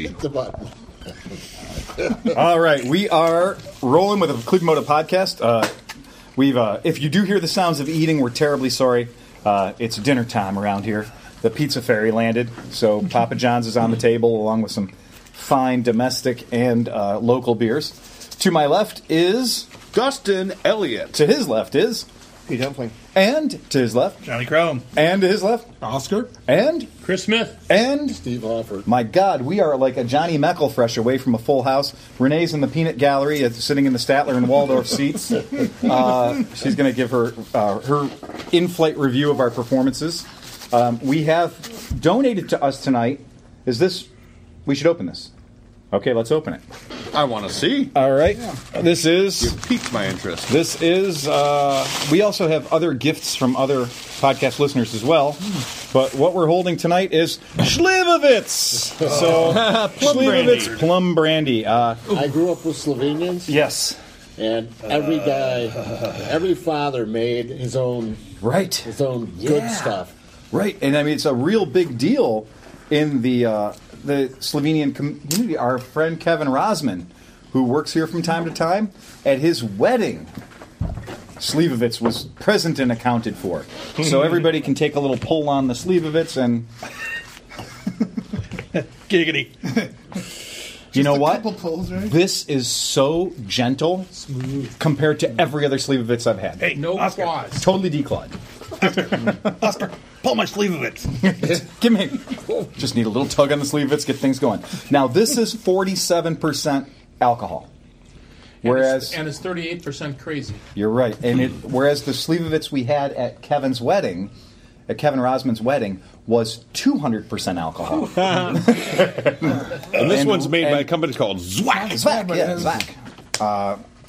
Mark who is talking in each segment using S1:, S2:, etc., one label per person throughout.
S1: Hit the button.
S2: All right, we are rolling with the Cleveland Motive podcast. Uh, we've, uh, if you do hear the sounds of eating, we're terribly sorry. Uh, it's dinner time around here. The pizza fairy landed, so Papa John's is on the table along with some fine domestic and uh, local beers. To my left is,
S3: Dustin Elliott.
S2: to his left is,
S1: Hey, dumpling.
S2: and to his left,
S4: Johnny Chrome.
S2: and to his left,
S5: Oscar?
S2: and
S4: Chris Smith.
S2: and
S1: Steve Offer.
S2: My God, we are like a Johnny Meckelfresh away from a full house. Renee's in the peanut gallery, uh, sitting in the Statler and Waldorf seats. Uh, she's going to give her uh, her in-flight review of our performances. Um, we have donated to us tonight. Is this? We should open this. Okay, let's open it.
S3: I want to see.
S6: All right. This is
S3: Piqued my interest.
S6: this is. Uh, we also have other gifts from other podcast listeners as well, but what we're holding tonight is Schlivovitz. So Schlivovitz plum brandy. Uh,
S1: I grew up with Slovenians,
S2: Yes.
S1: and every guy, every father made his own
S2: Right.
S1: his own good
S2: Yeah.
S1: stuff.
S2: Right, and I mean it's a real big deal in the uh, the Slovenian com- community. Our friend Kevin Rosman, who works here from time to time, at his wedding, Slivovitz was present and accounted for. So everybody can take a little pull on the Slivovitz, and
S4: Giggity.
S2: you know what?
S5: pulls, right?
S2: This is so gentle compared to every other Slivovitz I've had.
S4: Hey, no Oscar.
S5: claws.
S2: Totally declawed.
S4: Oscar, pull my sleeve of it.
S2: Give me. Just need a little tug on the sleeve. Let's get things going. Now this is forty-seven percent alcohol. Whereas
S7: and it's thirty-eight percent crazy.
S2: you're right, and it whereas the Slivovitz we had at Kevin's wedding, at Kevin Rosman's wedding, was two hundred percent alcohol.
S3: And this
S2: And-
S3: one's made by a
S2: and-
S3: company called Zwack.
S2: Zach, yeah, Zach.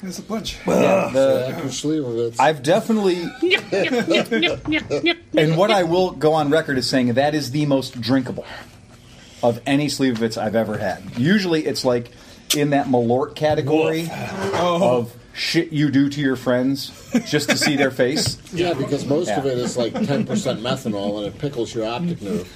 S5: There's a bunch.
S2: Yeah, the-
S1: Jack Schlievovitz.
S2: I've definitely, and what I will go on record as saying that is the most drinkable of any Slivovitz I've ever had. Usually, it's like in that Malort category
S4: Oh.
S2: of shit you do to your friends just to see their face.
S1: yeah, because most of
S2: Yeah.
S1: it is like ten percent methanol, and it pickles your optic nerve.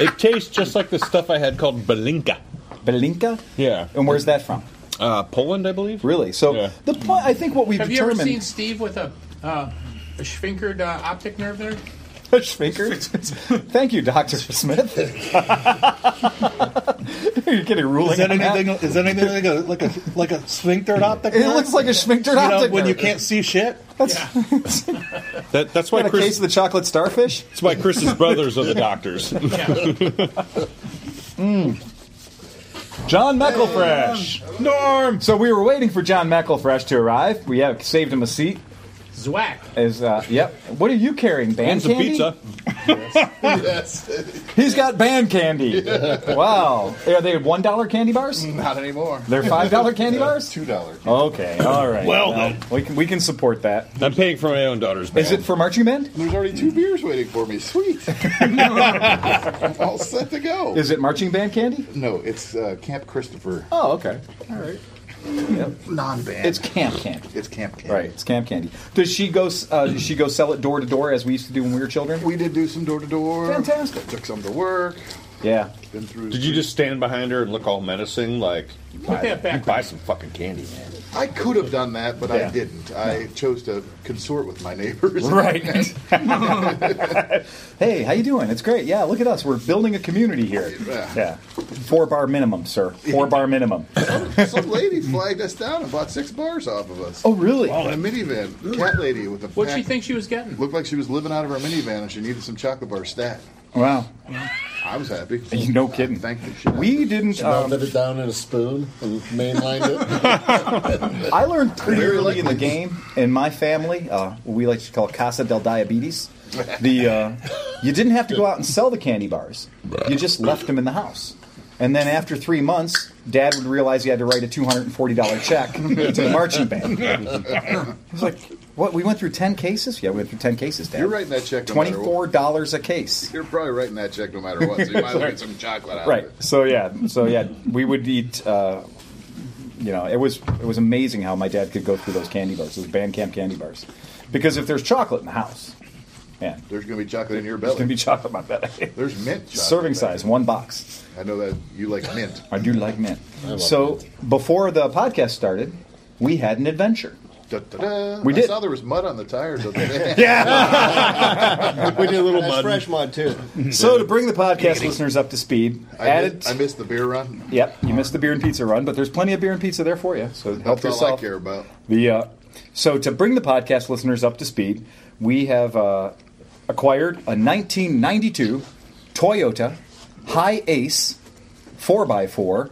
S3: It tastes just like the stuff I had called Belinka.
S2: Belinka,
S3: Yeah.
S2: and where's that from?
S3: Uh, Poland, I believe.
S2: Really? So
S3: Yeah.
S2: the point I think what we've
S7: Have you ever
S2: determined.
S7: seen Steve with a uh, a sphinctered uh, optic nerve there?
S2: Schwinker. Thank you, Doctor Smith. You're getting ruling.
S4: Is that
S2: on that?
S4: anything? Is that anything like a like a like a sphincter optic?
S2: It
S4: nerve?
S2: looks like a sphincter
S4: you know,
S2: optic
S4: when you
S2: nerve.
S4: can't see shit.
S3: That, that's why
S2: Got a
S3: Chris.
S2: case of the chocolate starfish.
S3: that's why Chris's brothers are the doctors.
S5: Um,
S7: Yeah.
S2: John Meckelfresh.
S3: Norm.
S2: So we were waiting for John Meckelfresh to arrive. We have saved him a seat.
S7: Zwack.
S2: As uh, yep. What are you carrying? Band
S3: And some
S2: candy?
S3: pizza.
S1: yes,
S2: He's got band candy. wow. Are they one dollar candy bars?
S5: Not anymore.
S2: They're five dollar candy bars.
S5: Two dollars.
S2: Okay. All right.
S4: Well,
S2: we can we can support that.
S3: I'm paying for my own daughter's.
S2: Is
S3: band.
S2: it for marching band?
S5: There's already two beers waiting for me. Sweet. I'm all set to go.
S2: Is it marching band candy?
S5: no, it's uh, Camp Christopher.
S2: Oh, okay.
S5: All right. Non-band.
S2: It's camp candy.
S5: it's Camp Camp.
S2: Right, it's camp candy. Does she go? s- Uh, does she go sell it door to door as we used to do when we were children?
S5: We did do some door to door.
S2: Fantastic.
S5: Took some to work.
S2: Yeah.
S5: Been through.
S3: Did you just stand behind her and look all menacing, like
S7: Put
S3: you
S7: that back.
S3: buy some fucking candy, man?
S5: I could have done that, but
S2: Yeah.
S5: I didn't. I chose to consort with my neighbors.
S2: hey, how you doing? It's great. Yeah, look at us. We're building a community here.
S5: Yeah.
S2: Yeah. Four bar minimum, sir. Four bar minimum.
S5: some lady flagged us down and bought six bars off of us.
S2: Oh, really?
S5: In a minivan, cat lady with a.
S7: What'd she
S5: pack-
S7: think she was getting?
S5: Looked like she was living out of her minivan and she needed some chocolate bar stat.
S2: Wow.
S5: I was happy.
S2: No kidding.
S5: Thank you. Shit.
S2: We didn't. Um,
S1: melted it down in a spoon and mainlined it.
S2: I learned pretty
S5: Very
S2: early in the
S5: lucky.
S2: game in my family, uh, what we like to call Casa del Diabetes. The uh, you didn't have to go out and sell the candy bars; you just left them in the house. And then after three months, Dad would realize he had to write a two hundred and forty dollar check to the marching band. He's like, "What? We went through ten cases? Yeah, we went through ten cases, Dad.
S5: You're writing that check no
S2: Twenty
S5: matter
S2: four dollars a case."
S5: You're probably writing that check no matter what, so you might as well get some chocolate out
S2: Right.
S5: of it.
S2: So yeah. So yeah. We would eat. Uh, you know, it was it was amazing how my dad could go through those candy bars, those Bandcamp candy bars, because if there's chocolate in the house, Man,
S5: There's going to be chocolate in your
S2: it's
S5: belly.
S2: gonna be chocolate my belly.
S5: There's mint chocolate.
S2: Serving
S5: in there.
S2: size, one box.
S5: I know that you like mint.
S2: I do like mint.
S1: love
S2: So before the podcast started, we had an adventure.
S5: Da, da, da.
S2: We
S5: I
S2: did.
S5: saw there was mud on the tires. Of the
S2: We did a little
S8: That's fresh mud too.
S2: So to bring the podcast listeners up to speed,
S5: I,
S2: added.
S5: missed, I missed the beer run.
S2: Yep, you missed the beer and pizza run, but there's plenty of beer and pizza there for you. So help
S5: That's all I
S2: yourself.
S5: care about.
S2: The uh, so to bring the podcast listeners up to speed, we have uh, acquired a 1992 Toyota High Ace 4x4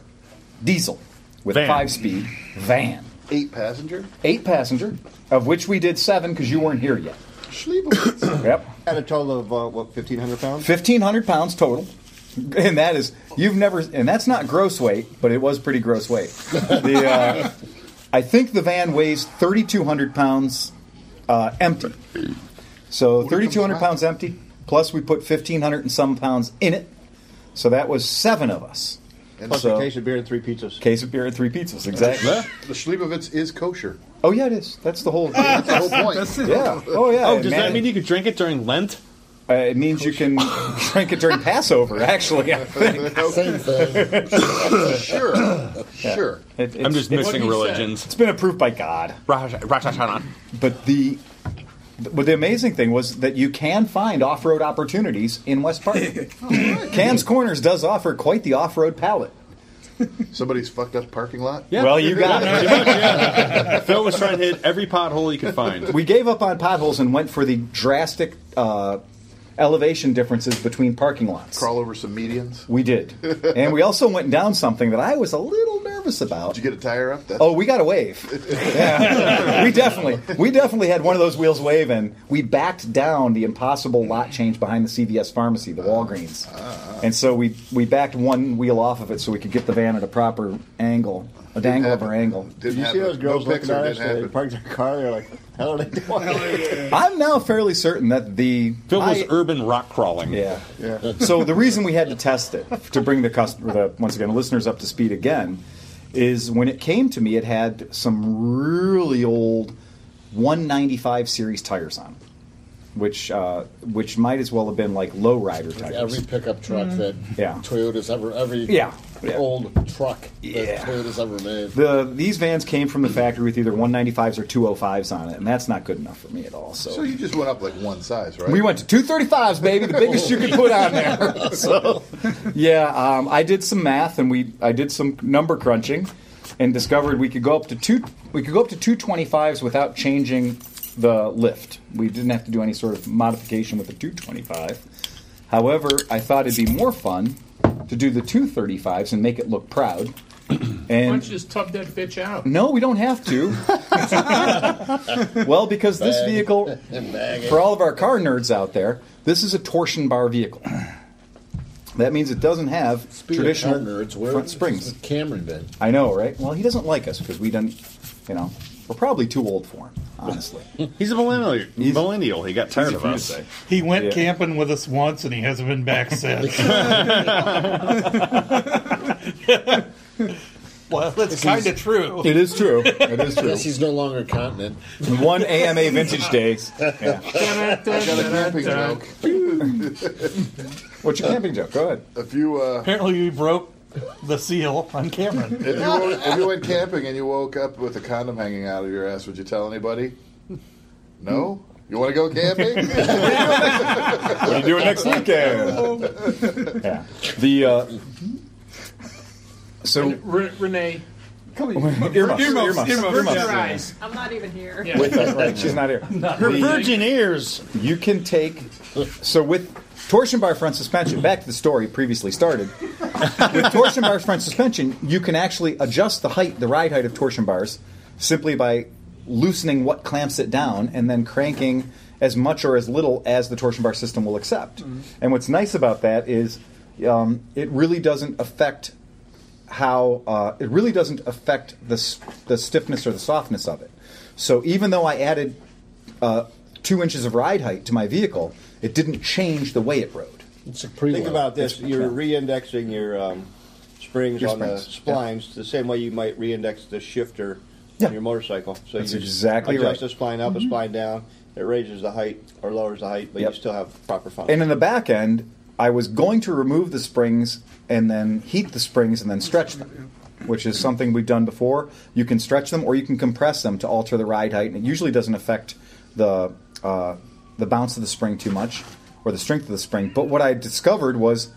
S2: diesel with
S6: Van.
S2: five-speed van,
S5: Eight passenger.
S2: eight passenger, of which we did seven because you weren't here yet.
S5: Schliebowitz.
S2: Yep,
S8: At a total of uh, what, fifteen hundred pounds?
S2: 1,500 pounds total. And that is you've never, and that's not gross weight, but it was pretty gross weight. The, uh, I think the van weighs 3,200 pounds uh, empty. So 3,200 pounds empty, plus we put 1,500 and some pounds in it. So that was seven of us.
S5: And
S8: Plus
S2: so-
S8: a case of beer and three pizzas.
S2: Case of beer and three pizzas, exactly.
S5: the Schliebowitz is kosher.
S2: oh yeah, it is. That's the whole. Yeah.
S5: That's the whole point.
S2: Oh yeah.
S3: Oh, does that
S2: Man-
S3: mean you could drink it during Lent?
S2: Uh, it means you can drink it during Passover. Actually, I think.
S1: Same thing.
S5: sure. Sure.
S2: It- it's-
S3: I'm just
S2: it's-
S3: mixing religions.
S2: It's been approved by God.
S3: Rosh Rosh Hashanah.
S2: But the but the amazing thing was that you can find off-road opportunities in West Park. Cam's Corners does offer quite the off-road palette.
S5: Somebody's fucked up parking lot.
S3: Yeah.
S2: Well, you got it.
S3: Phil was trying to hit every pothole he could find.
S2: We gave up on potholes and went for the drastic uh, elevation differences between parking lots.
S5: Crawl over some medians.
S2: We did, and we also went down something that I was a little nervous about.
S5: Did you get a tire up? That's
S2: Oh, we got a wave. Yeah. we definitely, we definitely had one of those wheels waving. We backed down the impossible lot change behind the CVS pharmacy, the Walgreens, and so we we backed one wheel off of it so we could get the van at a proper angle, a dangle of
S5: happen.
S2: our angle.
S8: Did
S5: didn't
S8: you see
S5: happen.
S8: those girls
S5: no
S8: looking
S5: picture,
S8: at us?
S5: didn't
S8: They
S5: happen.
S8: parked their car. They're like, "How are they doing?"
S2: I'm now fairly certain that the
S3: Phil was
S2: I-
S3: urban rock crawling.
S2: Yeah.
S8: Yeah.
S2: So the reason we had to test it to bring the customer, the, once again, listeners up to speed again, is when it came to me, it had some really old 195 series tires on, it, which uh, which might as well have been like lowrider
S1: Every
S2: tires.
S1: pickup truck that
S2: Mm. Yeah.
S1: Toyota's ever, every
S2: Yeah. Yeah.
S1: old truck that
S2: Yeah.
S1: Toyota's ever made.
S2: The these vans came from the factory with either 195s or 205s on it, and that's not good enough for me at all.
S5: So you just went up like one size, right?
S2: We went to 235s, baby, the biggest you could put on there. So, yeah, um, I did some math and we I did some number crunching and discovered we could go up to two we could go up to 225s without changing the lift. We didn't have to do any sort of modification with the 225. However, I thought it'd be more fun to do the 235s and make it look proud.
S7: Why
S2: And
S7: don't you just tub that bitch out?
S2: no, we don't have to. well, because this
S1: Bag.
S2: vehicle,
S1: Bag it.
S2: for all of our car nerds out there, this is a torsion bar vehicle. That means it doesn't have
S1: Speaking of car
S2: traditional
S1: nerds, where
S2: front
S1: has
S2: springs.
S1: Cameron been?
S2: I know, right? Well, he doesn't like us because we don't, you know, we're probably too old for him, honestly.
S3: He's a millennial. millennial. He got tired of us.
S4: He went
S2: Yeah.
S4: camping with us once and he hasn't been back since. well, that's kind of true.
S2: It is true. It is
S1: Yes, he's no longer continent.
S2: One AMA vintage days. Yeah.
S5: I got a camping joke.
S2: What's
S1: Uh,
S2: your camping joke? Go ahead.
S5: If you uh,
S4: Apparently, we broke the seal on Cameron.
S5: if you, went, if you went camping and you woke up with a condom hanging out of your ass, would you tell anybody? No. You want to go camping?
S2: What are you doing next weekend? yeah. The uh, so
S7: Re- Renee,
S2: earmuffs, earmuffs,
S7: close
S2: earmuffs.
S7: your eyes.
S9: I'm not even here.
S7: Yeah.
S2: She's not here. uh,
S3: Her virgin ears.
S2: You can take so with torsion bar front suspension. Back to the story previously started. with torsion bar front suspension, you can actually adjust the height, the ride height of torsion bars, simply by loosening what clamps it down and then cranking as much or as little as the torsion bar system will accept. And what's nice about that is um, it really doesn't affect how uh, it really doesn't affect the, s- the stiffness or the softness of it. So even though I added uh, two inches of ride height to my vehicle, it didn't change the way it rode.
S1: It's a pre
S8: Think about this: you're re-indexing your um, springs on the
S2: springs,
S8: splines the same way you might re-index the shifter
S2: Yeah.
S8: on your motorcycle. So
S2: That's
S8: you just
S2: exactly
S8: adjust
S2: right. Mm-hmm.
S8: the spline up, the spline down. It raises the height or lowers the height, but
S2: Yep.
S8: you still have proper function.
S2: And in the back end, I was going to remove the springs and then heat the springs and then stretch them, which is something we've done before. You can stretch them or you can compress them to alter the ride height, and it usually doesn't affect the uh, the bounce of the spring too much or the strength of the spring. But what I discovered was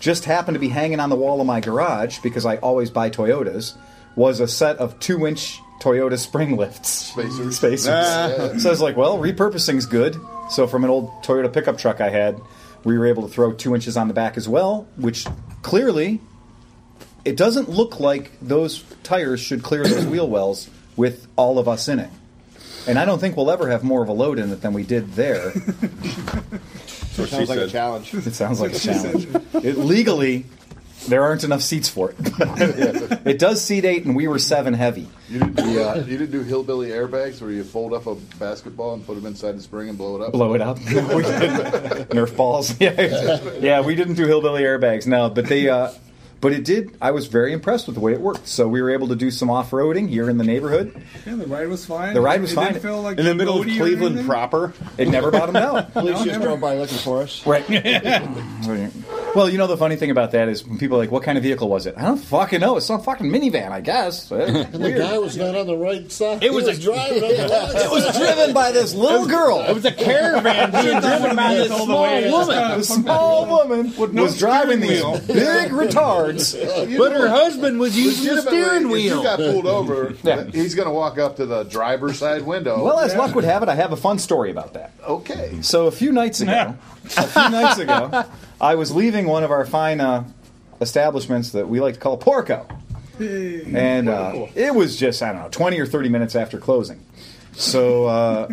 S2: just happened to be hanging on the wall of my garage because I always buy Toyotas was a set of two inch Toyota spring lifts.
S5: Spacers.
S2: Spacers.
S5: Ah.
S2: So I was like, well, repurposing's good. So from an old Toyota pickup truck I had, we were able to throw two inches on the back as well, which clearly it doesn't look like those tires should clear those wheel wells with all of us in it. And I don't think we'll ever have more of a load in it than we did there.
S8: So it sounds like a challenge.
S2: It sounds like a challenge. It, legally, there aren't enough seats for it. it does seat eight, and we were seven heavy.
S5: You didn't, do, uh, you didn't do hillbilly airbags where you fold up a basketball and put them inside the spring and blow it up.
S2: blow it up. No, we didn't. Nerf balls. Yeah, yeah. We didn't do hillbilly airbags. No, but they. Uh, but it did. I was very impressed with the way it worked. So we were able to do some off roading here in the neighborhood.
S9: Yeah, the ride was fine.
S2: The ride was
S9: It
S2: fine.
S9: Didn't feel like
S6: In the middle of
S9: roady or
S6: Cleveland
S9: anything.
S6: proper.
S2: It never bottomed out.
S8: Police just drove by looking for us.
S2: Right. well, you know the funny thing about that is when people are like, "What kind of vehicle was it?" I don't fucking know. It's some fucking minivan, I guess.
S1: And the guy was not on the right side. It
S3: was
S1: he was
S3: a-
S1: driving on the wrong
S2: It was driven by this little girl.
S3: It was a caravan being driven by this small woman.
S2: The small woman was driving these big retards.
S3: But her husband was using the
S5: Legitimately,
S3: steering
S5: if You
S3: wheel.
S5: got pulled over.
S2: Yeah.
S5: He's going to walk up to the driver's side window.
S2: Well, as luck would have it, I have a fun story about that.
S5: okay.
S2: So a few nights ago, a few nights ago, I was leaving one of our fine uh, establishments that we like to call Porco, and uh, it was just I don't know twenty or thirty minutes after closing. So, uh,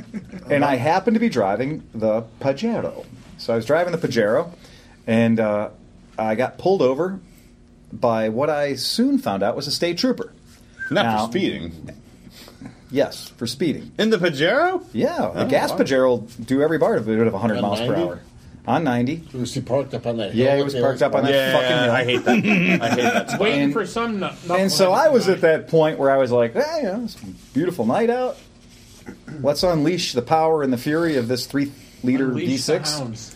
S2: and I happened to be driving the Pajero. So I was driving the Pajero, and uh, I got pulled over by what I soon found out was a state trooper. Now-
S6: Not for speeding.
S2: Yes, for speeding.
S6: In the Pajero?
S2: Yeah, the gas Pajero will do every bar of it of 100
S1: On
S2: miles per
S1: 90?
S2: hour. On 90.
S1: He was parked up on that hill.
S2: Yeah, he was parked up on that fucking
S6: Yeah,
S2: hill.
S6: I hate that. I hate that. spot.
S7: Waiting
S2: And-
S7: for some. nut-
S2: and so
S7: knucklehead
S2: I
S7: to
S2: was
S7: die.
S2: at that point where I was like, hey, you know, it's a beautiful night out. Let's unleash the power and the fury of this three liter
S7: Unleash the
S2: V6.
S7: hounds.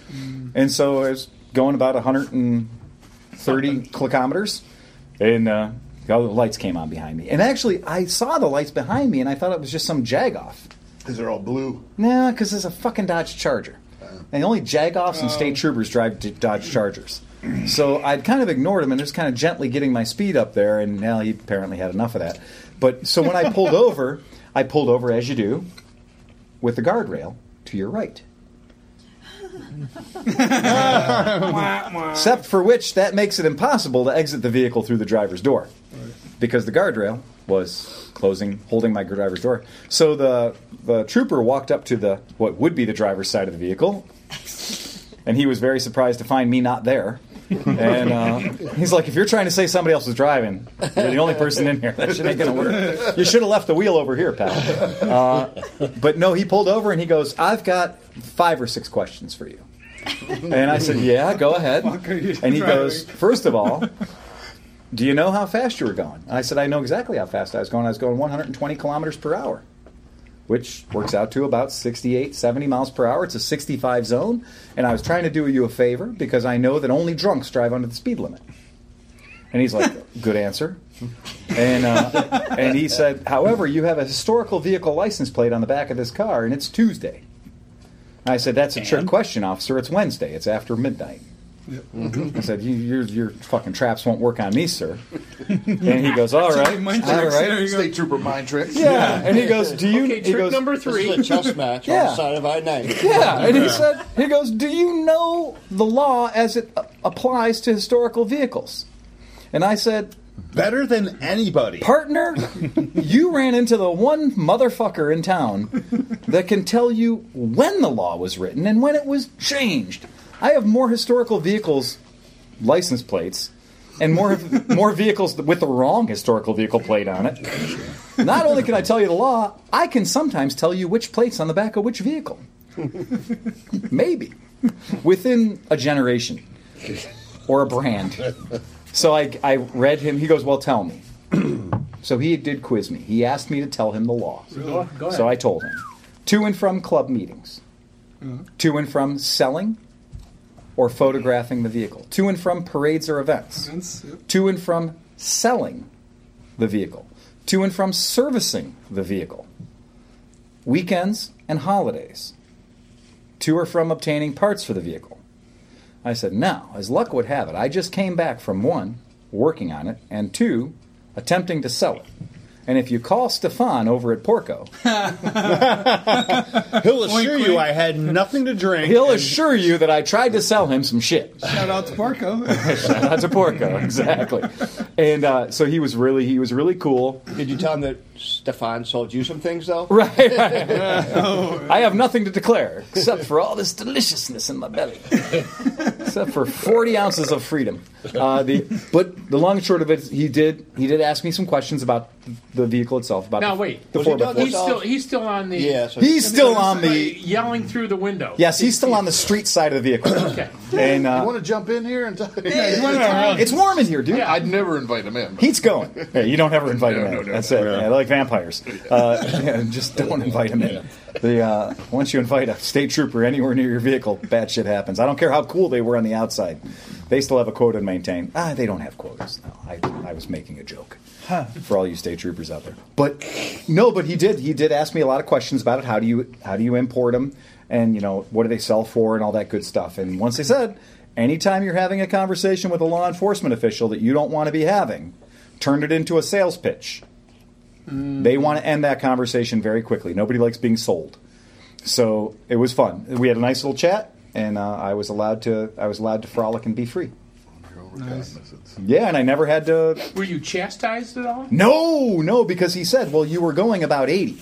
S2: And so I was going about 130 kilometers, and uh, all the lights came on behind me. And actually, I saw the lights behind me, and I thought it was just some jagoff.
S5: Because they're all blue.
S2: Nah, because it's a fucking Dodge Charger. And only Jagoffs and state troopers drive d- Dodge Chargers. So I'd kind of ignored him and just kind of gently getting my speed up there, and now he apparently had enough of that. But so when I pulled over, I pulled over as you do with the guardrail to your right. Except for which that makes it impossible to exit the vehicle through the driver's door because the guardrail was closing, holding my driver's door. So the the trooper walked up to the what would be the driver's side of the vehicle, and he was very surprised to find me not there. And uh, he's like, "If you're trying to say somebody else was driving, you're the only person in here. That shit ain't gonna work. You should have left the wheel over here, pal." Uh, but no, he pulled over and he goes, "I've got five or six questions for you." And I said, "Yeah, go ahead."
S9: are you
S2: And he goes, first of all, do you know how fast you were going?" And I said, "I know exactly how fast I was going. I was going 120 kilometers per hour." Which works out to about 68, 70 miles per hour. It's a 65 zone. And I was trying to do you a favor because I know that only drunks drive under the speed limit. And he's like, good answer. And, uh, and he said, however, you have a historical vehicle license plate on the back of this car, and it's Tuesday. I said, that's a trick question, officer. It's Wednesday. It's after midnight. I said, you, your, your fucking traps won't work on me, sir. and he goes, all right.
S9: Mind
S2: all
S9: tricks, there
S2: right.
S9: you go.
S5: State trooper mind tricks.
S2: Yeah. And he goes, do you...
S7: Okay,
S2: he
S7: trick
S2: goes,
S7: number
S8: This
S7: three.
S8: is a chess match on
S2: Yeah.
S8: the side of I ninety.
S2: yeah, and he said, he goes, "Do you know the law as it a- applies to historical vehicles?" And I said,
S6: Better than anybody.
S2: "Partner, you ran into the one motherfucker in town that can tell you when the law was written and when it was changed. I have more historical vehicles license plates and more more vehicles with the wrong historical vehicle plate on it. Not only can I tell you the law, I can sometimes tell you which plates on the back of which vehicle. Maybe within a generation or a brand. So I, I read him. He goes, "Well, tell me." So he did quiz me. He asked me to tell him the law.
S7: Go, go ahead.
S2: So I told him. To and from club meetings. To and from selling or photographing the vehicle. To and from parades or events.
S9: Events, yep.
S2: To and from selling the vehicle. To and from servicing the vehicle. Weekends and holidays. To or from obtaining parts for the vehicle. I said, now, as luck would have it, I just came back from one, working on it, and two, attempting to sell it. And if you call Stefan over at Porco,
S3: He'll assure you I had nothing to drink.
S2: He'll assure you that I tried to sell him some shit.
S9: Shout out to Marco.
S2: Shout out to Porco, exactly. And uh, so he was really he was really cool.
S8: Did you tell him that Stefan sold you some things though?
S2: Right. I have nothing to declare except for all this deliciousness in my belly, except for forty ounces of freedom. Uh, the but the long and short of it, he did he did ask me some questions about the vehicle itself. About
S7: Now
S2: the,
S7: wait.
S2: the
S8: Was he
S2: four by
S8: done
S2: four.
S7: He's still he's still on the.
S8: Yeah. So
S2: He's still on
S7: Somebody
S2: the
S7: yelling through the window.
S2: yes, he's still on the street side of the vehicle.
S7: Okay.
S2: And
S5: I
S2: uh,
S5: want to jump in here and tell you.
S2: it's warm in here, dude.
S5: I'd never invite him in.
S2: Heat's going. Yeah, you don't ever invite him
S5: No,
S2: in.
S5: no, no,
S2: That's it. Yeah, like vampires. Uh, yeah, just don't invite him in. The uh, once you invite a state trooper anywhere near your vehicle, bad shit happens. I don't care how cool they were on the outside; they still have a quota to maintain. Ah, they don't have quotas. No, I, I was making a joke for all you state troopers out there. But no, but he did. He did ask me a lot of questions about it. How do you how do you import them? And you know what do they sell for and all that good stuff. And once they said, anytime you're having a conversation with a law enforcement official that you don't want to be having, turned it into a sales pitch. They want to end that conversation very quickly. Nobody likes being sold. So it was fun. We had a nice little chat, and uh, I was allowed to I was allowed to frolic and be free. Yeah, and I never had to.
S7: Were you chastised at all?
S2: No, no, because he said, "Well, you were going about 80."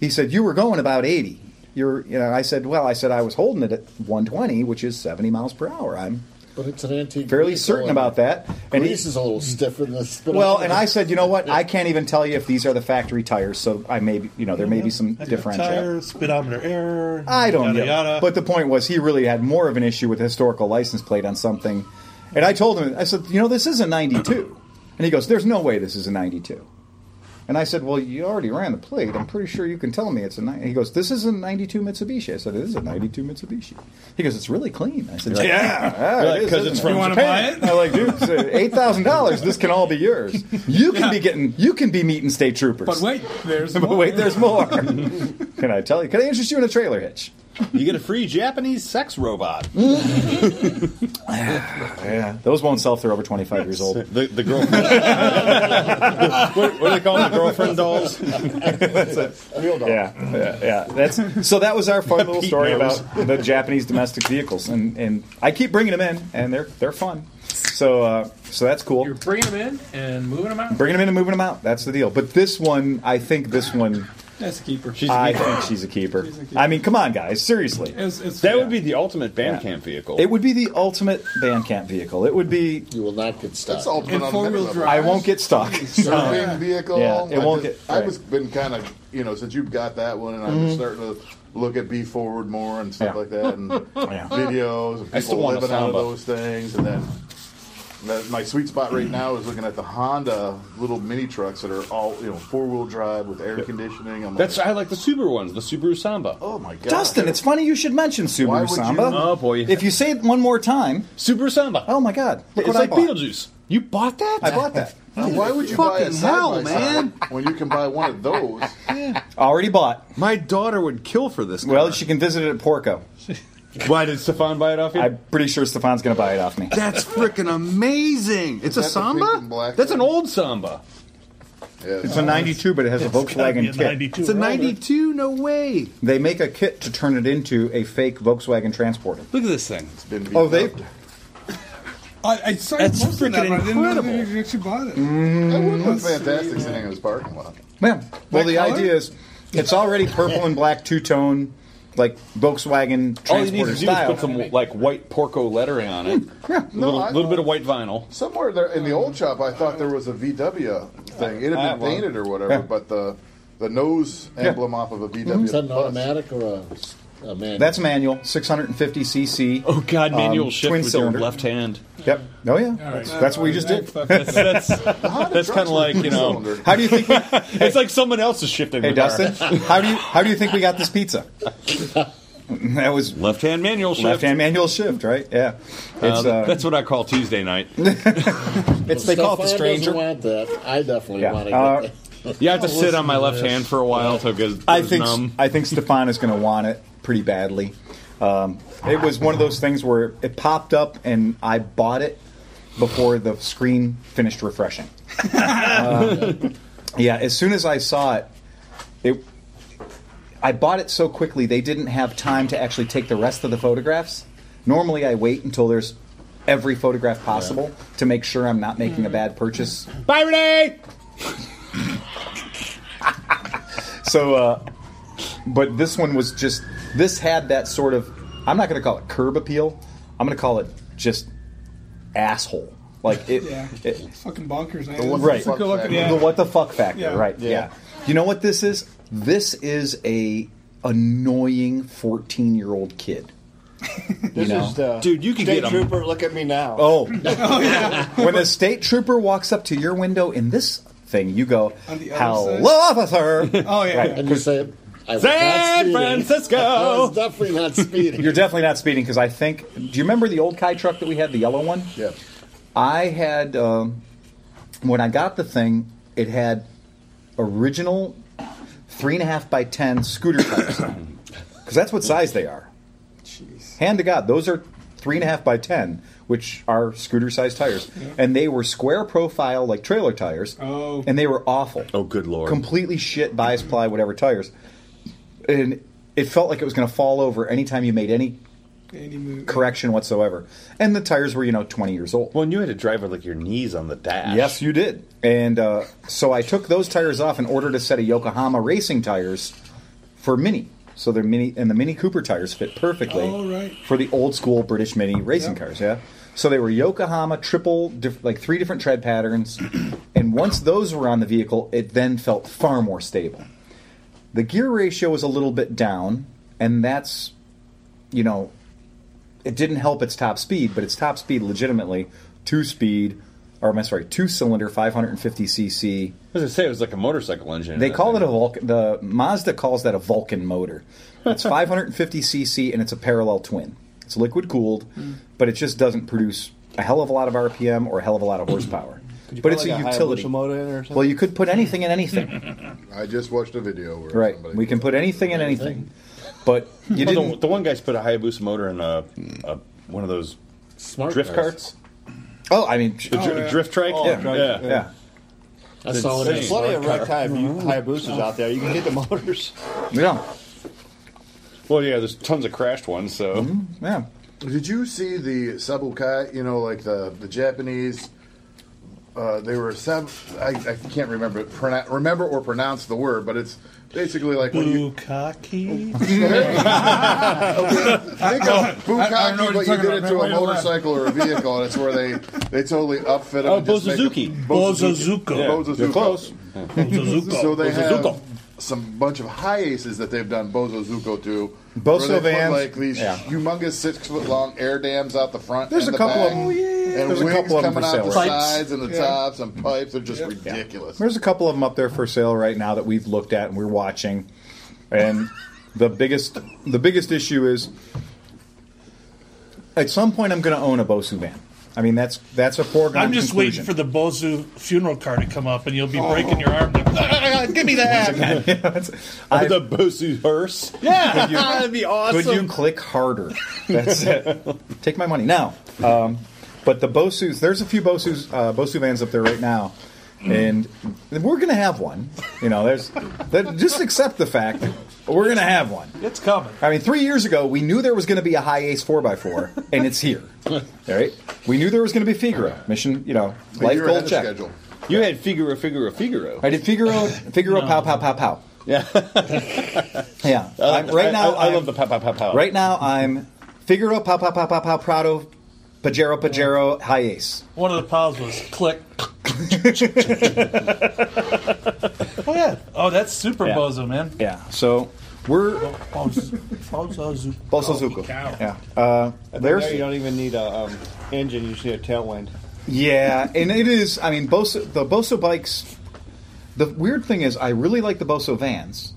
S2: He said, "You were going about 80." You're, you know, I said, "Well, I said I was holding it at 120, which is 70 miles per hour." I'm
S1: But it's an antique.
S2: fairly
S1: vehicle,
S2: certain
S1: and
S2: about that. And he-
S1: Grease is a little stiff in this. but-
S2: Well, and I said, you know what? I can't even tell you if these are the factory tires, so I may, be- you know, there may be some differential.
S4: Tire, speedometer error.
S2: I don't
S4: yada,
S2: know.
S4: Yada.
S2: But the point was, he really had more of an issue with the historical license plate on something. And I told him, I said, you know, this is a 92. And he goes, there's no way this is a 92. And I said, well, you already ran the plate. I'm pretty sure you can tell me it's a 90. He goes, this is a 92 Mitsubishi. I said, it is a 92 Mitsubishi. He goes, it's really clean. I said, yeah. yeah it is,
S3: Because
S2: isn't
S3: it's
S2: it?"
S3: from
S9: wanna
S3: Japan.
S2: I like, dude, it's, uh, eight thousand dollars. This can all be yours. You can be getting, you can be meeting state troopers.
S9: But wait, there's
S2: But
S9: more.
S2: wait, there's more. can I tell you? Can I interest you in a trailer hitch?
S3: You get a free Japanese sex robot.
S2: Mm. Yeah, those won't sell if they're over twenty five years old.
S3: The, the girlfriend. what, what do they call them? The girlfriend dolls?
S2: Yeah, yeah, yeah. That's so. That was our fun little
S3: Pete
S2: story
S3: knows.
S2: about the Japanese domestic vehicles, and and I keep bringing them in, and they're they're fun. So uh, so that's cool.
S7: You're bringing them in and moving them out.
S2: Bringing them in and moving them out. That's the deal. But this one, I think this one,
S9: That's a keeper.
S2: I think she's a keeper. I mean, come on, guys, seriously.
S9: It's- it's-
S3: That would be the ultimate band camp vehicle.
S2: It would be the ultimate band camp vehicle. It would be.
S1: you will not get stuck.
S5: That's all been
S9: And
S5: on
S9: four-wheel
S5: another
S9: drive.
S2: I won't get stuck.
S5: Surfing vehicle.
S2: Yeah, it
S5: I
S2: won't
S5: just-
S2: get-
S5: I was been kind of you know since you've got that one, and I'm just starting to look at B forward more and stuff
S2: Yeah.
S5: like that, and videos and
S3: I still
S5: people
S3: want a
S5: living out of
S3: Samba.
S5: those things, and then. that- My sweet spot right now is looking at the Honda little mini trucks that are all you know four wheel drive with air conditioning. I'm
S3: That's
S5: like,
S3: I like the Subaru ones, the Subaru Samba.
S5: oh my god,
S2: Dustin, it's funny you should mention
S5: Why
S2: Subaru
S5: would you-
S2: Samba.
S3: Oh boy!
S2: If you say it one more time,
S3: Subaru Samba,
S2: oh my God!
S3: it's
S2: Look what
S3: like
S2: I bought.
S3: Beetlejuice. You bought that?
S2: I bought that.
S5: why would you buy a
S10: Fucking hell,
S5: side man when you can buy one of those?
S2: Already bought.
S10: My daughter would kill for this.
S2: Well,
S10: car.
S2: she can visit it at Porco.
S3: Why did Stefan buy it off you?
S2: I'm pretty sure Stefan's going to buy it off me.
S10: that's freaking amazing. It's a
S5: that the pink and
S10: Samba.
S5: black
S3: That's
S5: one?
S3: an old Samba.
S2: It's
S5: Yeah.
S2: a 92, but it has a
S4: Gotta be a
S2: Volkswagen kit.
S4: 92
S10: It's a
S4: or older.
S10: '92. No way.
S2: They make a kit to turn it into a fake Volkswagen transporter.
S10: Look at this thing.
S5: It's been beat
S2: Oh, they.
S5: up.
S9: I, I saw you
S10: That's
S9: posting that,
S10: freaking
S9: but I didn't know that
S10: incredible.
S9: you actually bought it.
S5: That would look fantastic sitting in his parking lot.
S2: Yeah. Well,
S9: That
S2: the
S9: color?
S2: idea is it's already purple and black two tone, like Volkswagen
S3: All you need
S2: transporter
S3: to do is
S2: style. Hmm,
S3: put some like white Porco lettering on it.
S2: Yeah.
S3: A little,
S5: I-
S3: little bit of white vinyl.
S5: Somewhere there in the old shop, I thought there was a VW thing. It
S3: I
S5: had
S3: have one.
S5: been painted or whatever, but the the nose emblem off of a VW.
S1: Is that an
S5: bus.
S1: automatic or a, a manual?
S2: That's manual, 650 cc.
S3: Oh God! Manual shift
S2: twin
S3: with
S2: cylinder.
S3: your left hand.
S2: Yep. Oh yeah.
S7: right.
S2: That's what we just did.
S6: That's that's, that's kind of like you know,
S2: How do you think? We,
S6: it's like someone else is shifting.
S2: hey
S6: the car.
S2: Dustin, how do you how do you think we got this pizza? That was
S3: Left hand manual shift.
S2: left hand manual shift, right? Yeah.
S3: Uh,
S2: It's uh,
S3: that's what I call Tuesday night.
S2: it's they call it the
S1: Stefan doesn't
S2: stranger.
S1: want that. I definitely
S2: Yeah.
S1: want to
S2: Uh,
S1: get
S3: You have to sit on my left hand for a while so it goes, goes
S2: I think
S3: numb.
S2: I think Stefan is going to want it pretty badly. Um, it was one of those things where it popped up and I bought it before the screen finished refreshing. Uh, yeah, as soon as I saw it, it I bought it so quickly they didn't have time to actually take the rest of the photographs. Normally, I wait until there's every photograph possible to make sure I'm not making a bad purchase. Bye, Renee. so, uh, but this one was just this had that sort of I'm not going to call it curb appeal. I'm going to call it just asshole. Like it,
S9: Yeah.
S2: it
S9: Fucking bonkers. man.
S5: one
S2: Right.
S9: It's a
S5: fuck
S9: good looking-
S5: factor.
S9: yeah.
S2: the what the fuck factor,
S9: Yeah.
S2: right? Yeah. You know what this is? This is a annoying 14 year old kid.
S8: This
S2: know.
S8: is the
S3: Uh, Dude, you could
S8: state
S3: get 'em.
S8: trooper. Look at me now.
S2: Oh, when the state trooper walks up to your window in this thing, you go,
S9: On the other
S2: "Hello,
S9: side?
S2: officer."
S9: Oh yeah.
S1: and you say, I was not
S3: San
S1: speeding. I was
S3: Francisco!
S1: definitely not speeding.
S2: You're definitely not speeding because I think. Do you remember the old Kai truck that we had, the yellow one?
S5: Yeah.
S2: I had um, when I got the thing, it had original three and a half by ten scooter tires because that's what size they are. Jeez. Hand to God, those are three and a half by ten, which are scooter sized tires, and they were square profile like trailer tires,
S9: Oh.
S2: and they were awful.
S3: Oh, good lord.
S2: Completely shit bias ply whatever tires, and it felt like it was going to fall over anytime you made any
S9: Any move.
S2: correction whatsoever. And the tires were, you know, 20 years old.
S3: Well, and you had to drive with like your knees on the dash.
S2: Yes, you did. And uh, so I took those tires off and ordered a set of Yokohama racing tires for Mini. So they're Mini, and the Mini Cooper tires fit perfectly
S9: Oh, right.
S2: for the old school British Mini racing
S9: Yeah.
S2: cars. Yeah. So they were Yokohama triple, diff- like three different tread patterns. and once those were on the vehicle, it then felt far more stable. The gear ratio was a little bit down, and that's, you know, it didn't help its top speed, but its top speed legitimately two speed, or I'm sorry, two cylinder, 550 cc.
S3: I was going to say it was like a motorcycle engine.
S2: They call it a Vulcan. The Mazda calls that a Vulcan motor. It's 550 cc and it's a parallel twin. It's liquid cooled, but it just doesn't produce a hell of a lot of RPM or a hell of a lot of horsepower. But it's a utility. Well, you could put anything in anything,
S5: I just watched a video. Where
S2: right?
S5: somebody-
S2: We can put anything in anything, but you
S3: Well,
S2: didn't.
S3: the, the one guy's put a Hayabusa motor in a, a one of those
S1: Smart
S3: drift
S1: cars.
S3: carts.
S2: Oh, I mean,
S3: The dri-
S9: yeah.
S3: drift trike.
S8: Oh,
S3: yeah.
S8: drive-
S3: yeah.
S2: yeah. Oh,
S1: I saw it in a
S8: There's
S1: smart
S8: plenty of
S1: car.
S8: wrecked Hi- Hayabusas out there. You can get the motors.
S2: yeah,
S3: Well, yeah. There's tons of crashed ones. So
S2: yeah.
S5: Did you see the Sebukai? You know, like the the Japanese. Uh, they were sub. I, I can't remember pronoun remember or pronounce the word, but it's basically like when you
S4: Bukaki.
S5: think of
S9: I- I know
S5: bukkake,
S9: what you're
S5: but you did
S9: talking
S5: it
S9: about,
S5: to a
S9: man. Why you laugh?
S5: motorcycle or a vehicle, and it's where they they totally upfit them.
S3: Oh,
S5: and just make
S3: Bozuzuki.
S5: them-
S4: Bozozuko.
S5: Yeah. Bozozuko.
S3: you're close.
S4: Bozozuko.
S5: So they
S3: Bozozuko.
S5: have some bunch of high aces that they've done Bozozuko to.
S2: Bozo
S5: where they put,
S2: vans.
S5: like these
S2: Yeah.
S5: humongous six foot long air dams out the front.
S2: There's
S5: and
S2: a
S5: the
S2: couple of
S5: back,
S2: them. Oh, yeah.
S5: And
S2: There's a
S5: wings
S2: couple of them
S5: coming
S2: for
S5: out the
S2: sale. Pipes.
S5: sides and the tops and pipes. They're just ridiculous.
S2: There's a couple of them up there for sale right now that we've looked at and we're watching. And the biggest the biggest issue is at some point I'm going to own a Bosu van. I mean that's that's a foregone.
S4: I'm just waiting
S2: conclusion.
S4: for the Bozu funeral car to come up, and you'll be breaking your arm. Like, "Ah, give me that.
S2: I-
S3: the Bosu hearse.
S2: Could you-
S3: That'd be awesome.
S2: Could you click harder? That's it. Take my money now. Um, but the Bosu's, there's a few Bosu's, uh, Bosu vans up there right now, and we're gonna have one. You know, there's that, just accept the fact that we're gonna have one.
S9: It's coming.
S2: I mean, three years ago, we knew there was going to be a high ace 4x4, and it's here. All right? We knew there was going to be Figaro. Mission, you know,
S5: But
S2: life
S5: you're ahead
S2: goal
S5: of
S2: check.
S5: schedule.
S3: You had Figaro, Figaro, Figaro.
S2: I did Figaro, Figaro, pow, pow, pow, pow.
S3: Yeah.
S2: Yeah. I'm, right now,
S3: I, I
S2: I'm-
S3: love the pow pow pow pow.
S2: Right now, I'm Figaro, pow, pow, pow, pow, pow, Prado, Pajero, Pajero, high ace.
S4: One of the pals was click. oh yeah. Oh, that's super
S2: Yeah.
S4: bozo, man.
S2: Yeah. So We're
S4: Balzazu.
S2: Balsazuko.
S4: Cow.
S2: Yeah. Uh, there's
S8: There you don't even need a um, engine. You just need a tailwind.
S2: Yeah, and it is. I mean, Boso, the Boso bikes. The weird thing is, I really like the Boso vans.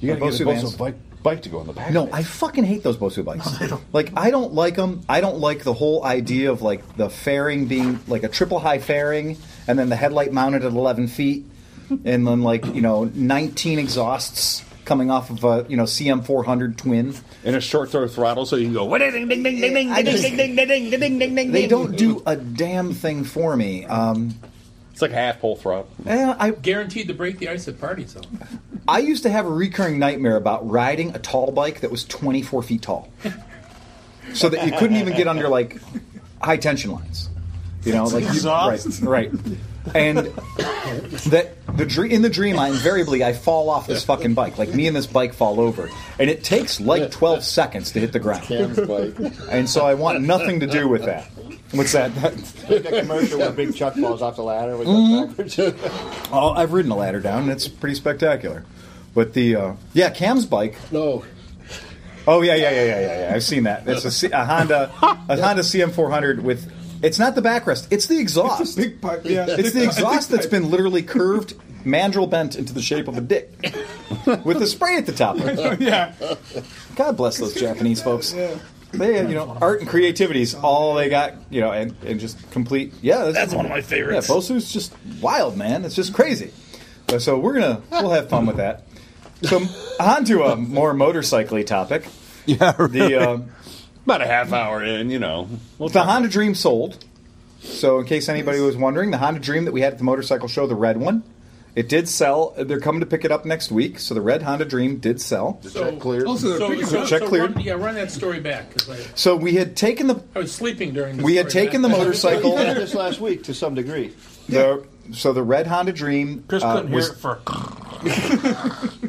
S5: You gotta
S2: The
S5: get a Bosu bike, bike to go in the back.
S2: No, I fucking hate those Bosu bikes. Like, I don't like them. I don't like the whole idea of like the fairing being like a triple high fairing, and then the headlight mounted at eleven feet, and then like you know nineteen exhausts coming off of a you know CM four hundred twin.
S3: And a short throw throttle, so you can go. What? Ding, ding, ding, ding, ding,
S2: I
S3: ding,
S2: just-
S3: ding, ding, ding, ding, ding, ding, ding,
S2: They
S3: ding.
S2: don't do a damn thing for me. Um,
S3: It's like a half pole throttle.
S2: eh, I
S7: Guaranteed to break the ice at parties, though.
S2: I used to have a recurring nightmare about riding a tall bike that was 24 feet tall, so that you couldn't even get under like high tension lines. You know, like you, right, right, and that the dream in the dream I invariably I fall off this fucking bike. Like me and this bike fall over, and it takes like 12 seconds to hit the ground.
S1: Cam's bike.
S2: And so I want nothing to do with that. What's that?
S8: Like that commercial where Big Chuck falls off the ladder. With the
S2: oh, I've ridden a ladder down, and it's pretty spectacular. But the uh, yeah, Cam's bike.
S1: No,
S2: Oh yeah, yeah, yeah, yeah, yeah, yeah. I've seen that. It's a, C- a Honda, a Honda CM400 with. It's not the backrest. It's the exhaust. It's,
S9: Big pipe. Yeah.
S2: the exhaust that's been literally curved, mandrel bent into the shape of a dick, with a spray at the top. of it.
S9: yeah.
S2: God bless those Japanese folks. They, you know, art and creativity is all they got. You know, and, and just complete. Yeah, this-
S4: That's one of my favorites.
S2: Yeah, Bosu's just wild, man. It's just crazy. Uh, So we're gonna we'll have fun with that. So on to a more motorcycly topic. Yeah, the um,
S3: About a half hour in, you know. Well,
S2: the Honda Dream sold. So, in case anybody was wondering, the Honda Dream that we had at the motorcycle show, the red one, it did sell. They're coming to pick it up next week. So, the red Honda Dream did sell.
S5: Is that clear?
S9: Also,
S7: So,
S9: the
S7: so,
S2: Check
S7: so
S2: clear.
S7: Run, yeah, run that story back. 'cause I,
S2: So, we had taken the
S7: I was sleeping during the
S2: we had
S7: story.
S2: taken the motorcycle.
S8: back. this last week to some degree.
S2: the, so, the red Honda Dream
S4: Chris
S2: uh,
S4: couldn't
S2: was
S4: hear it for.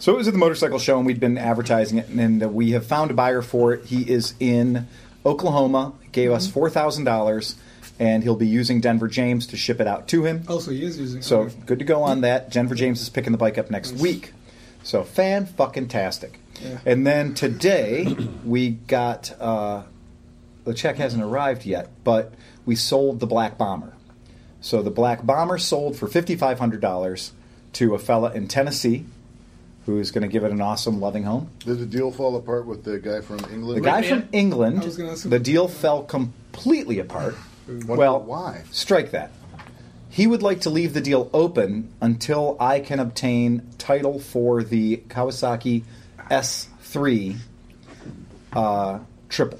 S2: So it was at the motorcycle show, and we'd been advertising it, and uh, we have found a buyer for it. He is in Oklahoma, gave
S9: Mm-hmm.
S2: us four thousand dollars, and he'll be using Denver James to ship it out to him.
S9: also Oh, he is using.
S2: So good to go on that. Jennifer James is picking the bike up next week. So fan fucking tastic.
S9: Yeah.
S2: And then today we got uh, the check hasn't arrived yet, but we sold the black bomber. So the black bomber sold for fifty five hundred dollars to a fella in Tennessee who is going to give it an awesome loving home.
S5: Did the deal fall apart with the guy from England?
S2: The guy
S7: man.
S2: from England,
S9: I was gonna ask-
S2: the deal fell completely apart.
S5: Wonder
S2: Well,
S5: why?
S2: Strike that. He would like to leave the deal open until I can obtain title for the Kawasaki S3 uh, triple.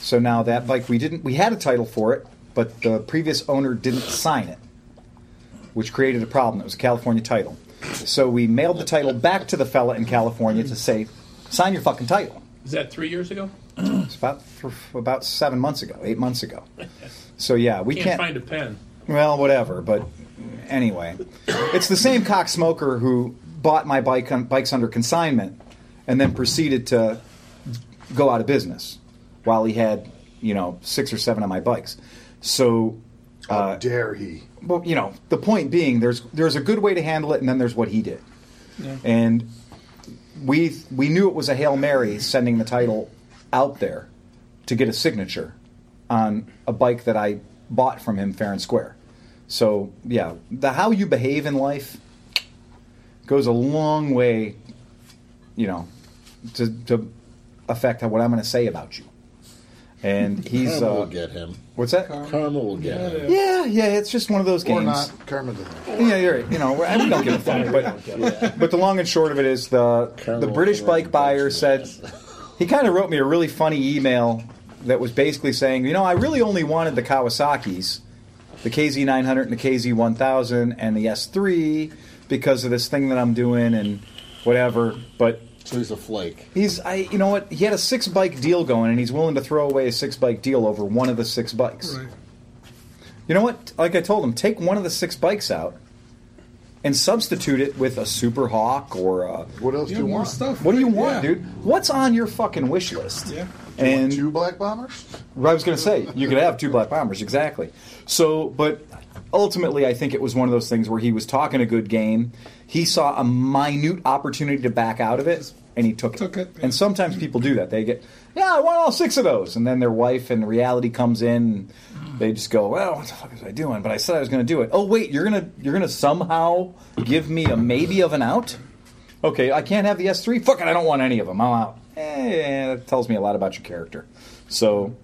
S2: So now that bike, we didn't, we had a title for it, but the previous owner didn't sign it, which created a problem. It was a California title. So we mailed the title back to the fella in California to say, sign your fucking title.
S7: Is that three years ago?
S2: It's about about seven months ago, eight months ago. So yeah, we
S7: Can't,
S2: can't.
S7: find a pen.
S2: well, whatever. But anyway, it's the same cock smoker who bought my bike on, bikes under consignment and then proceeded to go out of business while he had you know six or seven of my bikes. So
S5: How dare he?
S2: well, you know, the point being, there's there's a good way to handle it, and then there's what he did, and we we knew it was a hail mary sending the title out there to get a signature on a bike that I bought from him fair and square. So yeah, the how you behave in life goes a long way, you know, to to affect what I'm going to say about you. And he's
S1: Karma will
S2: uh,
S1: get him.
S2: what's that?
S1: Karma will get him.
S2: Yeah, yeah, it's just one of those
S5: Or
S2: games.
S5: not? Karma doesn't.
S2: Yeah, you're right. You know, we're- I mean, don't give a fuck. But, but the long and short of it is the the British bike buyer said he kind of wrote me a really funny email that was basically saying, you know, I really only wanted the Kawasaki's, the KZ900 and the KZ1000 and the S3 because of this thing that I'm doing and whatever. But
S1: So he's a flake.
S2: he's, I, you know what? He had a six bike deal going, and he's willing to throw away a six bike deal over one of the six bikes.
S9: Right.
S2: You know what? Like I told him, take one of the six bikes out and substitute it with a Super Hawk or a.
S5: What else
S9: You
S5: do you
S9: have more
S5: want?
S9: stuff.
S2: What do you want,
S9: Yeah.
S2: dude? What's on your fucking wish list?
S9: Yeah.
S2: And
S5: Two black bombers?
S2: I was going to say, you could have two black bombers, exactly. So, but ultimately, I think it was one of those things where he was talking a good game. He saw a minute opportunity to back out of it, and he took it.
S9: Took it, yeah.
S2: And sometimes people do that. They get, yeah, I want all six of those, and then their wife and reality comes in. And they just go, well, what the fuck was I doing? But I said I was going to do it. Oh wait, you're gonna you're gonna somehow give me a maybe of an out. Okay, I can't have the S three. Fuck it, I don't want any of them. I'm out. Eh, that tells me a lot about your character. So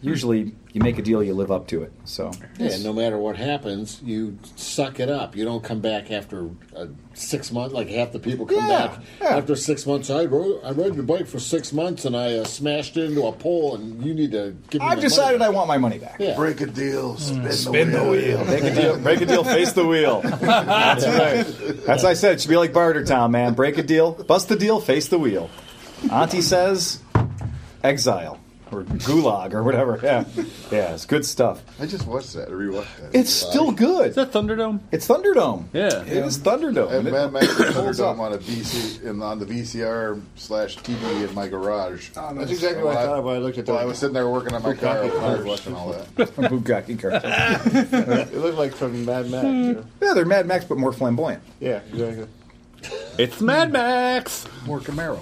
S2: usually you make a deal, you live up to it. So
S1: Yeah, no matter what happens, you suck it up. You don't come back after uh, six months, like half the people come
S2: Yeah,
S1: back
S2: yeah.
S1: after six months. I rode, I rode your bike for six months and I uh, smashed it into a pole, and you need to give me.
S2: I've
S1: my
S2: decided
S1: money.
S2: I want my money back.
S1: Yeah.
S5: Break a deal, spin,
S2: Spin the wheel. Make a deal. Make a deal. Face the wheel. That's right. That's what I said. It should be like Barter Town, man. Break a deal. Bust the deal. Face the wheel. Auntie says, exile or gulag or whatever. Yeah, yeah. It's good stuff.
S5: I just watched that. I rewatched that.
S2: It's still good.
S3: that Thunderdome?
S2: It's Thunderdome.
S3: Yeah.
S2: it is
S5: I have
S2: Thunderdome.
S5: Mad Max
S2: Holds up.
S5: Thunderdome on a VC in, on the VCR slash TV in my garage.
S9: Oh,
S8: That's exactly what I thought when I looked at that.
S5: Well, I was sitting there working on my car when I was watching all that.
S2: Bukaki cartoon.
S8: it looked like from Mad Max. you know?
S2: Yeah, they're Mad Max, but more flamboyant.
S8: Yeah, exactly.
S3: It's Mad Max.
S5: More Camaro.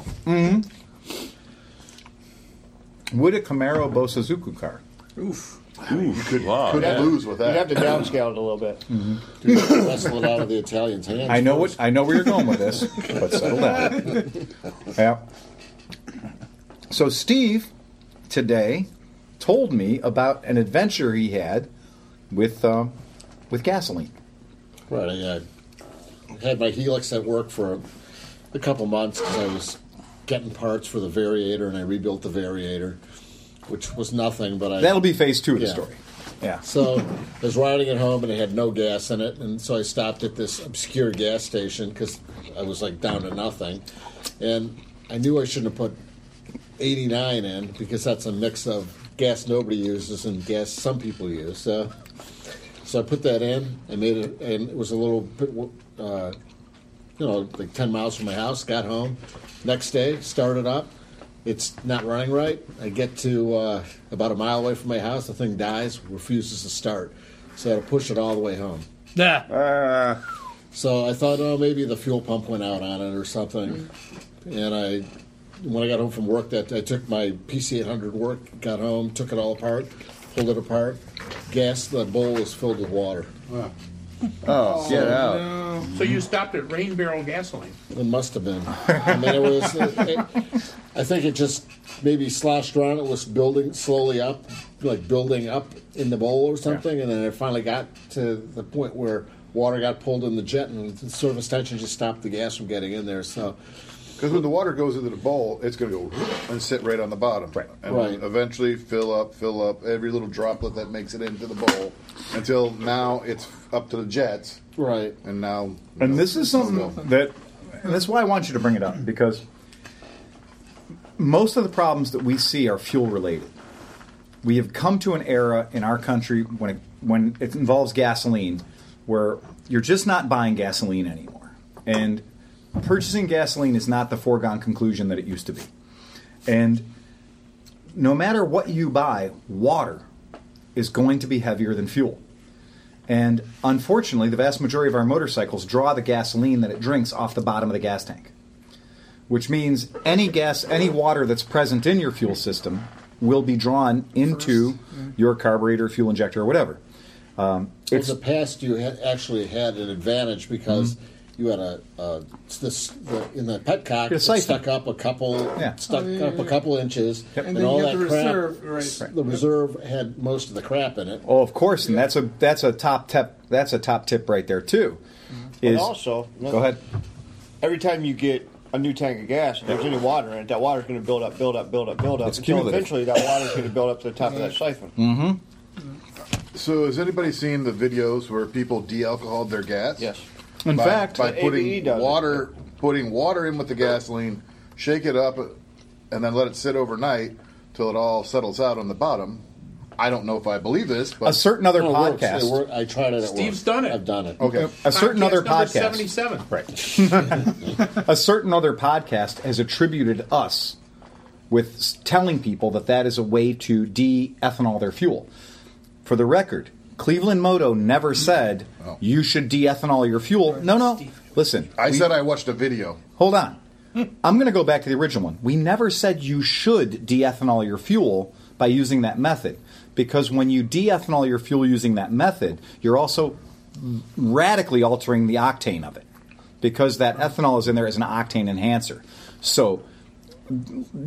S2: Would a Camaro Bo Suzuki car?
S9: Oof.
S5: You could,
S3: wow.
S5: could
S8: Yeah.
S5: lose with
S8: You'd have
S5: that.
S8: to downscale it a little bit.
S1: wrestle it out of the Italian's hands.
S2: I know what I know where you're going with this, but settle down. Yeah. So Steve today told me about an adventure he had with um, with gasoline.
S1: Right, I uh, had my Helix at work for a, a couple months because I was getting parts for the variator, and I rebuilt the variator, which was nothing. But I
S2: That'll be phase two of the
S1: Yeah.
S2: story. Yeah.
S1: So I was riding at home and it had no gas in it, and so I stopped at this obscure gas station because I was like down to nothing, and I knew I shouldn't have put 89 in because that's a mix of gas nobody uses and gas some people use. So, so I put that in. I made it, and it was a little bit, uh, you know, like 10 miles from my house. Got home next day, started up. It's not running right. I get to uh, about a mile away from my house. The thing dies, refuses to start. So I had to push it all the way home.
S4: Nah.
S1: So I thought, oh, maybe the fuel pump went out on it or something. And I, when I got home from work, that I took my PC800 work, got home, took it all apart, pulled it apart. Gas, the bowl was filled with water.
S10: Oh, get out.
S7: So you stopped at Rain Barrel Gasoline.
S1: It must have been. I mean, it was. It, it- I think it just maybe sloshed around. It was building slowly up, like building up in the bowl or something, and then it finally got to the point where water got pulled in the jet, and the surface tension just stopped the gas from getting in there. So,
S5: Because when the water goes into the bowl, it's going to go and sit right on the bottom. Right. And
S1: Right.
S5: eventually fill up, fill up every little droplet that makes it into the bowl until now it's up to the jets.
S1: right.
S5: And now. you know,
S2: And this is something that, and that's why I want you to bring it up because most of the problems that we see are fuel related. We have come to an era in our country when it, when it involves gasoline where you're just not buying gasoline anymore. And purchasing gasoline is not the foregone conclusion that it used to be. And no matter what you buy, water is going to be heavier than fuel. And unfortunately, the vast majority of our motorcycles draw the gasoline that it drinks off the bottom of the gas tank, which means any gas, any water that's present in your fuel system will be drawn into your carburetor, fuel injector, or whatever. Um,
S1: In
S2: it's
S1: the past, you had actually had an advantage because you had a, a this the, in the petcock
S2: Get a Mm-hmm.
S1: it
S2: siphon.
S1: stuck up a couple,
S2: Yeah.
S1: stuck
S9: Oh, yeah,
S1: up a couple inches,
S9: And then you have the reserve, right.
S1: s-
S9: Right.
S1: The reserve had most of the crap in it.
S2: oh, of course, and that's a that's a top tip. That's a top tip right there too. Is
S8: And also,
S2: go ahead.
S8: every time you get a new tank of gas, if there's any water in it, that water's going to build up, build up, build up, build up.
S2: It's
S8: until
S2: cumulative.
S8: eventually that water's going to build up to the top of that siphon.
S5: So has anybody seen the videos where people de-alcoholed their gas?
S8: Yes.
S2: In
S5: By-
S2: fact,
S5: by
S8: The ABE
S5: putting
S8: does it.
S5: water, putting water in with the gasoline, shake it up, and then let it sit overnight till it all settles out on the bottom. I don't know if I believe this, but
S2: a certain other
S1: No, it works.
S2: podcast.
S1: It wor- I tried it. It
S7: Steve's
S1: worked.
S7: done it.
S1: I've done it.
S5: okay.
S2: a certain other
S7: number
S2: podcast.
S7: Seventy-seven.
S2: Right. a certain other podcast has attributed us with s- telling people that that is a way to de ethanol their fuel. For the record, Cleveland Moto never said you should de ethanol your fuel. No, no. Listen,
S5: I
S2: we-
S5: said I watched a video.
S2: hold on. I'm going to go back to the original one. We never said you should de-ethanol your fuel by using that method because when you de-ethanol your fuel using that method, you're also radically altering the octane of it because that ethanol is in there as an octane enhancer. So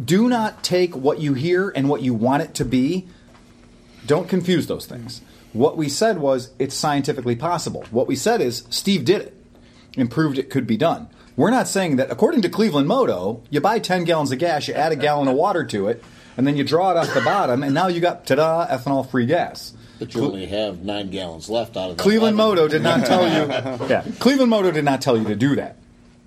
S2: do not take what you hear and what you want it to be. Don't confuse those things. What we said was it's scientifically possible. What we said is Steve did it and proved it could be done. We're not saying that, according to Cleveland Moto, you buy 10 gallons of gas, you add a gallon of water to it, and then you draw it off the bottom, and now you got, ta da, ethanol free gas.
S1: But you only have nine gallons left out of that.
S2: Cleveland
S1: lemon.
S2: Moto did not tell you. Yeah, Cleveland Moto did not tell you to do that.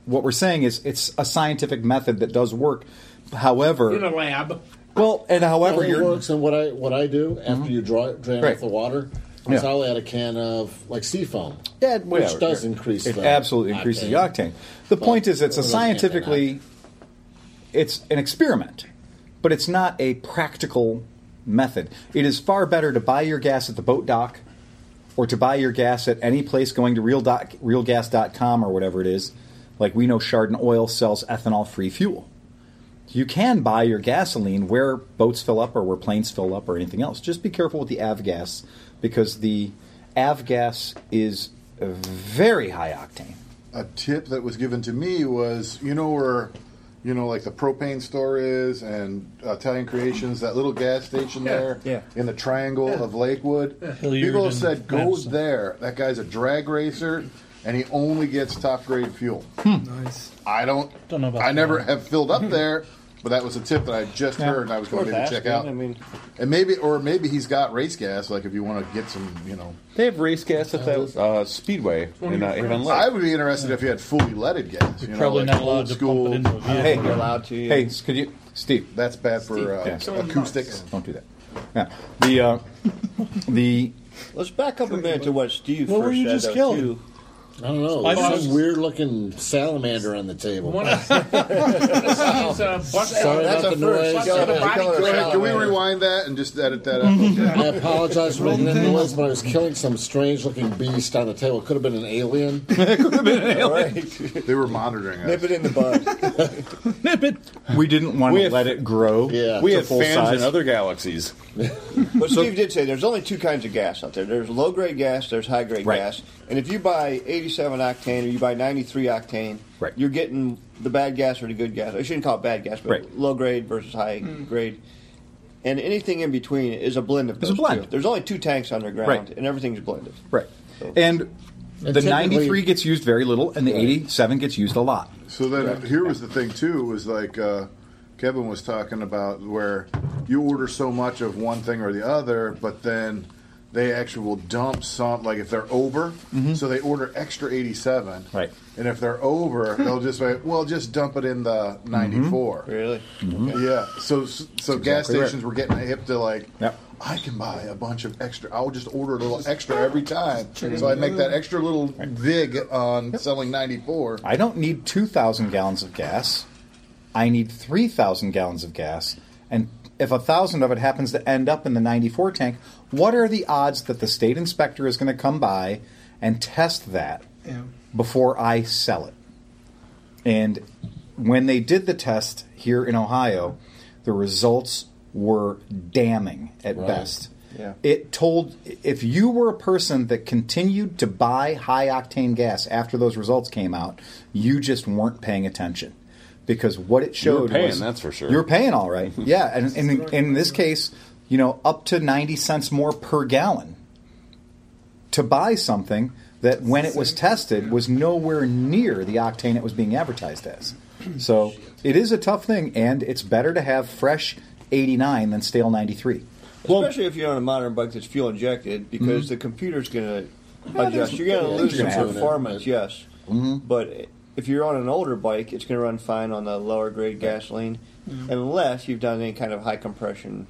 S2: What we're saying is it's a scientific method that does work. However,
S7: In a lab.
S2: well, and
S1: Well,
S2: however
S1: it
S2: you're Mm-hmm.
S1: works, and what I what I do after you draw drain
S2: Right.
S1: off the water is
S2: Yeah.
S1: I'll add a can of like sea foam,
S2: yeah,
S1: which
S2: whatever.
S1: does increase.
S2: It
S1: the
S2: absolutely increases the octane. The
S1: But
S2: point is, it's a
S1: we're looking at that.
S2: scientifically, it's an experiment, but it's not a practical method. It is far better to buy your gas at the boat dock or to buy your gas at any place going to real doc, realgas.com or whatever it is. Like we know Chardon Oil sells ethanol free fuel. You can buy your gasoline where boats fill up or where planes fill up or anything else. Just be careful with the avgas because the avgas is very high octane.
S5: a tip that was given to me was you know where you know like the propane store is and Italian Creations that little gas station there
S8: yeah.
S5: in the triangle of Lakewood
S4: Hilliard
S5: people have
S4: and
S5: said go
S4: Benson."
S5: there that guy's a drag racer and he only gets top grade fuel
S9: Nice.
S5: I don't,
S4: Hmm. Don't know about
S5: I
S4: that. Hmm.
S5: never have filled up there but that was a tip that I just heard and I was going to
S8: Worth
S5: maybe check
S8: asking,
S5: out
S8: I mean-
S5: and maybe or maybe he's got race gas like if you want to get some you know
S10: They have race gas at that uh, speedway in uh, Avon
S5: I
S10: Lake.
S5: would be interested if he had fully leaded gas you know,
S4: Probably
S5: like
S4: not
S5: old
S4: allowed to
S5: school,
S4: pump it into a vehicle.
S2: Hey,
S8: You're allowed to.
S2: Hey, could you, Steve?
S5: That's bad for uh,
S2: Steve,
S7: yeah.
S5: acoustics.
S2: Don't do that. Yeah. The uh, the
S8: Let's back up a minute to what Steve
S4: What
S8: first
S4: were you
S8: said,
S4: just
S8: though,
S4: killing?
S8: too.
S1: I don't know.
S4: I
S1: There's
S4: just-
S1: some weird looking salamander on the table.
S7: One of one of these uh, bucks
S1: Sorry
S8: That's
S1: about
S8: a
S1: the
S8: first.
S1: noise.
S8: Go
S1: Yeah,
S8: ahead,
S1: I-
S8: go
S5: Go ahead,
S8: ahead.
S5: can we rewind that and just edit that out?
S1: I apologize for making that noise, but I was killing some strange looking beast on the table. It could have been an alien.
S8: All right.
S5: they were monitoring us.
S8: Nip it in the bud.
S2: we didn't want
S10: We
S2: to
S10: have-
S2: let it grow.
S1: Yeah.
S10: we
S2: to
S10: have
S2: full
S10: fans
S2: size.
S10: in other galaxies.
S8: But Steve did say there's only two kinds of gas out there. There's low grade gas. There's high grade
S2: Right.
S8: gas. And if you buy 87 octane or you buy 93 octane,
S2: Right.
S8: you're getting the bad gas or the good gas. I shouldn't call it bad gas, but
S2: Right.
S8: low grade versus high grade. And anything in between is a blend of
S2: It's a
S8: those
S2: blend.
S8: two. There's only two tanks underground,
S2: Right.
S8: and everything's blended.
S2: Right. And the
S1: typically-
S2: 93 gets used very little, and the 87 gets used a lot.
S5: So then here was the thing too was like uh, Kevin was talking about where you order so much of one thing or the other, but then they actually will dump some like if they're over, so they order extra eighty seven.
S2: Right.
S5: And if they're over, they'll just say, "Well, just dump it in the 94.
S8: Really?
S5: Yeah. So so gas
S2: exactly right.
S5: stations were getting hip to like.
S2: Yep.
S5: I can buy a bunch of extra. I'll just order a little extra every time, so I make that extra little vig on selling ninety four.
S2: I don't need 2,000 gallons of gas. I need 3,000 gallons of gas. And if a 1,000 of it happens to end up in the 94 tank, what are the odds that the state inspector is going to come by and test that
S9: Yeah.
S2: before I sell it? And when they did the test here in Ohio, the results were damning at best.
S8: Yeah.
S2: It told if you were a person that continued to buy high octane gas after those results came out, you just weren't paying attention. Because what it showed
S10: paying,
S2: was-
S10: that's for sure.
S2: You were paying all right. yeah, and, and in, in this case, you know, up to 90 cents more per gallon to buy something that when it was tested was nowhere near the octane it was being advertised as. So it is a tough thing, and it's better to have fresh 89 than stale 93.
S8: Especially if you're on a modern bike that's fuel injected, because the computer's going to adjust. You're going to lose
S2: you're
S8: some
S2: gonna have
S1: to.
S8: performance, yes. But if you're on an older bike, it's going to run fine on the lower grade gasoline, unless you've done any kind of high compression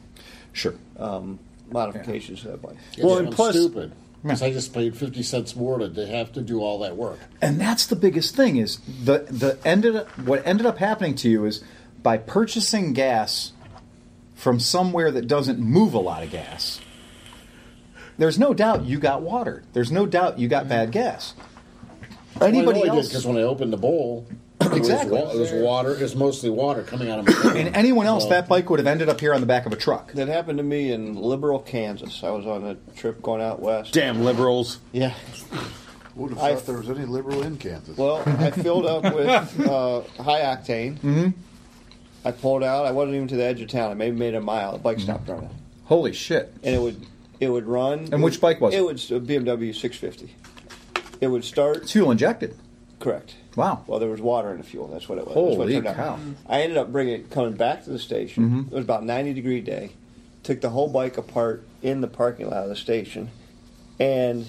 S2: Sure.
S8: um, modifications to that bike.
S1: well,
S2: and
S1: I'm
S2: plus-
S1: stupid. 'cause I just paid fifty cents more to, to have to do all that work.
S2: and that's the biggest thing is the the ended up, what ended up happening to you is by purchasing gas from somewhere that doesn't move a lot of gas there's no doubt you got water there's no doubt you got bad gas
S1: Well, I
S2: anybody
S1: know I did
S2: else
S1: because when I opened the bowl,
S2: Exactly.
S1: It was, wa- it was water. It was mostly water coming out of my
S2: And anyone else,
S1: So-
S2: that bike would have ended up here on the back of a truck.
S8: That happened to me in Liberal, Kansas. I was on a trip going out west.
S3: Damn liberals.
S8: Yeah.
S5: Would have
S8: I-
S5: thought there was any liberal in Kansas.
S8: Well, I filled up with uh, high octane. Mm-hmm. I pulled out. I wasn't even to the edge of town. I maybe made a mile. The bike stopped running,
S2: Holy shit.
S8: and it would it would run.
S2: And which bike was it?
S8: It was a BMW 650. It would start
S2: It's fuel injected.
S8: correct.
S2: Wow.
S8: Well, there was water in the fuel. That's what it was. That's what
S2: Holy
S8: it turned out.
S2: cow. Mm-hmm.
S8: I ended up bringing it coming back to the station. It was about 90 degree day. Took the whole bike apart in the parking lot of the station, and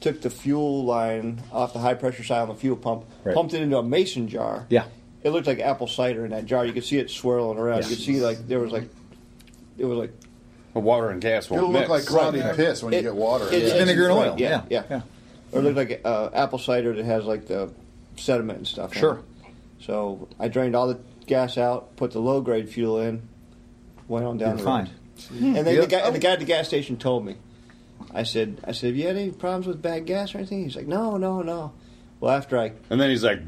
S8: took the fuel line off the high pressure side on the fuel pump,
S2: Right.
S8: pumped it into a mason jar.
S2: Yeah.
S8: it looked like apple cider in that jar. You could see it swirling around. You could see like there was like it was like
S10: Well, water and gas won't
S5: It'll look
S10: mix.
S5: like cloudy piss when
S8: It-
S5: you get water.
S8: it-
S5: in
S2: It's
S5: it.
S2: vinegar and oil.
S8: Yeah,
S2: Yeah.
S8: yeah. Or it looked like uh, apple cider that has like the sediment and stuff. in it.
S2: Sure.
S8: So I drained all the gas out, put the low grade fuel in, went on down
S2: You're
S8: the
S2: fine.
S8: road. And then
S2: Yeah.
S8: the guy and the guy at the gas station told me. I said, I said, have you had any problems with bad gas or anything? He's like, no, no, no. Well, after I
S10: And then he's like,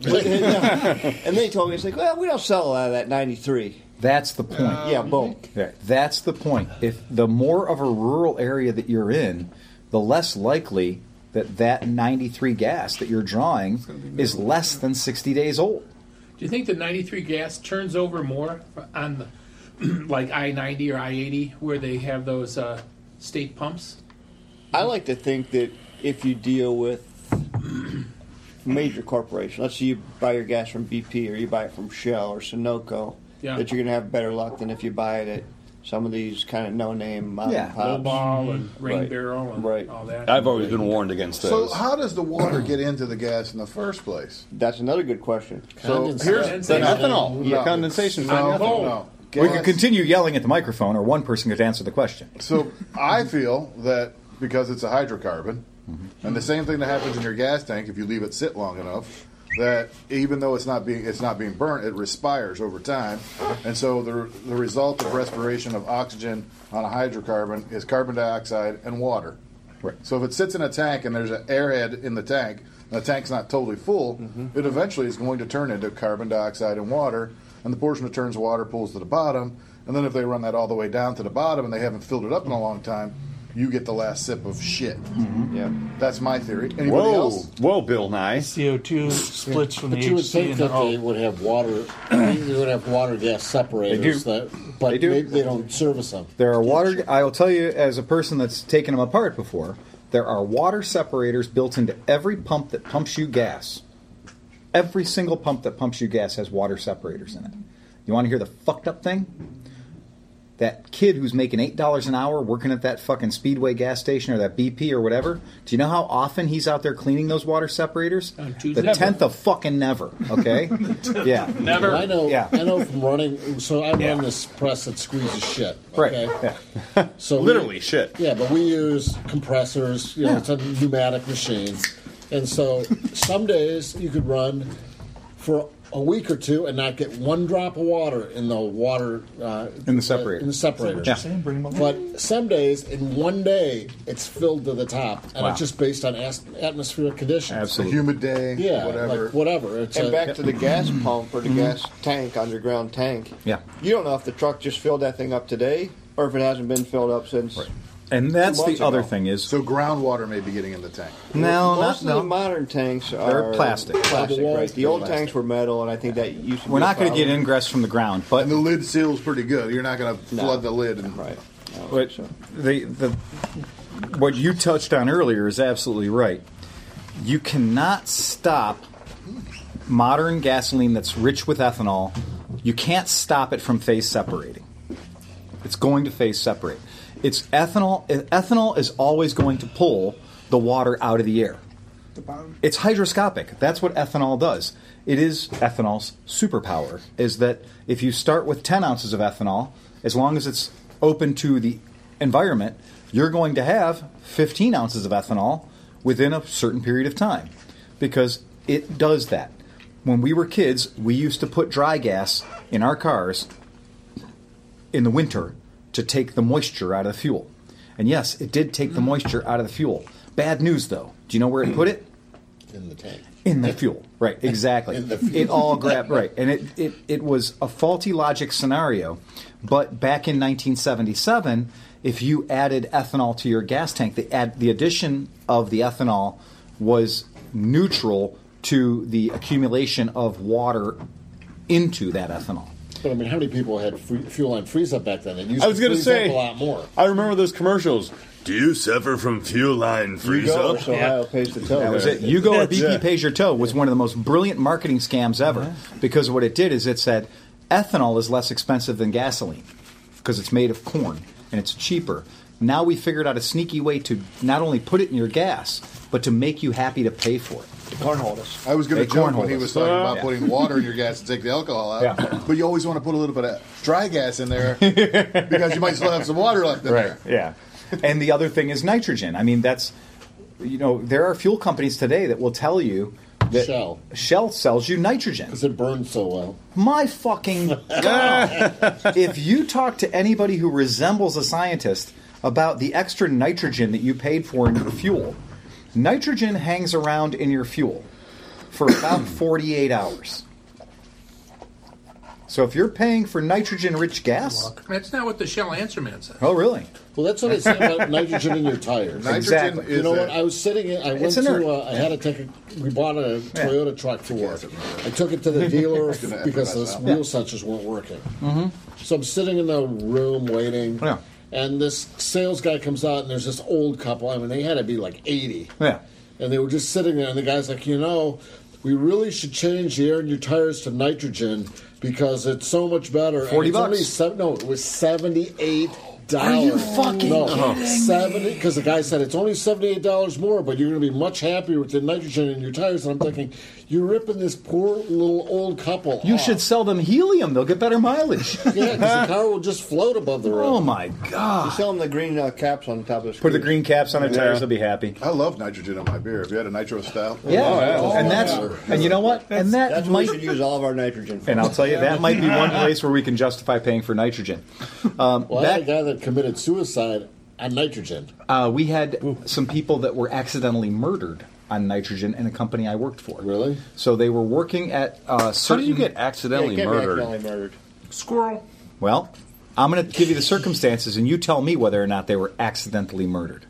S8: and then he told me, he's like, well, we don't sell a lot of that '93.
S2: That's the point.
S8: yeah, boom.
S2: Yeah, That's the point. If the more of a rural area that you're in, the less likely that that 93 gas that you're drawing is less than 60 days old.
S7: Do you think the 93 gas turns over more on the, like I 90 or I 80 where they have those uh, state pumps?
S8: I like to think that if you deal with major corporations, let's say you buy your gas from BP or you buy it from Shell or Sunoco,
S7: Yeah.
S8: that you're going to have better luck than if you buy it at some of these kind of no-name mom
S2: Yeah.
S8: and
S7: Low
S8: pops.
S7: ball and rain
S8: Uh, Right.
S7: barrel and
S8: Right.
S7: all that.
S10: I've always been warned against
S5: So
S10: those.
S5: how does the water get into the gas in the first place?
S8: That's another good question.
S5: So
S1: Condensate.
S5: here's
S7: Condensate.
S10: ethanol.
S5: No.
S10: The condensation.
S5: No,
S10: from ethanol.
S5: no.
S2: We
S5: Gas-
S2: could continue yelling at the microphone, or one person could answer the question.
S5: So I feel that because it's a hydrocarbon, and the same thing that happens in your gas tank if you leave it sit long enough, that even though it's not being it's not being burnt, it respires over time, and so the the result of respiration of oxygen on a hydrocarbon is carbon dioxide and water.
S2: Right.
S5: So if it sits in a tank and there's an airhead in the tank, and the tank's not totally full, it eventually is going to turn into carbon dioxide and water, and the portion that turns water pools to the bottom, and then if they run that all the way down to the bottom and they haven't filled it up in a long time, you get the last sip of shit.
S8: Yeah.
S5: That's my theory. Anybody
S10: Whoa,
S5: else?
S10: whoa, Bill Nye.
S4: CO2 splits from the
S1: But you would
S4: HC
S1: think
S4: and
S1: that
S4: the
S1: they
S4: O.
S1: would have water. they would have water gas separators. That, but
S2: They do.
S1: They, they don't service them.
S2: There are water. I will tell you, as a person that's taken them apart before, there are water separators built into every pump that pumps you gas. Every single pump that pumps you gas has water separators in it. You want to hear the fucked up thing? That kid who's making eight dollars an hour working at that fucking Speedway gas station or that BP or whatever. Do you know how often he's out there cleaning those water separators?
S7: On Tuesday.
S2: The tenth of fucking never. Okay. yeah.
S1: Well, I know.
S2: Yeah.
S1: I know from running. So I
S2: Yeah.
S1: run this press that squeezes shit.
S2: Right.
S1: Okay?
S2: Yeah.
S1: So we-
S10: Literally shit.
S1: yeah, but we use compressors. You know, it's a pneumatic machine, and so some days you could run for a week or two and not get one drop of water in the water uh,
S2: In the separator.
S1: In the separator.
S2: Yeah.
S4: Saying bring 'em up.
S1: But some days, in one day, it's filled to the top, and
S2: Wow.
S1: it's just based on as- atmospheric conditions.
S5: A
S2: Absolutely.
S5: humid day,
S1: Yeah,
S5: whatever.
S1: like whatever. It's
S8: And
S1: a-
S8: back to the gas pump or the gas tank, underground tank.
S2: Mm-hmm. Yeah.
S8: You don't know if the truck just filled that thing up today or if it hasn't been filled up since.
S2: And that's
S8: Two months
S2: the other
S8: ago.
S2: thing is
S5: so groundwater may be getting in the tank.
S2: no,
S8: Most
S2: not,
S8: of
S2: no.
S8: the modern tanks
S2: They're
S8: are
S2: plastic.
S8: Plastic,
S1: The walls
S8: right? The
S1: are
S8: old
S1: plastic.
S8: tanks were metal, and I think that used. To
S2: We're
S8: be a
S2: not going to get
S8: problem.
S2: ingress from the ground, but
S5: And the lid seals pretty good. You're not going to
S8: No.
S5: flood the lid. And,
S8: Right. I don't
S2: But
S8: think so.
S2: the, the what you touched on earlier is absolutely right. You cannot stop modern gasoline that's rich with ethanol. You can't stop it from phase separating. It's going to phase separate. It's ethanol. e-, Ethanol is always going to pull the water out of the air.
S9: The bottom.
S2: It's hydroscopic. That's what ethanol does. It is ethanol's superpower. Is that if you start with 10 ounces of ethanol, as long as it's open to the environment, you're going to have 15 ounces of ethanol within a certain period of time because it does that. When we were kids, we used to put dry gas in our cars in the winter to take the moisture out of the fuel. And yes, it did take the moisture out of the fuel. Bad news though. Do you know where it put it?
S1: in the tank.
S2: in the fuel. Right, exactly.
S1: In the fuel.
S2: It all grabbed right, and it, it it was a faulty logic scenario. But back in 1977, if you added ethanol to your gas tank, the add, the addition of the ethanol was neutral to the accumulation of water into that ethanol.
S1: But I mean, how many people had free, fuel line freeze up back then? They used
S3: I was
S1: to
S3: gonna
S1: freeze
S3: say
S1: up a lot more.
S3: I remember those commercials. Do you suffer from fuel line freeze
S8: Go,
S3: up?
S8: so Ohio pays the toll.
S2: That was it. You go or BP
S3: Yeah.
S2: pays your tow was one of the most brilliant marketing scams ever because what it did is it said ethanol is less expensive than gasoline because it's made of corn and it's cheaper. Now we figured out a sneaky way to not only put it in your gas but to make you happy to pay for it.
S8: Cornhold us.
S5: I was going
S2: They
S5: to jump when
S2: cornhole
S5: he
S2: us.
S5: was talking about
S2: Yeah.
S5: putting water in your gas to take the alcohol out.
S2: Yeah.
S5: But you always want to put a little bit of dry gas in there because you might still have some water left in there.
S2: Yeah. and the other thing is nitrogen. I mean that's you know there are fuel companies today that will tell you that
S1: Shell.
S2: Shell sells you nitrogen.
S1: Because it burned so well.
S2: My fucking god! if you talk to anybody who resembles a scientist about the extra nitrogen that you paid for in your fuel, nitrogen hangs around in your fuel for about 48 hours. So if you're paying for nitrogen-rich gas,
S7: That's not what the Shell Answer Man said.
S2: oh really?
S1: Well, that's what I said about nitrogen in your tires.
S5: Nitrogen
S2: Exactly.
S5: is
S1: You know
S5: a-
S1: what? I was sitting. In, I went
S2: It's inert.
S1: to. Uh, I had to take. A, we bought a Toyota truck to work. I took it to the dealer
S5: Gonna have to
S1: because
S5: mess
S1: the
S5: up.
S1: wheel sensors weren't working. Mm-hmm. So I'm sitting in the room waiting.
S2: Yeah.
S1: And this sales guy comes out, and there's this old couple. I mean, they had to be like 80.
S2: Yeah.
S1: And they were just sitting there, and the guy's like, you know, we really should change the air in your tires to nitrogen because it's so much better. And
S2: 40
S1: it's only
S2: bucks.
S1: sev- no, it was seventy-eight dollars. Are you fucking no, Seventy, because the guy said it's only seventy-eight dollars more, but you're going to be much happier with the nitrogen in your tires. And I'm thinking, you're ripping this poor little old couple.
S2: You
S1: off.
S2: should sell them helium; they'll get better mileage.
S1: Yeah, because the car will just float above the road.
S2: oh my god!
S8: Sell them the green uh, caps on top of the
S2: Put
S8: screen.
S2: the green caps on their tires; they'll be happy.
S5: I love nitrogen in my beer. Have you had a nitro stout?
S2: Yeah,
S5: Oh,
S2: and that's
S5: yeah.
S2: and you know what? and that
S8: That's what we
S2: might
S8: should use all of our nitrogen for.
S2: And I'll tell you, that might be one place where we can justify paying for nitrogen. Um,
S1: Well, I had a
S2: that,
S1: guy that committed suicide on nitrogen.
S2: uh, we had some people that were accidentally murdered on nitrogen in a company I worked for.
S1: Really?
S2: So they were working at uh,
S10: How
S2: certain.
S10: did you get
S8: Yeah,
S10: accidentally
S8: it can't be
S10: murdered?
S8: accidentally murdered.
S2: Uh,
S7: Squirrel.
S2: Well, I'm going to give you the circumstances, and you tell me whether or not they were accidentally murdered.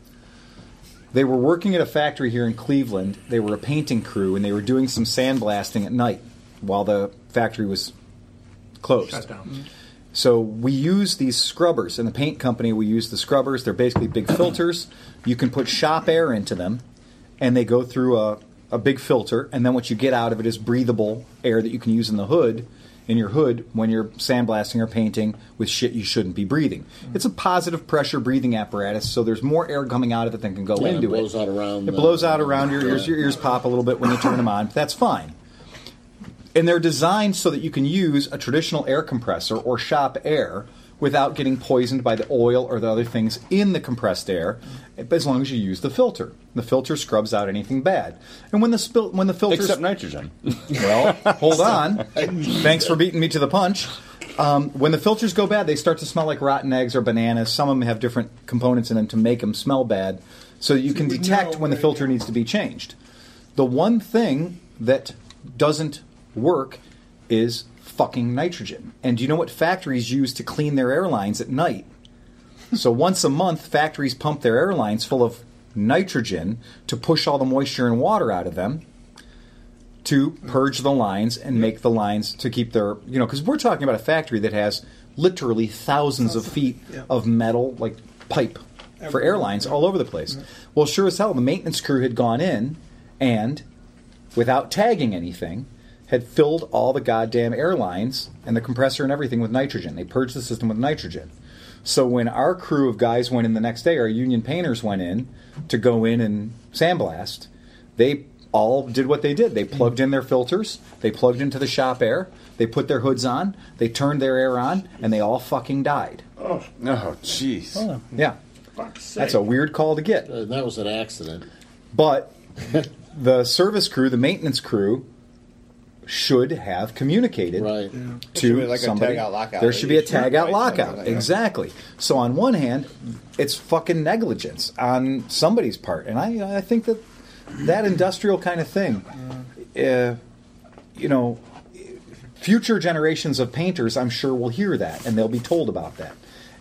S2: They were working at a factory here in Cleveland. They were a painting crew, and they were doing some sandblasting at night while the factory was closed.
S7: Shut down.
S2: So we use these scrubbers in the paint company. We use the scrubbers. They're basically big filters. You can put shop air into them, and they go through a, a big filter. And then what you get out of it is breathable air that you can use in the hood, in your hood when you're sandblasting or painting with shit you shouldn't be breathing. It's a positive pressure breathing apparatus, so there's more air coming out of it than can go
S1: Yeah, it
S2: into it.
S1: blows out around
S2: It
S1: the-
S2: blows out around your ears.
S1: Yeah.
S2: Your ears pop a little bit when you turn them on. But that's fine and they're designed so that you can use a traditional air compressor or shop air without getting poisoned by the oil or the other things in the compressed air as long as you use the filter the filter scrubs out anything bad and when the spil- when the filter
S10: Except nitrogen.
S2: well, hold on. Thanks for beating me to the punch. Um, when the filters go bad, they start to smell like rotten eggs or bananas. Some of them have different components in them to make them smell bad, so you can detect when the filter needs to be changed. The one thing that doesn't work is fucking nitrogen. And do you know what factories use to clean their airlines at night? So once a month, factories pump their airlines full of nitrogen to push all the moisture and water out of them to purge the lines and make the lines to keep their you know because we're talking about a factory that has literally thousands of feet of metal like pipe for airlines all over the place well sure as hell the maintenance crew had gone in and without tagging anything had filled all the goddamn airlines and the compressor and everything with nitrogen they purged the system with nitrogen so when our crew of guys went in the next day our union painters went in to go in and sandblast they all did what they did. They plugged in their filters, they plugged into the shop air, they put their hoods on, they turned their air on, and they all fucking died.
S10: Oh, jeez.
S2: Yeah. That's a weird call to get.
S1: And that was an accident.
S2: But the service crew, the maintenance crew, should have communicated
S1: Right.
S8: should
S2: to
S8: be like a
S2: somebody.
S8: tag-out lockout.
S2: There should be a
S8: Yeah,
S2: tag out
S8: right,
S2: lockout.
S8: something like that.
S2: exactly. So on one hand, it's fucking negligence on somebody's part, and I I think that that industrial kind of thing. Uh, you know, future generations of painters, I'm sure, will hear that and they'll be told about that.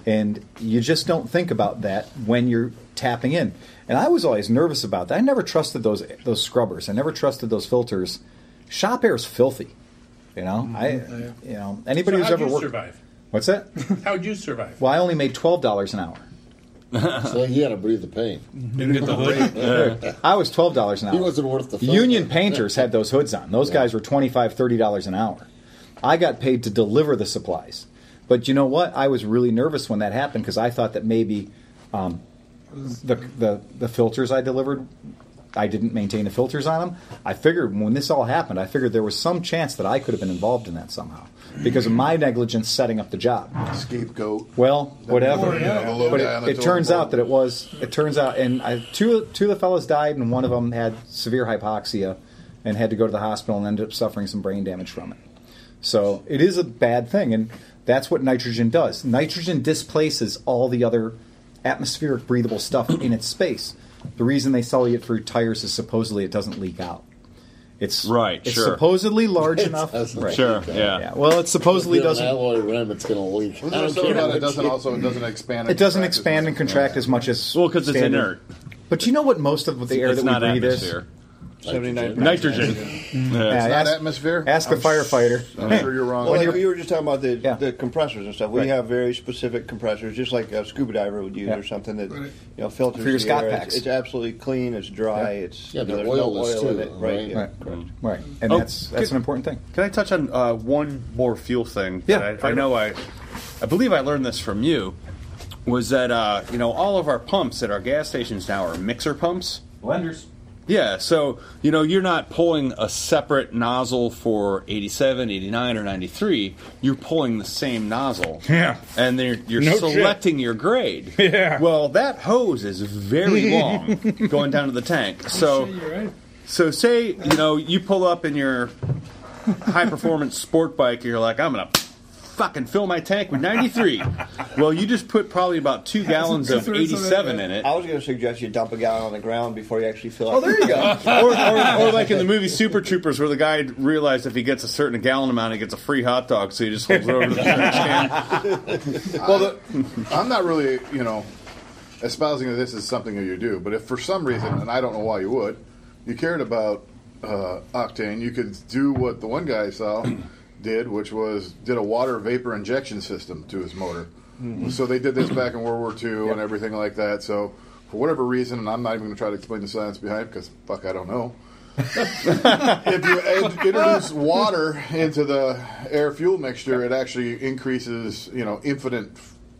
S2: And you just don't think about that when you're tapping in. And I was always nervous about that. I never trusted those those scrubbers. I never trusted those filters. Shop air is filthy. You know, I you know anybody
S7: Mm-hmm. So
S2: who's
S7: how'd
S2: ever
S7: you
S2: worked.
S7: survive?
S2: What's that?
S7: How'd you survive?
S2: Well, I only made twelve dollars an hour.
S1: so you got to breathe the pain.
S7: Didn't get the hood?
S2: I was twelve dollars an hour.
S1: He wasn't worth the
S2: Union painters had those hoods on. Those guys were $25, 30 dollars an hour. I got paid to deliver the supplies, but you know what? I was really nervous when that happened because I thought that maybe um, the, the the filters I delivered, I didn't maintain the filters on them. I figured when this all happened, I figured there was some chance that I could have been involved in that somehow because of my negligence setting up the job.
S5: Scapegoat.
S2: Well, whatever.
S5: Or, yeah, the low
S2: But
S5: guy on
S2: it,
S5: the
S2: it
S5: totem
S2: turns
S5: pole.
S2: out that it was. It turns out, and I, two two of the fellas died, and one of them had severe hypoxia, and had to go to the hospital, and ended up suffering some brain damage from it. So it is a bad thing, and that's what nitrogen does. Nitrogen displaces all the other atmospheric breathable stuff in its space. The reason they sully it through tires is supposedly it doesn't leak out. It's
S6: Right,
S2: It's
S6: sure.
S2: supposedly large enough.
S1: doesn't
S2: Right.
S6: Sure, yeah.
S2: Yeah. Well, it supposedly
S1: If you have
S2: doesn't.
S1: An alloy rim, it's going to leak. I
S5: Wasn't there
S1: don't
S5: something
S1: care
S5: about
S1: what
S5: it doesn't
S1: you-
S5: also it doesn't expand? and
S2: It doesn't
S5: contract as
S2: expand
S5: much?
S2: and contract as much as
S6: Well, 'cause it's
S2: standard.
S6: inert.
S2: But you know what? Most of the air
S6: it's
S2: that we
S6: not
S2: breathe
S6: atmosphere.
S8: Seventy nine.
S6: Nitrogen.
S2: is.
S6: Yeah.
S5: Not
S2: ask,
S5: atmosphere.
S2: ask a
S5: I'm
S2: firefighter.
S5: s- I'm sure you're wrong.
S8: Well,
S5: When
S8: like
S5: you're-
S8: we were just talking about the,
S2: Yeah.
S8: the compressors and stuff. We
S2: Right.
S8: have very specific compressors, just like a scuba diver would use or something that you know filters
S2: For your
S8: the
S2: Scott
S8: air. It's-
S2: packs.
S8: It's, absolutely clean. It's dry. It's
S1: Yeah,
S8: you know,
S1: they're
S8: there's no
S1: oilless
S8: oil in
S1: too,
S8: it, right?
S1: right?
S8: Yeah.
S2: Right. Right. And
S6: Oh,
S2: that's that's
S6: good.
S2: an important thing.
S10: Can I touch on uh, one more fuel thing?
S2: Yeah,
S10: that I, I
S2: fire
S10: know I, I believe I learned this from you. Was that uh, you know all of our pumps at our gas stations now are mixer pumps?
S6: Blenders.
S10: Yeah, so you know you're not pulling a separate nozzle for 87, 89, or 93. You're pulling the same nozzle.
S6: Yeah.
S10: and then you're, you're
S6: No shit.
S10: selecting your grade.
S6: Yeah.
S10: Well, that hose is very long going down to the tank. So.
S9: You're right.
S10: So say you know you pull up in your high performance sport bike, and you're like, I'm gonna fucking fill my tank with 93. well, you just put probably about two gallons of 87 in it.
S8: I was going to suggest you dump a gallon on the ground before you actually fill up.
S2: Oh, there you go.
S10: Or, or, or like in the movie Super Troopers, where the guy realized if he gets a certain gallon amount, he gets a free hot dog, so he just holds it over to the trash can.
S5: Well, the, I'm not really, you know, espousing that this is something that you do, but if for some reason, and I don't know why you would, you cared about uh, octane, you could do what the one guy I saw did, which was did a water vapor injection system to his motor. So they did this back in World War II and everything like that. So for whatever reason, and I'm not even going to try to explain the science behind it because fuck, I don't know if you add- introduce water into the air fuel mixture, it actually increases, you know,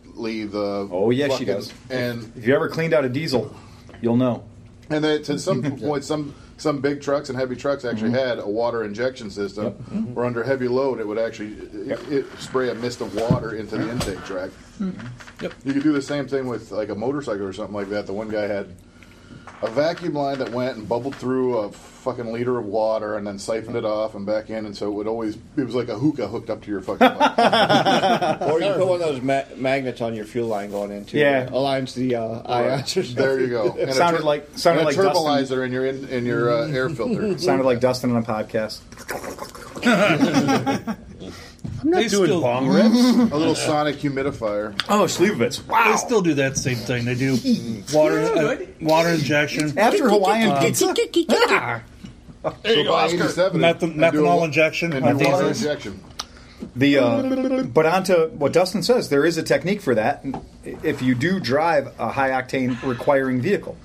S5: infinitely the.
S2: Oh, yes, she
S5: fucking-
S2: does.
S5: And
S2: If you ever cleaned out a diesel, you'll know.
S5: and then to some point, some some big trucks and heavy trucks actually
S2: Mm-hmm.
S5: had a water injection system. Where under heavy load, it would actually it, it spray a mist of water into the intake tract.
S2: Mm-hmm.
S4: Yep.
S5: You could do the same thing with like a motorcycle or something like that. The one guy had a vacuum line that went and bubbled through a fucking liter of water and then siphoned it off and back in, and so it would always it was like a hookah hooked up to your fucking. Bike.
S8: Or you put one of those ma- magnets on your fuel line going into.
S2: Yeah.
S8: aligns the uh, ions. or something.
S5: there you go. And a
S2: Sounded
S5: tur-
S2: like- sounded
S5: and a
S2: like
S5: turbolizer
S2: Dustin.
S5: in your in, in your uh, air filter.
S2: Sounded like Dustin on a podcast.
S4: I'm not they
S6: doing
S4: still,
S6: bong rips.
S5: a little sonic humidifier.
S6: oh, Sleepovitz.
S4: They still do that same thing. They do water uh, water injection,
S2: After Hawaiian pizza,
S5: So by 87,
S4: Methan-
S5: and do a
S4: methanol
S5: wa-
S4: injection
S5: and
S4: on
S5: do a water
S4: diesels.
S5: injection.
S2: the uh, but onto what Dustin says, there is a technique for that. If you do drive a high octane requiring vehicle,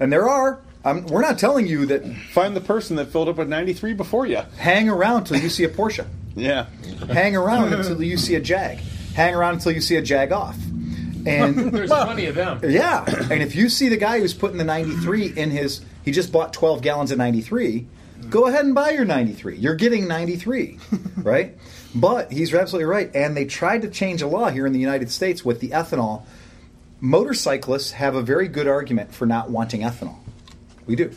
S2: and there are, um, we're not telling you that
S10: Find the person that filled up with 93 before you.
S2: hang around till you see a Porsche.
S10: Yeah.
S2: Hang around until you see a jag. Hang around until you see a jag off. And
S7: There's plenty of them.
S2: yeah, and if you see the guy who's putting the 93 in his, he just bought 12 gallons of 93. Go ahead and buy your 93. You're getting 93, right? But he's absolutely right. And they tried to change a law here in the United States with the ethanol. Motorcyclists have a very good argument for not wanting ethanol. We do.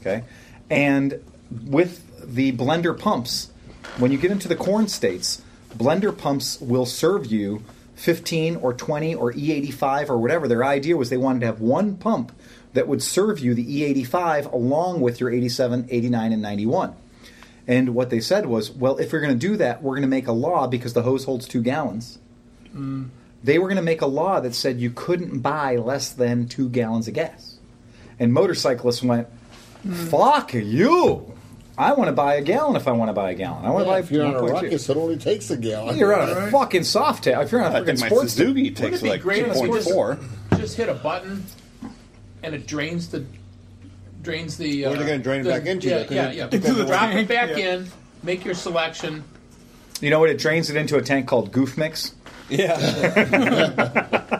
S2: Okay. And with the blender pumps, when you get into the corn states, blender pumps will serve E you 15 or 20 or E85 or whatever. Their idea was they wanted to have one pump that would serve you the E85 along with your 87, 89, and 91. And what they said was, well, if we're going to do that, we're going to make a law because the hose holds two gallons.
S9: Mm.
S2: They were going to make a law that said you couldn't buy less than two gallons of gas. And motorcyclists went,
S1: Mm.
S2: fuck you. I want to buy a gallon if I want to buy a gallon. I want to
S1: Yeah,
S2: buy
S1: if you're on a
S2: 1.2.
S1: ruckus, it only takes a gallon.
S2: You're on a fucking soft tail. If you're on a
S1: I
S2: fucking
S1: think my
S2: sports
S1: Suzuki
S2: tail.
S1: takes,
S7: It'd be
S1: like,
S7: great if we just-
S2: 2.4.
S7: Just hit a button, and it drains the drains the.
S8: Where are they
S7: uh,
S8: gonna drain it
S7: the-
S8: back into?
S7: Yeah,
S8: They're
S7: yeah,
S8: gonna-
S7: yeah.
S8: into the
S7: Drop it
S8: tank?
S7: back
S8: Yeah.
S7: in. Make your selection.
S2: You know what? It drains it into a tank called Goof Mix.
S8: Yeah.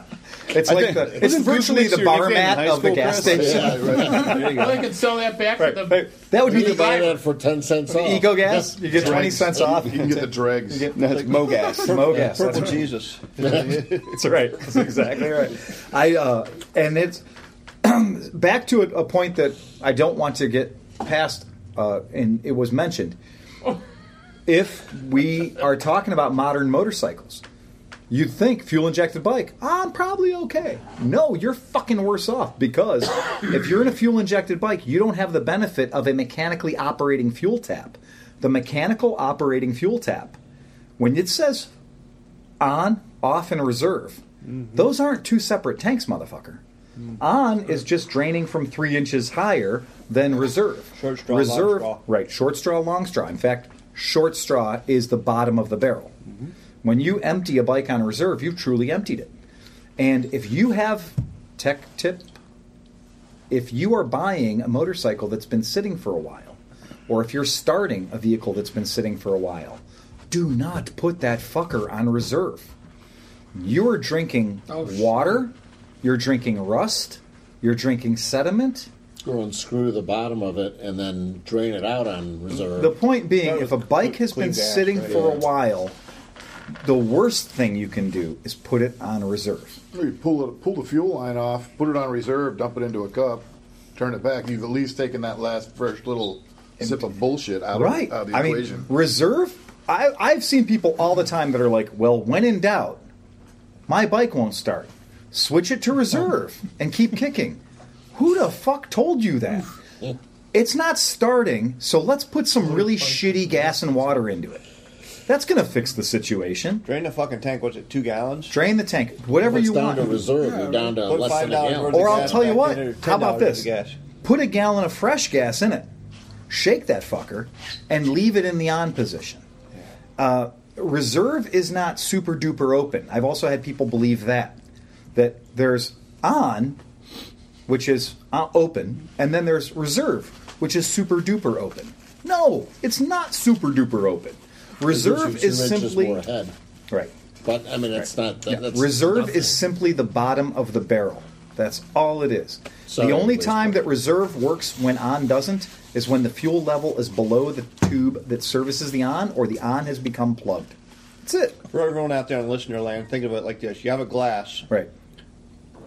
S2: it's
S6: I
S2: like
S6: think-
S2: the, it's
S6: isn't Goof
S2: virtually
S6: Mix
S2: the
S6: your
S2: bar
S6: nickname in
S2: mat
S6: high
S2: of the
S6: school,
S2: gas
S6: Chris?
S2: station.
S6: Yeah, right. There you go.
S7: Well, they could sell that back to the.
S2: That would be
S1: you
S2: the
S1: can buy
S2: driver.
S1: that for ten cents off.
S2: Ego gas, you get
S1: Dregs.
S2: 20 cents off.
S5: You can get the dregs.
S2: You get-
S5: No, it's Mogas.
S2: Mogas.
S5: Purple
S2: that's right.
S8: Jesus.
S2: that's right. That's exactly right. I uh, and it's back to a, a point that I don't want to get past, uh, and it was mentioned. If we are talking about modern motorcycles, you'd think fuel injected bike. I'm probably okay. No, you're fucking worse off because if you're in a fuel injected bike, you don't have the benefit of a mechanically operating fuel tap. The mechanical operating fuel tap, when it says on, off, and reserve.
S8: Mm-hmm.
S2: Those aren't two separate tanks, motherfucker.
S8: Mm.
S2: On is just draining from three inches higher than reserve. Short
S8: straw, long
S2: reserve,
S8: straw.
S2: right? Short straw, long straw. In fact, short straw is the bottom of the barrel.
S8: Mm-hmm.
S2: When you empty a bike on reserve, you've truly emptied it. And if you have tech tip, if you are buying a motorcycle that's been sitting for a while, or if you're starting a vehicle that's been sitting for a while, do not put that fucker on reserve. You are drinking water, you're drinking rust, you're drinking sediment.
S1: Go and screw the bottom of it and then drain it out on reserve.
S2: The point being, if a bike has
S1: clean
S2: been
S1: dash,
S2: sitting
S1: right?
S2: for a
S1: Yeah.
S2: while, the worst thing you can do is put it on reserve.
S5: You pull it, pull the fuel line off, put it on reserve, dump it into a cup, turn it back. You've at least taken that last fresh little sip of bullshit out,
S2: right.
S5: of, out of the
S2: I
S5: equation.
S2: mean, reserve. I, I've seen people all the time that are like, well, when in doubt, my bike won't start. Switch it to reserve and keep kicking. Who the fuck told you that? It's not starting, so let's put some really shitty gas and water into it. That's going to fix the situation.
S8: Drain the fucking tank. Was it two gallons?
S2: Drain the tank, whatever
S1: If it's
S2: you
S1: down
S2: want.
S1: to reserve, you're down to
S8: Put
S1: less
S8: five
S1: than a
S8: dollars
S1: gallon.
S8: worth of
S2: Or I'll
S8: gas
S2: tell you
S8: back
S2: what.
S8: in there,
S2: How about
S8: $10 worth
S2: this?
S8: of gas.
S2: Put a gallon of fresh gas in it, shake that fucker, and leave it in the on position. Uh, reserve is not super duper open. I've also had people believe that that there's on, which is uh, open, and then there's reserve, which is super duper open. No, it's not super duper open. Reserve
S1: Gives you two
S2: is
S1: inches
S2: simply
S1: more head.
S2: right.
S1: But I mean, it's not. That,
S2: Yeah.
S1: that's
S2: reserve
S1: nothing.
S2: is simply the bottom of the barrel. That's all it is.
S1: Sorry,
S2: the only
S1: please.
S2: time that reserve works when on doesn't is when the fuel level is below the tube that services the on, or the on has become plugged. That's it.
S8: For everyone out there in listener land, think of it like this: you have a glass,
S2: Right.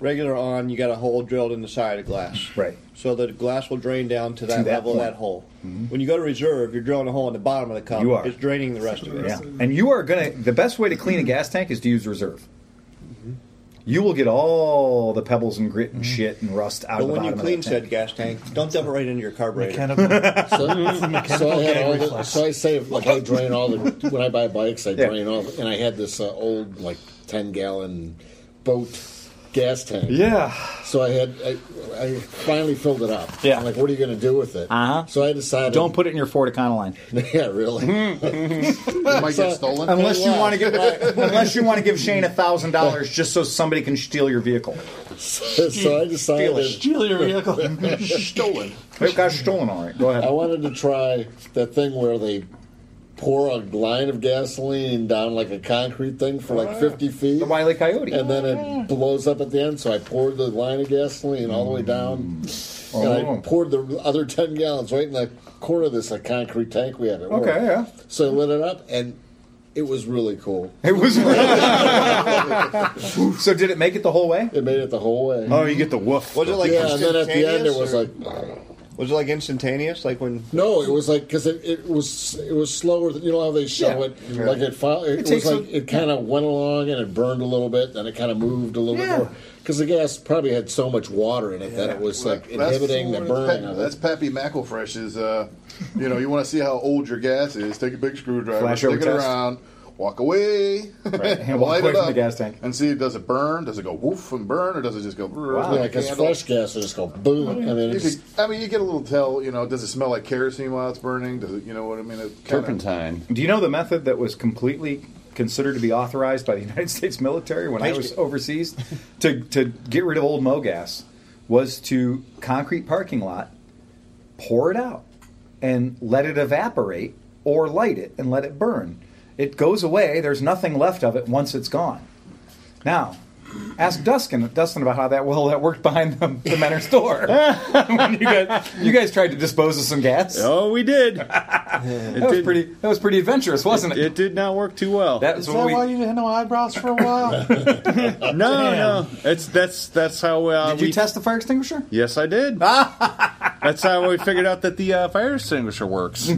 S8: regular on, you got a hole drilled in the side of the glass,
S2: Right.
S8: so the glass will drain down to that,
S2: that
S8: level of
S2: point. Mm-hmm.
S8: that hole. When you go to reserve, you're drilling a hole in the bottom of the cup.
S2: You are.
S8: It's draining the rest of it.
S2: Yeah. And you are gonna. The best way to clean a gas tank is to use reserve. Mm-hmm. You will get all the pebbles and grit and shit and rust out
S8: But
S2: of the
S8: when you
S2: bottom
S8: clean
S2: of that tank.
S8: said gas tank, don't dump it right into your carburetor.
S1: So, so I had all the, so I save like I drain all the when I buy bikes I
S2: Yeah.
S1: drain all the, and I had this uh, old like ten gallon boat gas tank.
S2: Yeah.
S1: So I had I, I finally filled it up.
S2: Yeah.
S1: I'm like, what are you going to do with it?
S2: Uh-huh.
S1: So I decided.
S2: Don't put it in your Ford Econoline
S1: Yeah, really.
S5: it might get stolen.
S2: unless you want to give unless you want to give Shane a thousand dollars just so somebody can steal your vehicle.
S1: so I decided
S2: Steal your vehicle. stolen. It got stolen, all right. Go
S1: I
S2: ahead.
S1: wanted to try that thing where they pour a line of gasoline down like a concrete thing for like 50 feet.
S2: The Wiley Coyote.
S1: and then
S2: Mm.
S1: it blows up at the end. So I poured the line of gasoline all the way down, and
S2: Oh.
S1: I poured the other ten gallons right in the corner of this like concrete tank we had at work.
S2: Okay, yeah.
S1: So I lit it up, and it was really cool.
S2: It was real. so did it make it the whole way?
S1: It made it the whole way.
S10: Oh, you get the woof.
S8: Was it like
S1: yeah, and then at the end it was
S8: instantaneous, or-
S1: like
S8: was it like instantaneous? Like when
S1: no, it was like because it, it was it was slower. Than, you know how they show
S2: Yeah.
S1: it, like it fo- it, was
S2: takes
S1: like
S2: a-
S1: it kind of went along and it burned a little bit, then it kind of moved a little
S2: Yeah.
S1: bit more. because the gas probably had so much water in it that it was like inhibiting the burning of
S5: That's
S1: it.
S5: Pappy McElfresh's. Uh, you know, you want to see how old your gas is. Take a big screwdriver,
S2: Flash
S5: stick
S2: over
S5: it
S2: test.
S5: around, walk away,
S2: Right, and walk
S5: light
S2: away
S5: it
S2: from
S5: up,
S2: the gas tank.
S5: and see does it burn? Does it go woof and burn, or does it just go?
S1: Wow, yeah, because flesh gas will just go boom. I mean,
S5: You
S1: it's
S5: could, I mean, you get a little tell. You know, does it smell like kerosene while it's burning? Does it? You know what I mean? It kinda-
S10: Turpentine.
S2: Do you know the method that was completely considered to be authorized by the United States military when I
S8: Waste
S2: was
S8: it.
S2: overseas to, to get rid of old MoGas was to concrete parking lot, pour it out, and let it evaporate or light it and let it burn. It goes away. There's nothing left of it once it's gone. Now, ask Dustin, Dustin about how that well that worked behind the, the Menor store. when you, guys, you guys tried to dispose of some gas.
S10: Oh, we did. It
S2: That was
S10: didn't-
S2: pretty. That was pretty adventurous, wasn't it?
S10: It did not work too well.
S2: That
S3: Is
S2: was
S3: that
S2: when we.
S3: why you had no eyebrows for a while?
S10: no, no, it's that's that's how uh,
S2: did you
S10: we.
S2: test the fire extinguisher?
S10: yes, I did. that's how we figured out that the uh, fire extinguisher works.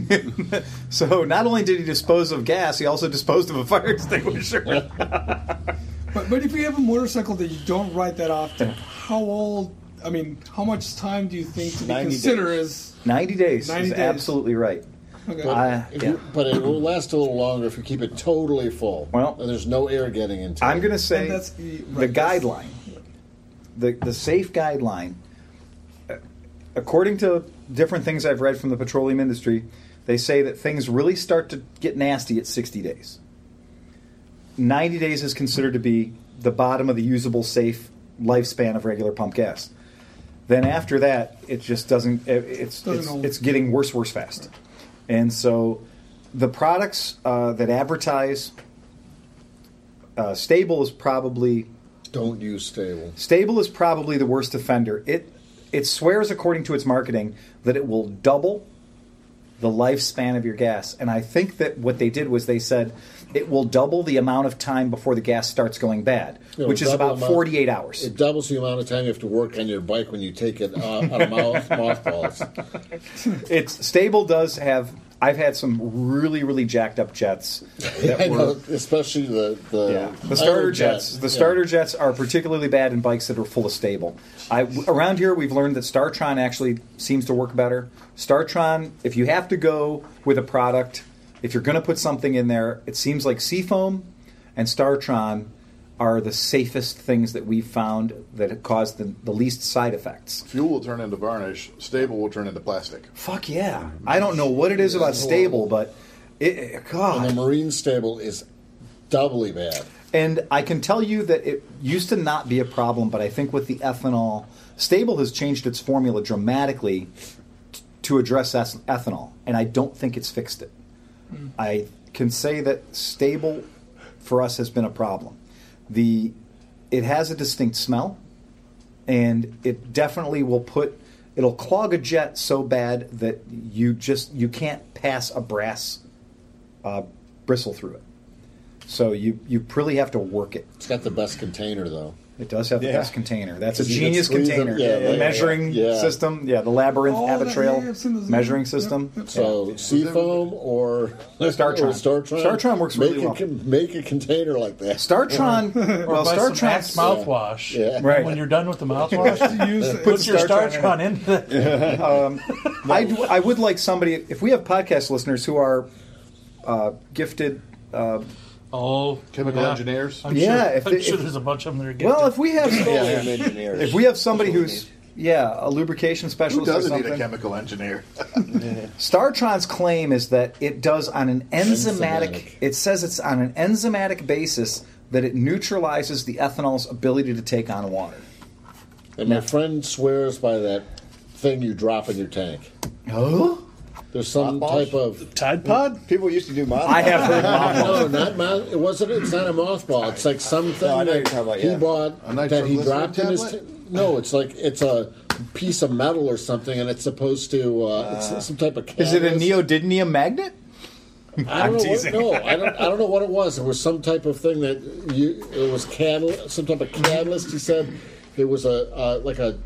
S2: So not only did he dispose of gas, he also disposed of a fire extinguisher.
S9: But, but if you have a motorcycle that you don't ride that often, how old? I mean, how much time do you think to be
S8: 90
S9: considered
S8: days.
S9: as?
S2: Ninety days
S9: 90
S2: is
S9: days.
S2: absolutely right.
S9: Okay.
S2: I-
S1: If
S2: yeah.
S1: you- but it will last a little longer if you keep it totally full.
S2: Well-
S1: and there's no air getting into
S2: I'm
S1: it.
S2: going to say
S9: And that's the-
S2: the,
S9: right, that's-
S2: guideline, the the safe guideline. uh, According to different things I've read from the petroleum industry, they say that things really start to get nasty at 60 days. 90 days is considered to be the bottom of the usable safe lifespan of regular pump gas. Then after that, it just doesn't. it- It's
S9: Doesn't
S2: it's,
S9: hold.
S2: it's getting worse, worse, fast. And so, the products uh, that advertise uh, stable is probably
S1: Don't use stable.
S2: stable is probably the worst offender. It it swears according to its marketing that it will double the lifespan of your gas. And I think that what they did was they said it will double the amount of time before the gas starts going bad,
S1: It'll
S2: which is
S1: double
S2: about
S1: the amount-
S2: 48 hours.
S1: It doubles the amount of time you have to work on your bike when you take it uh, out of mouth, mothballs.
S2: It's stable does have I've had some really really jacked up jets
S1: I
S2: that were
S1: know, especially the the,
S2: Yeah, the
S1: Iron
S2: starter
S1: Jet.
S2: jets. The
S1: Yeah.
S2: starter jets are particularly bad in bikes that are full of stable. I, w- around here, we've learned that Startron actually seems to work better. Startron, if you have to go with a product, if you're going to put something in there, it seems like Seafoam and Startron are the safest things that we've found that have caused the, the least side effects.
S5: Fuel will turn into varnish. Stable will turn into plastic.
S2: Fuck yeah! I don't know what it is about stable, but it, it God.
S1: And the marine stable is doubly bad.
S2: And I can tell you that it used to not be a problem, but I think with the ethanol, Stable has changed its formula dramatically t- to address eth- ethanol, and I don't think it's fixed it. I can say that Stable for us has been a problem. The it has a distinct smell, and it definitely will put it'll clog a jet so bad that you just you can't pass a brass uh, bristle through it. So you you really have to work it.
S1: It's got the best container though.
S2: It does have the
S8: Yeah.
S2: best container. That's a
S1: Because you can
S2: genius
S1: squeeze
S2: container.
S1: them- yeah,
S2: the
S1: yeah, yeah,
S2: measuring
S1: yeah.
S2: system, yeah, the labyrinth
S9: Oh, that-
S2: abatrail
S9: yeah, I've seen those.
S2: measuring
S9: Yep,
S2: system.
S9: yep.
S1: So seafoam or
S2: Startron.
S1: or Startron.
S2: Startron works
S1: make
S2: really
S1: a,
S2: well.
S1: con- Make a container like that.
S2: Startron,
S4: Or
S2: well,
S4: buy some
S2: Startron's
S4: Axe mouthwash.
S1: Yeah.
S4: And
S2: Right.
S4: When you're done with the mouthwash,
S9: To use it.
S4: put your
S2: Startron
S4: Startron in. the-
S2: I, do- I would like somebody if we have podcast listeners who are uh, gifted. Uh,
S4: Oh,
S5: Chemical
S4: yeah.
S5: engineers.
S4: I'm
S2: Yeah,
S4: sure,
S2: if
S4: I'm
S2: they-
S4: sure
S2: if-
S4: there's a bunch of them that are getting.
S2: well, if we have
S8: Petroleum engineers.
S2: if we have somebody
S8: That's what we
S2: who's yeah a lubrication
S5: Who
S2: specialist or
S5: doesn't need a
S2: something.
S5: chemical engineer?
S2: Startron's claim is that it does on an enzymatic,
S1: Enzymatic.
S2: it says it's on an enzymatic basis that it neutralizes the ethanol's ability to take on water.
S1: And my friend swears by that thing you drop in your tank.
S2: Oh?
S1: There's some
S8: Mothballs?
S1: type of
S4: Tide Pod?
S8: People used to do models.
S2: I have heard mothballs.
S1: no, not moth. It wasn't. It's not a mothball. It's like something
S8: Uh, No, I know
S1: that
S8: you're talking about,
S1: he
S8: yeah.
S1: bought
S5: A
S1: that he
S5: nitroglycerin
S1: dropped in his. T-
S5: tablet?
S1: no, it's like it's a piece of metal or something, and it's supposed to. Uh, it's some type of.
S2: Is it a
S1: catalyst.
S2: neodymium magnet?
S1: I don't
S2: I'm
S1: know
S2: teasing.
S1: What, no, I don't. I don't know what it was. It was some type of thing that you. It was catalyst. Some type of catalyst. He said it was a uh, like a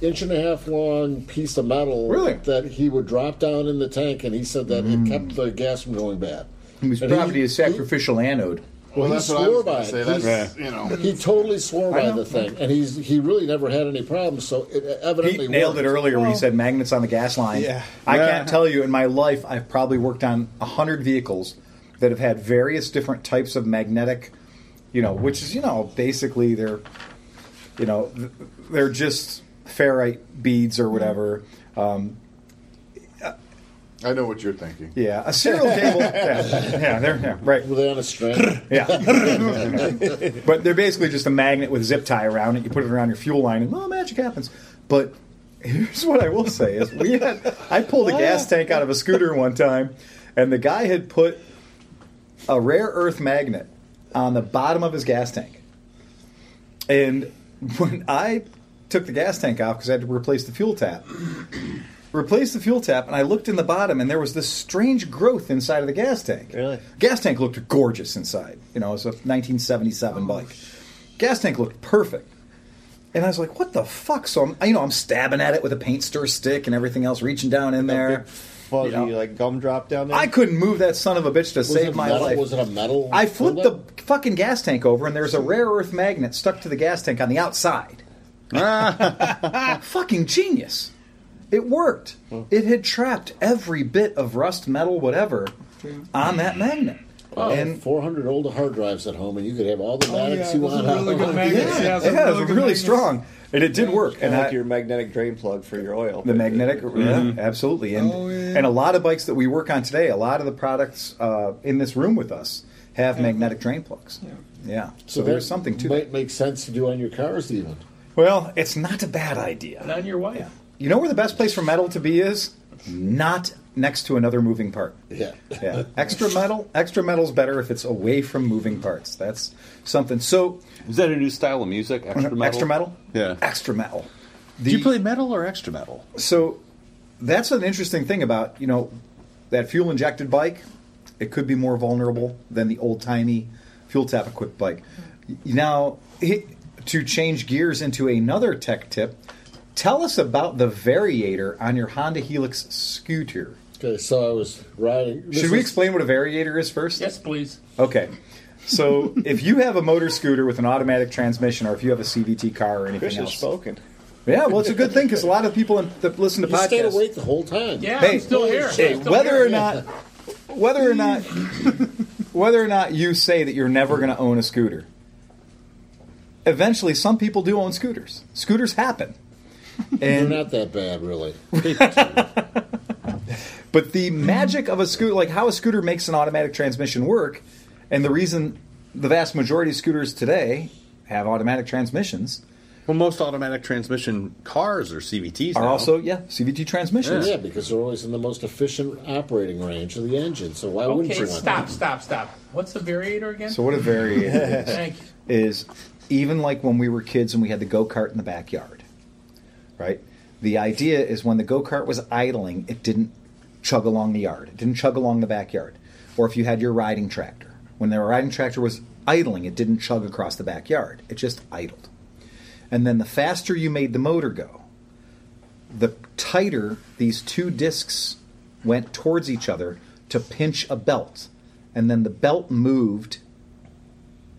S1: inch and a half long piece of metal.
S2: Really?
S1: That he would drop down in the tank, and he said that it kept the gas from going bad.
S2: It was
S1: And he-
S2: probably a
S1: he-
S2: sacrificial anode.
S1: Well, he
S5: that's what I
S1: swore
S5: was
S1: by
S5: gonna
S1: it.
S5: say. That's,
S1: He's-
S5: you know.
S1: he totally swore by the thing, and he's he really never had any problems. So it evidently
S2: Pete nailed
S1: worked.
S2: it earlier when he said magnets on the gas line.
S6: Yeah.
S2: I
S6: Yeah.
S2: can't tell you in my life I've probably worked on a hundred vehicles that have had various different types of magnetic, you know, which is you know basically they're, you know, th- they're just ferrite beads or whatever.
S6: Mm.
S2: Um,
S5: I know what you're thinking.
S2: yeah, a serial cable. Yeah, yeah, they're yeah, right.
S1: Were they on a string?
S2: Yeah. but they're basically just a magnet with a zip tie around it. You put it around your fuel line, and oh, magic happens. But here's what I will say: is we had I pulled a gas tank out of a scooter one time, and the guy had put a rare earth magnet on the bottom of his gas tank. And when I took the gas tank off because I had to replace the fuel tap, replaced the fuel tap, and I looked in the bottom, and there was this strange growth inside of the gas tank. Really? Gas tank looked gorgeous inside. You know, it's a 1977 bike. Gas tank looked perfect. And I was like, "What the fuck?" So I'm, you know, I'm stabbing at it with a paint stir stick and everything else, reaching down in there.
S8: Fuzzy, like gumdrop down there.
S2: I couldn't move that son of a bitch to
S1: Was
S2: save
S1: it
S2: my
S1: metal?
S2: life.
S1: Was it a metal?
S2: I flipped
S1: fillet?
S2: the fucking gas tank over, and there's a rare earth magnet stuck to the gas tank on the outside. fucking genius! It worked. It had trapped every bit of rust, metal, whatever,
S1: Hmm.
S2: on that magnet.
S1: Wow,
S2: And
S1: 400 old hard drives at home, and you could have all the
S9: Oh, yeah,
S1: magnets
S9: those
S1: you
S9: are
S1: want.
S9: really good magnets.
S2: yeah,
S9: some
S2: yeah, it was
S9: good
S2: really
S9: magnets.
S2: strong, and it did work.
S8: and
S2: And
S8: like
S2: I-
S8: your magnetic drain plug for your oil.
S2: the magnetic, yeah, absolutely, and
S9: Oh, yeah.
S2: and a lot of bikes that we work on today, a lot of the products uh, in this room with us have magnetic drain plugs. Yeah, so,
S1: that
S2: there's something to
S1: might
S2: that.
S1: make sense to do on your cars even.
S2: Well, it's not a bad idea.
S7: Not on your wife.
S2: You know where the best place for metal to be is? Not next to another moving part.
S1: Yeah.
S2: Yeah. Extra metal, extra metal's better if it's away from moving parts. That's something. So,
S10: Is that a new style of music? Extra metal.
S2: extra metal?
S10: Yeah.
S2: Extra metal.
S10: Do you play metal or extra metal?
S2: So, that's an interesting thing about, you know, that fuel injected bike. It could be more vulnerable than the old timey fuel tap equipped bike. Y- Now, he- to change gears into another tech tip, tell us about the variator on your Honda Helix scooter.
S1: Okay, so I was riding. this
S2: Should we
S1: is-
S2: explain what a variator is first?
S7: Yes, please.
S2: Okay. So if you have a motor scooter with an automatic transmission, or if you have a CVT car or anything
S8: Chris has
S2: else,
S8: spoken.
S2: yeah, well, it's a good thing because a lot of people in, that listen to
S1: You stayed
S2: podcasts,
S1: awake the whole time.
S7: Yeah,
S2: Hey,
S7: I'm still here. I'm
S1: hey,
S7: still
S2: whether
S7: here.
S2: or not, whether or not, whether or not you say that you're never going to own a scooter, eventually some people do own scooters. Scooters happen,
S1: They're
S2: and
S1: not that bad, really.
S2: But the magic of a scooter, like how a scooter makes an automatic transmission work, and the reason the vast majority of scooters today have automatic transmissions
S10: Well, most automatic transmission cars or CVTs
S2: are
S10: now.
S2: also, yeah, CVT transmissions.
S1: Yeah, because they're always in the most efficient operating range of the engine. So why wouldn't
S7: Okay,
S1: you want that?
S7: stop, stop, stop. What's a variator again?
S2: So, what a variator is.
S7: Thank you.
S2: is even like when we were kids and we had the go kart in the backyard, right? The idea is when the go kart was idling, it didn't chug along the yard, it didn't chug along the backyard. Or if you had your riding tractor, when the riding tractor was idling, it didn't chug across the backyard, it just idled. And then the faster you made the motor go, the tighter these two discs went towards each other to pinch a belt. And then the belt moved,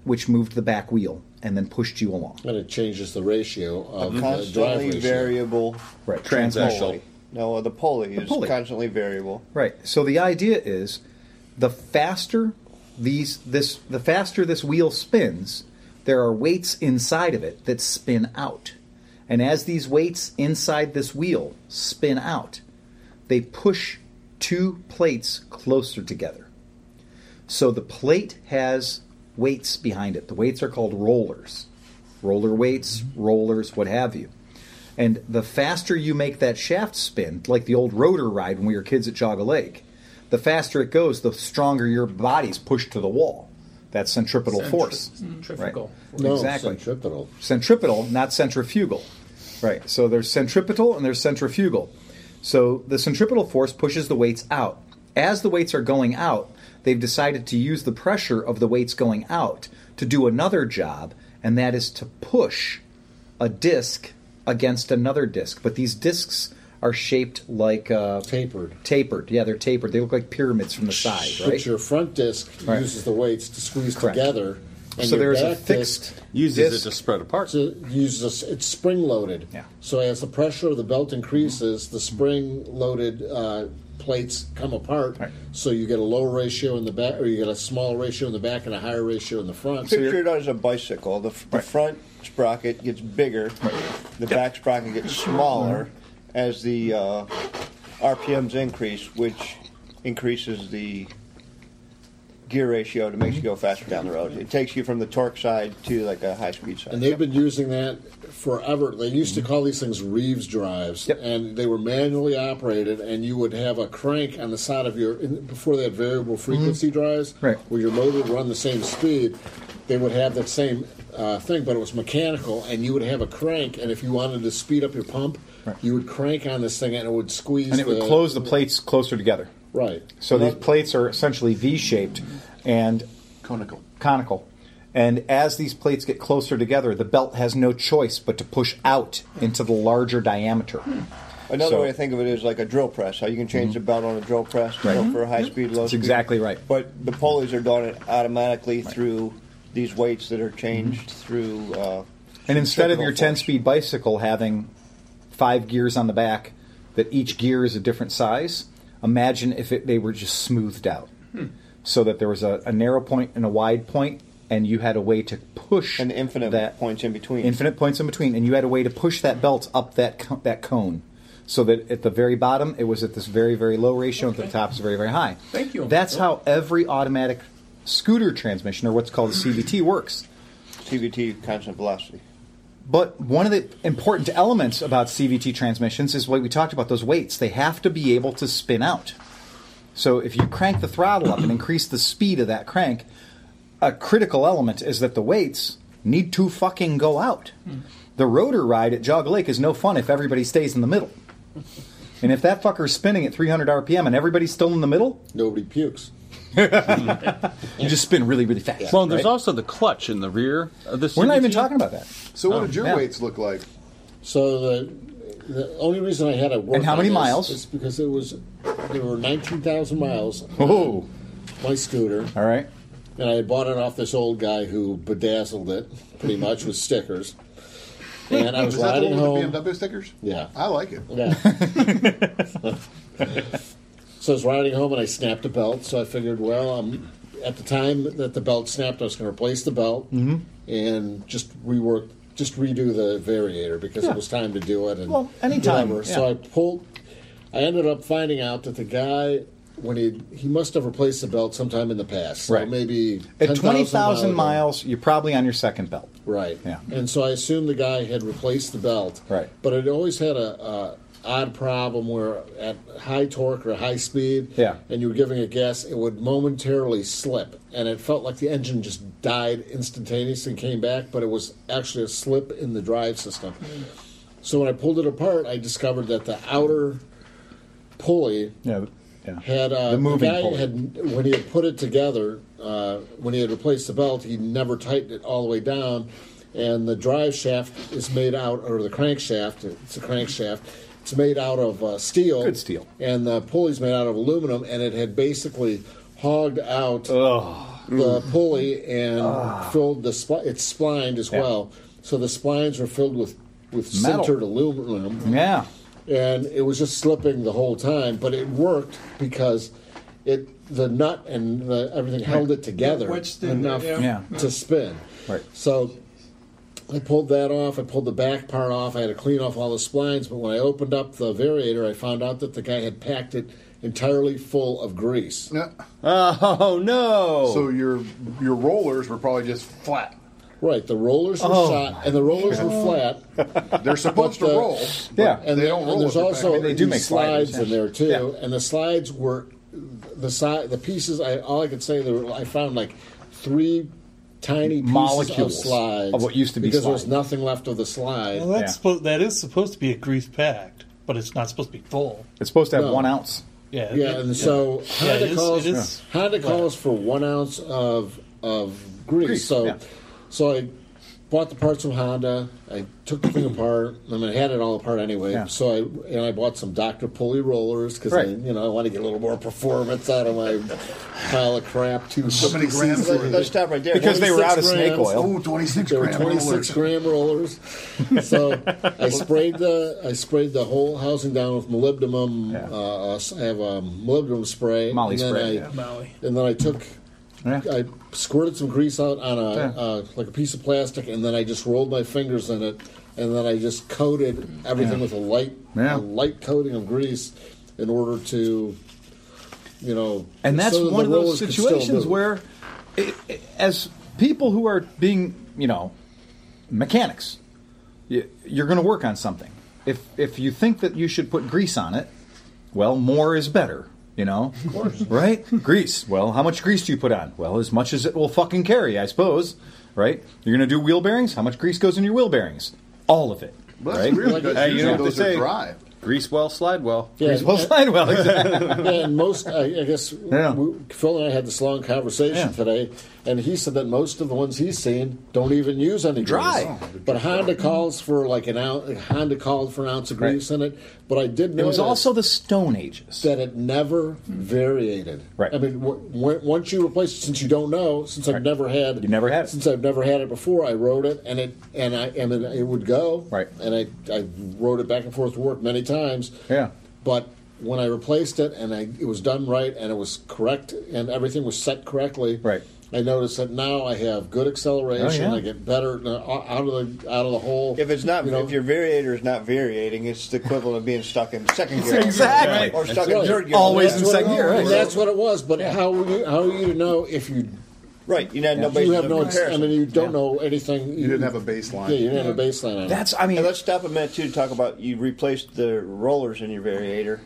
S2: which moved the back wheel and then pushed you along.
S1: And it changes the ratio of the drive
S8: Constantly
S1: ratio.
S8: variable.
S2: Right.
S10: Transactional.
S8: pulley. No, the pulley is
S2: pulley.
S8: constantly variable.
S2: Right. So the idea is the faster these this the faster this wheel spins, there are weights inside of it that spin out. And as these weights inside this wheel spin out, they push two plates closer together. So the plate has weights behind it. The weights are called rollers. Roller weights,
S7: Mm-hmm.
S2: rollers, what have you. And the faster you make that shaft spin, like the old rotor ride when we were kids at Jogga Lake, the faster it goes, the stronger your body's pushed to the wall. That's centripetal
S7: Centri- mm,
S2: force.
S7: centrifugal.
S1: No,
S2: exactly.
S1: centripetal.
S2: centripetal, not centrifugal. Right. So there's centripetal and there's centrifugal. So the centripetal force pushes the weights out. As the weights are going out, they've decided to use the pressure of the weights going out to do another job, and that is to push a disc against another disc. But these discs
S11: are shaped like uh,
S1: tapered.
S11: Tapered, yeah, they're tapered. They look like pyramids from the side, right?
S1: But your front disc
S11: Right.
S1: uses the weights to squeeze
S11: Correct.
S1: together. And
S11: So there
S1: your
S11: is a
S1: back
S11: fixed
S1: disc
S10: Uses it disc to spread
S1: apart. uses it's spring loaded. Yeah. So as the pressure of the belt increases, the spring loaded uh, plates come apart. So you get a low ratio in the back, or you get a small ratio in the back and a higher ratio in the front.
S8: Picture it as a bicycle. The, f- the front sprocket gets bigger, the back sprocket gets smaller as the uh, RPMs increase, which increases the gear ratio to make you
S2: Mm-hmm.
S8: go faster down the road. It takes you from the torque side to like a high speed side.
S1: And they've been using that forever. They used
S2: Mm-hmm.
S1: to call these things Reeves drives, and they were manually operated. And you would have a crank on the side of your in, before they had variable
S2: Mm-hmm.
S1: frequency drives,
S11: Right.
S1: where your motor would run the same speed. They would have that same uh, thing, but it was mechanical, and you would have a crank. And if you wanted to speed up your pump, you would crank on this thing, and it would squeeze.
S2: and it would close the plates closer together.
S1: Right.
S2: So these plates are essentially V-shaped and
S5: conical.
S2: Conical. And as these plates get closer together, the belt has no choice but to push out into the larger diameter.
S8: Another
S2: So- Mm-hmm.
S8: way to think of it is like a drill press. How you can change the belt on a drill press to
S2: Right.
S8: go for a high speed, low
S2: That's
S8: speed.
S2: exactly right.
S8: But the pulleys are done automatically through these weights that are changed through. Uh,
S2: Mm-hmm. And instead of
S8: centrifugal
S2: your
S8: force.
S2: 10 speed bicycle having five gears on the back, that each gear is a different size, imagine if it, they were just smoothed out. So that there was a, a narrow point and a wide point, and you had a way to push. And
S8: infinite points in between.
S2: Infinite points in between, and you had a way to push that belt up that, co- that cone. So that at the very bottom, it was at this very, very low ratio, and at the top is very, very high.
S7: Thank you.
S2: That's how every automatic scooter transmission, or what's called a CVT, works.
S8: CVT, constant velocity.
S2: But one of the important elements about CVT transmissions is what we talked about those weights. They have to be able to spin out. So if you crank the throttle up and increase the speed of that crank, a critical element is that the weights need to fucking go out. The rotor ride at Jog Lake is no fun if everybody stays in the middle. And if that fucker's spinning at 300 RPM and everybody's still in the middle,
S1: nobody pukes.
S2: you just spin really, really fast.
S10: Well, there's
S2: right?
S10: also the clutch in the rear of this.
S2: We're not even talking about that.
S5: So what did your weights look like?
S1: So the the only reason I had to work
S2: And how
S1: on
S2: many
S1: this
S2: miles?
S1: is because it was there were nineteen thousand miles.
S2: Oh,
S1: my scooter.
S2: All right.
S1: And I had bought it off this old guy who bedazzled it pretty much with stickers. And I was
S5: Is that the
S1: riding
S5: one
S1: home.
S5: with the BMW stickers?
S1: Yeah.
S5: I like it.
S1: Yeah. so I was riding home and I snapped a belt. So I figured, well, um, at the time that the belt snapped, I was going to replace the belt
S2: Mhm.
S1: and just rework, just redo the variator because it was time to do it. And
S2: Well, anytime,
S1: whatever.
S2: yeah.
S1: So I pulled. I ended up finding out that the guy. When he he must have replaced the belt sometime in the past, so
S2: Right.
S1: Maybe
S2: At
S1: 10,000
S2: 20,000
S1: miles.
S2: miles, you're probably on your second belt.
S1: Right.
S2: Yeah.
S1: And so I assumed the guy had replaced the belt.
S2: Right.
S1: But it always had a, a odd problem where at high torque or high speed,
S2: Yeah.
S1: and you were giving it gas, it would momentarily slip, and it felt like the engine just died instantaneously and came back, but it was actually a slip in the drive system. So when I pulled it apart, I discovered that the outer pulley
S2: Yeah. Yeah.
S1: had uh,
S2: The
S1: the,
S2: moving
S1: guy
S2: pulley.
S1: had when he had put it together uh, when he had replaced the belt he never tightened it all the way down and the drive shaft is made out or the crankshaft it's a crankshaft it's made out of uh, steel
S2: Good steel.
S1: and the pulley's made out of aluminum and it had basically hogged out the pulley and filled the spl- it's splined as
S2: Yeah.
S1: well so the splines were filled with with
S2: Metal.
S1: sintered aluminum
S2: Yeah.
S1: and it was just slipping the whole time. But it worked because it the nut and the, everything held it together
S9: Yeah, wedged in there,
S1: enough
S9: yeah. Yeah.
S1: to spin.
S2: Right.
S1: So I pulled that off. I pulled the back part off. I had to clean off all the splines. But when I opened up the variator, I found out that the guy had packed it entirely full of grease.
S10: Oh no!
S5: So your your rollers were probably just flat.
S1: Right, the rollers were
S5: Oh.
S1: shot, and the rollers were flat.
S5: They're supposed to
S1: But uh, the-
S5: roll.
S2: Yeah.
S1: and
S5: They
S1: the-
S5: don't roll
S1: And there's
S5: if they're
S1: also
S5: back. I mean, they do
S1: these
S5: make
S1: slides,
S5: sliders,
S1: in there too, and the slides were the side, the pieces. I all I could say there were, I found like three tiny pieces
S2: Molecules
S1: of slides
S2: of what used to be
S1: because there was
S2: slide.
S1: nothing left of the slide.
S4: Well, that's supposed that is supposed to be a grease packed, but it's not supposed to be full.
S2: It's supposed to have
S1: No.
S2: one ounce.
S4: Yeah.
S1: yeah, and so
S4: Yeah,
S1: Honda
S4: it is-
S1: calls
S4: it is
S1: Honda calls for one ounce of of grease.
S2: Grease,
S1: so
S2: yeah.
S1: so I bought the parts from Honda. I took the thing apart. I mean, I had it all apart anyway.
S2: Yeah.
S1: So I and I bought some Doctor Pulley rollers because I
S2: Right.
S1: you know I want to get a little more performance out of my pile of crap. Too
S5: So many grams were in it. Let's stop right there.
S1: Because they were out of
S5: 26
S1: snake
S5: grams.
S1: oil.
S5: Ooh, 26
S1: There were
S5: gram
S1: 26 gram rollers. So I sprayed the I sprayed the whole housing down with molybdenum. Uh, uh, I have a molybdenum spray.
S2: Molly
S1: and then
S2: spray,
S1: I,
S2: yeah. Molly.
S1: And then I took.
S2: Yeah.
S1: I squirted some grease out on a
S2: Yeah.
S1: uh, like a piece of plastic, and then I just rolled my fingers in it, and then I just coated everything
S2: Yeah.
S1: with a light
S2: Yeah.
S1: a light coating of grease in order to, you know,
S2: And that's
S1: so that the
S2: one of those
S1: rollers could still
S2: situations
S1: move.
S2: where, i i- as people who are being, you know, mechanics, y- you're going to work on something. If if you think that you should put grease on it, well, more is better. You know, of course, right? grease. Well, how much grease do you put on? Well, as much as it will fucking carry, I suppose. Right? You're going to do wheel bearings. How much grease goes in your wheel bearings? All of it.
S5: Well,
S2: right?
S5: that's weird because
S2: Hey, you
S5: usually
S2: know what
S5: those
S2: they
S5: are
S2: say.
S5: dry.
S10: Grease well, slide well.
S1: Yeah,
S2: Grease well, slide well. Exactly.
S1: yeah, and most, I, I guess, we, Phil and I had this long conversation today, and he said that most of the ones he's seen don't even use any
S2: Dry.
S1: grease. But Honda calls for like an ounce. Honda called for an ounce of
S2: Right.
S1: grease in it. But I did know
S2: It was also the Stone Ages.
S1: that it never variated.
S2: Right.
S1: I mean, w- w- once you replace it, since you don't know, since I've never had, you
S2: never had it.
S1: Since I've never had it before, I wrote it, and it and I and then it would go.
S2: Right.
S1: And I I wrote it back and forth to work many times.
S2: Yeah.
S1: But when I replaced it and I, it was done right and it was correct and everything was set correctly,
S2: Right.
S1: I noticed that now I have good acceleration.
S8: Oh, yeah.
S1: I get better uh, out of the out of the hole.
S8: If it's not,
S1: You know-
S8: if your variator is not variating, it's the equivalent of being stuck in second gear.
S1: Exactly.
S8: Or stuck in
S1: That's
S8: third
S1: right. That's what it
S8: gear.
S1: was. That's what it was. But how were you, how are you to know if you?
S8: Right. You had no
S1: You
S8: basis
S1: have
S8: of
S1: no. I
S8: comparison.
S1: mean, you don't know anything. You
S5: didn't have a baseline.
S1: Yeah, you didn't have a baseline. On It.
S2: I mean.
S8: let's stop a minute too to talk about you replaced the rollers in your variator.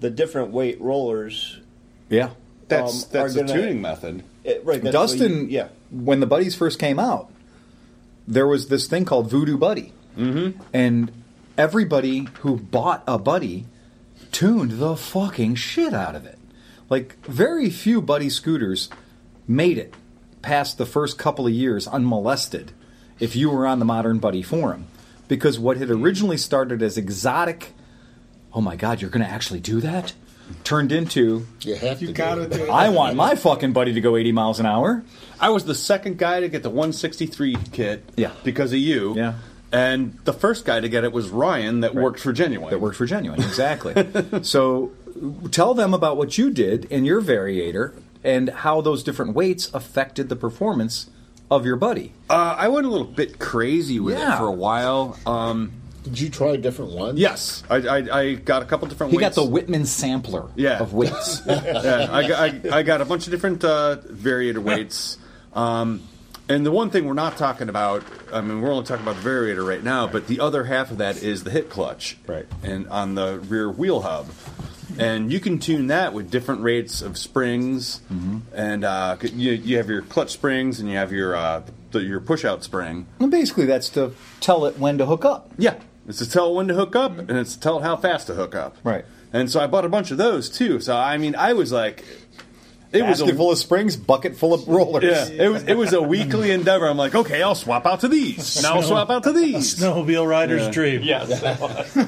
S8: The different weight rollers.
S2: Yeah.
S8: That's- Um, that's are the gonna- tuning
S10: method.
S8: It, right. that's
S2: Dustin,
S8: what you- yeah.
S2: when the buddies first came out, there was this thing called Voodoo Buddy. Mm-hmm. And everybody who bought a buddy tuned the fucking shit out of it. Like, very few buddy scooters made it past the first couple of years unmolested if you were on the Modern Buddy forum. Because what had originally started as exotic, oh my god, you're going to actually do that? Turned into
S1: You have to.
S9: Got it.
S2: I want my fucking buddy to go 80 miles an hour.
S10: I was the second guy to get the 163 kit.
S2: Yeah.
S10: Because of you.
S2: Yeah.
S10: And the first guy to get it was Ryan, that worked for Genuine. That
S2: worked for Genuine, exactly. so tell them about what you did in your variator and how those different weights affected the performance of your buddy.
S10: Uh, I went a little bit crazy with
S2: Yeah.
S10: it for a while. Um,
S1: Did you try different ones?
S10: Yes, I, I, I got a couple different.
S2: He
S10: weights.
S2: got the Whitman sampler
S10: yeah.
S2: of weights.
S10: yeah, I, got- I, I got a bunch of different uh, variator weights. Um, and the one thing we're not talking about, I mean, we're only talking about the variator right now, but the other half of that is the hip clutch. Right. And on the rear wheel hub. And you can tune that with different rates of springs,
S2: Mm-hmm.
S10: and uh, you, you have your clutch springs, and you have your uh, the, your push out spring.
S2: And basically, that's to tell it when to hook up.
S10: Yeah, it's to tell when to hook up, and it's to tell it how fast to hook up.
S2: Mm-hmm. Right.
S10: And so I bought a bunch of those too. So I mean, I was like, it was
S2: Basket
S10: a
S2: full of springs, bucket full of rollers.
S10: yeah, it was it was a weekly endeavor. I'm like, okay, I'll swap out to these. Now I'll swap out to these.
S4: Snowmobile rider's
S10: Yeah.
S4: dream.
S10: Yes.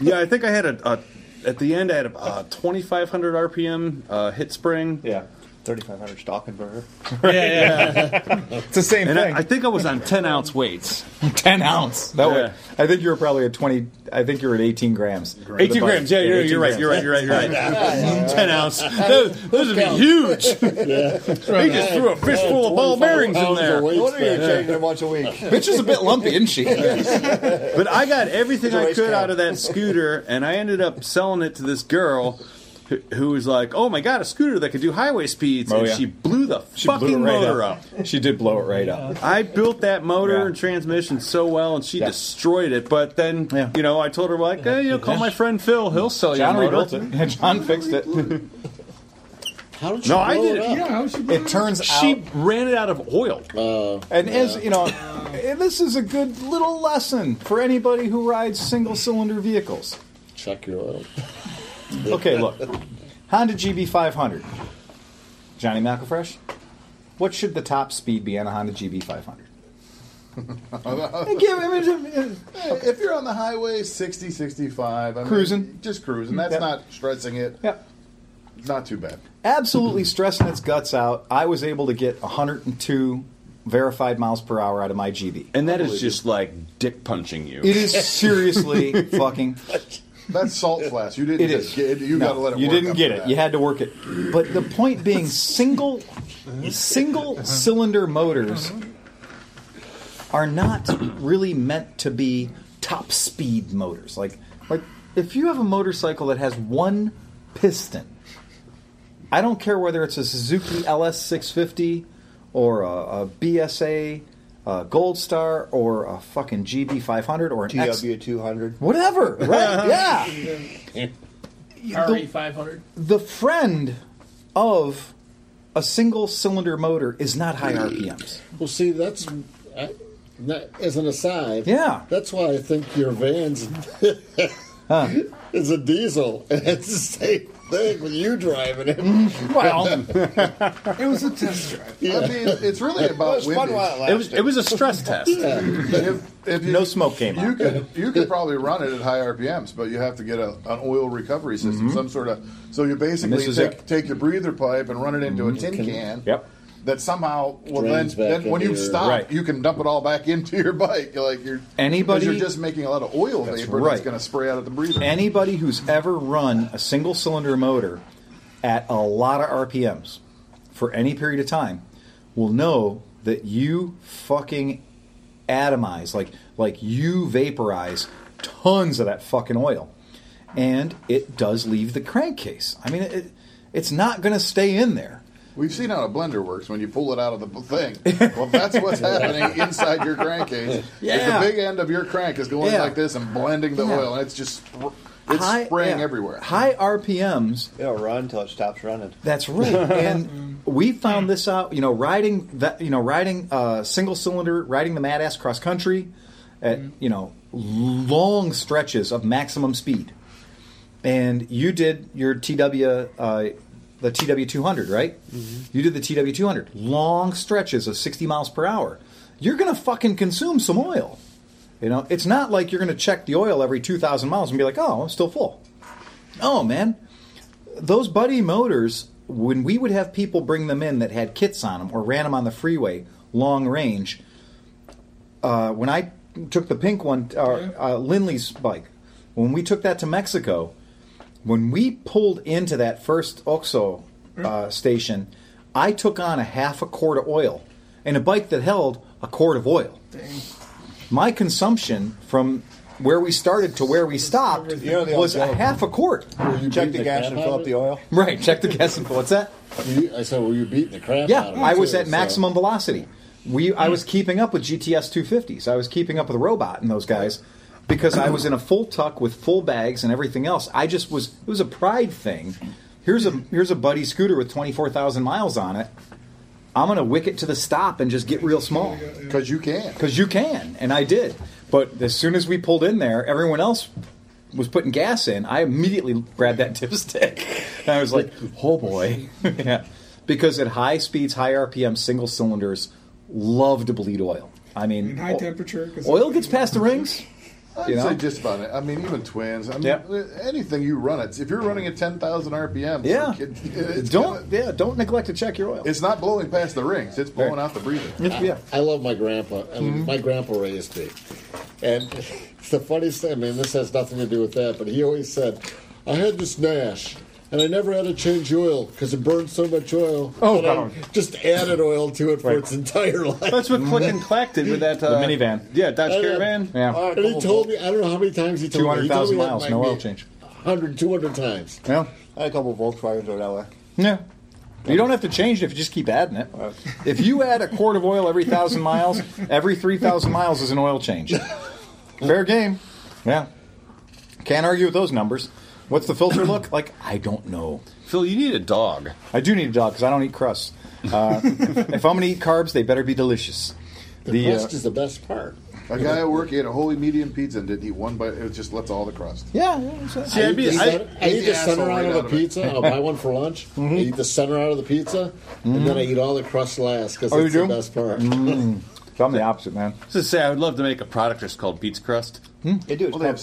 S10: yeah, I think I had a, a at the end I had a, uh 2,500 RPM uh, hit spring.
S2: Yeah.
S8: 3,500 stock converter.
S4: Yeah, yeah.
S2: It's the same
S10: And I,
S2: thing.
S10: I think I was on 10 ounce weights.
S2: 10 ounce. That
S10: Yeah.
S2: way, I think you were probably at 20. I think you were at 18 grams.
S10: 18 grams. Yeah, you're, you're right.
S2: 18
S10: You're right. You're right. You're right. 10 ounce. Those, those would be huge. They just threw a fistful of ball bearings in there.
S8: No wonder you're changing it once a week.
S2: Bitch is a bit lumpy, isn't she?
S10: But I got everything
S8: It's a
S10: I
S8: race
S10: could
S8: car.
S10: out of that scooter, and I ended up selling it to this girl who, who was like, "Oh my god, a scooter that could do highway speeds!"
S2: Oh,
S10: and
S2: yeah.
S10: she blew the
S2: She blew
S10: fucking
S2: it right
S10: motor
S2: up.
S10: up.
S2: She did blow it right up.
S10: I built that motor
S2: Yeah.
S10: and transmission so well, and she destroyed it. But then, you know, I told her like, "Hey, you know, call my friend Phil; he'll sell
S2: John
S10: you." a
S2: rebuilt
S10: motor."
S2: it. John fixed it.
S1: How did
S10: No, I did it.
S2: It turns
S10: She
S2: out,
S10: ran it out of oil.
S2: and as you know, this is a good little lesson for anybody who rides single-cylinder vehicles.
S1: Check your oil.
S2: Okay, look, Honda GB500, Johnny McElfresh. What should the top speed be on a Honda GB500?
S5: Give him if you're on the highway 60, 65, I mean,
S2: Cruising.
S5: just cruising. That's
S2: Yep.
S5: not stressing it.
S2: Yep.
S5: Not too bad.
S2: absolutely stressing its guts out. I was able to get 102 verified miles per hour out of my GB.
S10: And that is just like dick punching you.
S2: It is seriously fucking.
S5: That's salt flash. You didn't.
S2: It is.
S5: just Get, you
S2: No,
S5: got to let it.
S2: You
S5: work
S2: didn't get
S5: after
S2: it.
S5: that.
S2: You had to work it. But the point being, single single cylinder motors are not really meant to be top speed motors. Like like if you have a motorcycle that has one piston, I don't care whether it's a Suzuki LS650 or a, a BSA uh, Gold Star or a fucking GB500 or an X-
S8: GW200.
S2: whatever, right? yeah.
S7: RE five hundred.
S2: the friend of a single cylinder motor is not high
S10: Mm.
S2: RPMs.
S1: Well, see, that's I, that, as an aside.
S2: Yeah.
S1: that's why I think your van's is a diesel, and it's the same thing when you driving it.
S2: Well,
S9: It was a test drive.
S5: I mean, it's really about
S8: It was fun
S5: windage.
S8: while it
S10: It was, it was a stress test.
S5: If, if you,
S2: No smoke came
S5: you
S2: out.
S5: could you could probably run it at high RPMs, but you have to get a, an oil recovery system, some sort of. So you
S2: Mm-hmm. this
S5: basically
S2: is
S5: take,
S2: it. Mm-hmm.
S5: take your breather pipe and run it into a tin can.
S2: Yep.
S5: That somehow, well, then,
S1: Drains back
S5: then when
S1: into
S5: you
S1: your-
S5: stop,
S2: Right.
S5: you can dump it all back into your bike. You're Like you're 'cause
S2: Anybody-
S5: you're just making a lot of oil
S2: That's
S5: vapor
S2: right.
S5: that's going to spray out of the breather.
S2: Anybody who's ever run a single cylinder motor at a lot of RPMs for any period of time will know that you fucking atomize, like like you vaporize tons of that fucking oil, and it does leave the crankcase. I mean, it, it's not going to stay in there.
S5: We've seen how a blender works when you pull it out of the thing. Well, that's what's happening inside your crankcase. is
S2: Yeah.
S5: the big end of your crank is going
S2: Yeah.
S5: like this and blending the
S2: Yeah.
S5: oil, and it's just spr- it's
S2: High-
S5: spraying
S2: yeah.
S5: everywhere.
S2: High RPMs
S8: It'll run until it stops running.
S2: That's right. and we found this out, you know, riding that, you know, riding uh, single cylinder, riding the mad ass cross country at, you know, long stretches of maximum speed. And you did your TW, uh, the TW 200, right? You did the TW 200, long stretches of 60 miles per hour. You're going to fucking consume some oil. You know, it's not like you're going to check the oil every 2,000 miles and be like, oh, I'm still full. Oh, man those buddy motors when we would have people bring them in that had kits on them or ran them on the freeway long range uh, when i took the pink one uh, uh, lindley's bike when we took that to mexico when we pulled into that first oxo uh, station i took on a half a quart of oil and a bike that held a quart of oil my consumption from where we started to where we stopped
S8: You know the old
S2: was a
S8: joke.
S2: half a quart
S8: Check
S1: beat
S8: the
S1: the
S8: gas
S1: crap
S8: and
S1: out
S8: fill
S1: of
S8: up
S1: it?
S8: the oil.
S2: Right. Check the gas and what's that?
S1: You- I said, "Well, you beat the crap
S2: Yeah,
S1: out of it."
S2: I was
S1: too,
S2: at
S1: so-
S2: maximum velocity. We I was keeping up with GTS 250s. I was keeping up with robot and those guys because I was in a full tuck with full bags and everything else. I just was it was a pride thing. Here's a here's a buddy scooter with 24,000 miles on it. I'm going to wick it to the stop and just get real small
S5: Because you can.
S2: because you can, and I did. But as soon as we pulled in there, everyone else was putting gas in. I immediately grabbed that dipstick, and I was like, "Oh boy!" yeah, because at high speeds, high RPM, single cylinders love to bleed oil. I mean,
S9: And high
S2: o-
S9: temperature, 'cause-
S2: Oil gets past the rings.
S5: I'd
S2: You know?
S5: say just about it. I mean, even twins. I mean,
S2: Yep.
S5: anything you run it. If you're running at ten thousand RPM,
S2: Yeah.
S5: it- it's
S2: don't
S5: gonna-
S2: yeah, don't neglect to check your oil.
S5: it's not blowing past the rings. It's blowing out the breather.
S2: yeah.
S1: I love my grandpa. I
S2: Mm-hmm.
S1: mean, My grandpa raised me. And it's the funniest thing, I mean, this has nothing to do with that, but he always said, I had this Nash, and I never had to change oil because it burned so much oil.
S2: Oh,
S1: that I
S2: God.
S1: just added oil to it for its entire life.
S10: That's what Click and Clack did with that uh,
S2: minivan.
S10: Yeah, Dodge
S1: Yeah.
S10: Caravan.
S2: Yeah.
S1: And he told me, I don't know how many times he told me. He told
S2: 200,000
S1: me that
S2: miles,
S1: might
S2: no
S1: be
S2: oil change.
S1: 100, 200 times.
S2: Yeah.
S8: I had a couple of Volkswagens over that way.
S2: Yeah. You don't have to change it if you just keep adding it. If you add a quart of oil every thousand miles, every three thousand miles is an oil change. Fair game. Yeah. Can't argue with those numbers. What's the filter look like? I don't know.
S10: Phil, you need a dog.
S2: I do need a dog because I don't eat crusts. Uh, if I'm going to eat carbs, they better be delicious.
S1: The,
S2: The, uh,
S1: crust is the best part.
S5: A guy at work he had a holy medium pizza and didn't eat one bite. It just lets all the crust.
S2: yeah, yeah, so-
S10: See, I'd be,
S1: Eat the
S10: I,
S1: center- I eat
S5: eat
S1: the
S5: the
S1: center
S5: asshole
S1: out of
S5: right out
S1: the
S5: of it.
S1: pizza. I'll buy one for lunch. I eat the center out of the pizza, and then I eat all the crust last because
S2: Oh, you
S1: it's the
S2: do?
S1: best part.
S2: So I'm the opposite, man.
S10: Just to say, I would love to make a product that's called Beats Crust.
S8: They do. It's
S10: Well, they
S8: called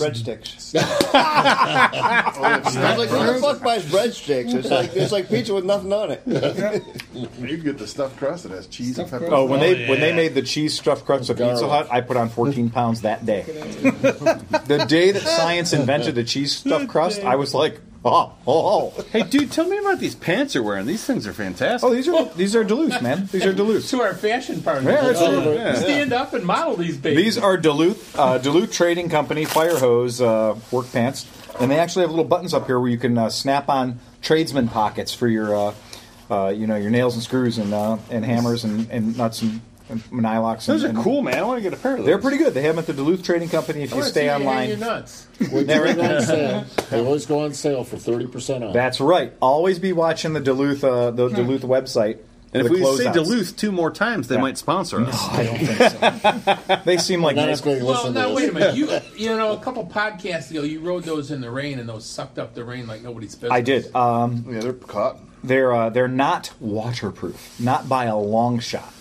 S8: breadsticks.
S5: yeah.
S8: I'm like, who the fuck buys breadsticks? It's like it's like pizza with nothing on it.
S5: You can get the stuffed crust that has cheese and pepperoni.
S2: Oh, when they when they made the cheese stuffed crust of Pizza Hut, I put on 14 pounds that day. the day that science invented the cheese stuffed crust, I was like, oh, oh, oh.
S10: Hey, dude, tell me about these pants you're wearing. These things are fantastic.
S2: Oh, these are these are Duluth, man. These are Duluth.
S7: to our fashion partner.
S2: Yeah, that's
S7: Uh,
S2: true. Yeah.
S7: Stand up and model these babies.
S2: These are Duluth uh, Duluth Trading Company fire hose uh, work pants, and they actually have little buttons up here where you can uh, snap on tradesman pockets for your, uh, uh, you know, your nails and screws and uh, and hammers and, and nuts and, and nylocks.
S10: Those are
S2: and,
S10: cool, man. I want to get a pair of those.
S2: They're pretty good. They have them at the Duluth Trading Company. If you
S7: Oh, I wanna see
S2: stay
S7: you hang Your
S2: online,
S7: nuts.
S1: When they go on sale, they always go on sale for thirty percent off.
S2: that's right. Always be watching the Duluth uh, the Duluth website.
S10: And if
S2: for
S10: we
S2: the
S10: say
S2: closeouts.
S10: Duluth two more times, they
S2: Yeah.
S10: might sponsor us.
S2: they seem like
S1: Not
S2: nice.
S1: if they
S7: Well,
S1: listen
S7: now
S1: to this.
S7: wait a minute. You you know a couple podcasts ago you rode those in the rain and those sucked up the rain like nobody's business.
S2: I did. Um,
S5: yeah, they're cotton.
S2: they're uh, they're not waterproof, not by a long shot.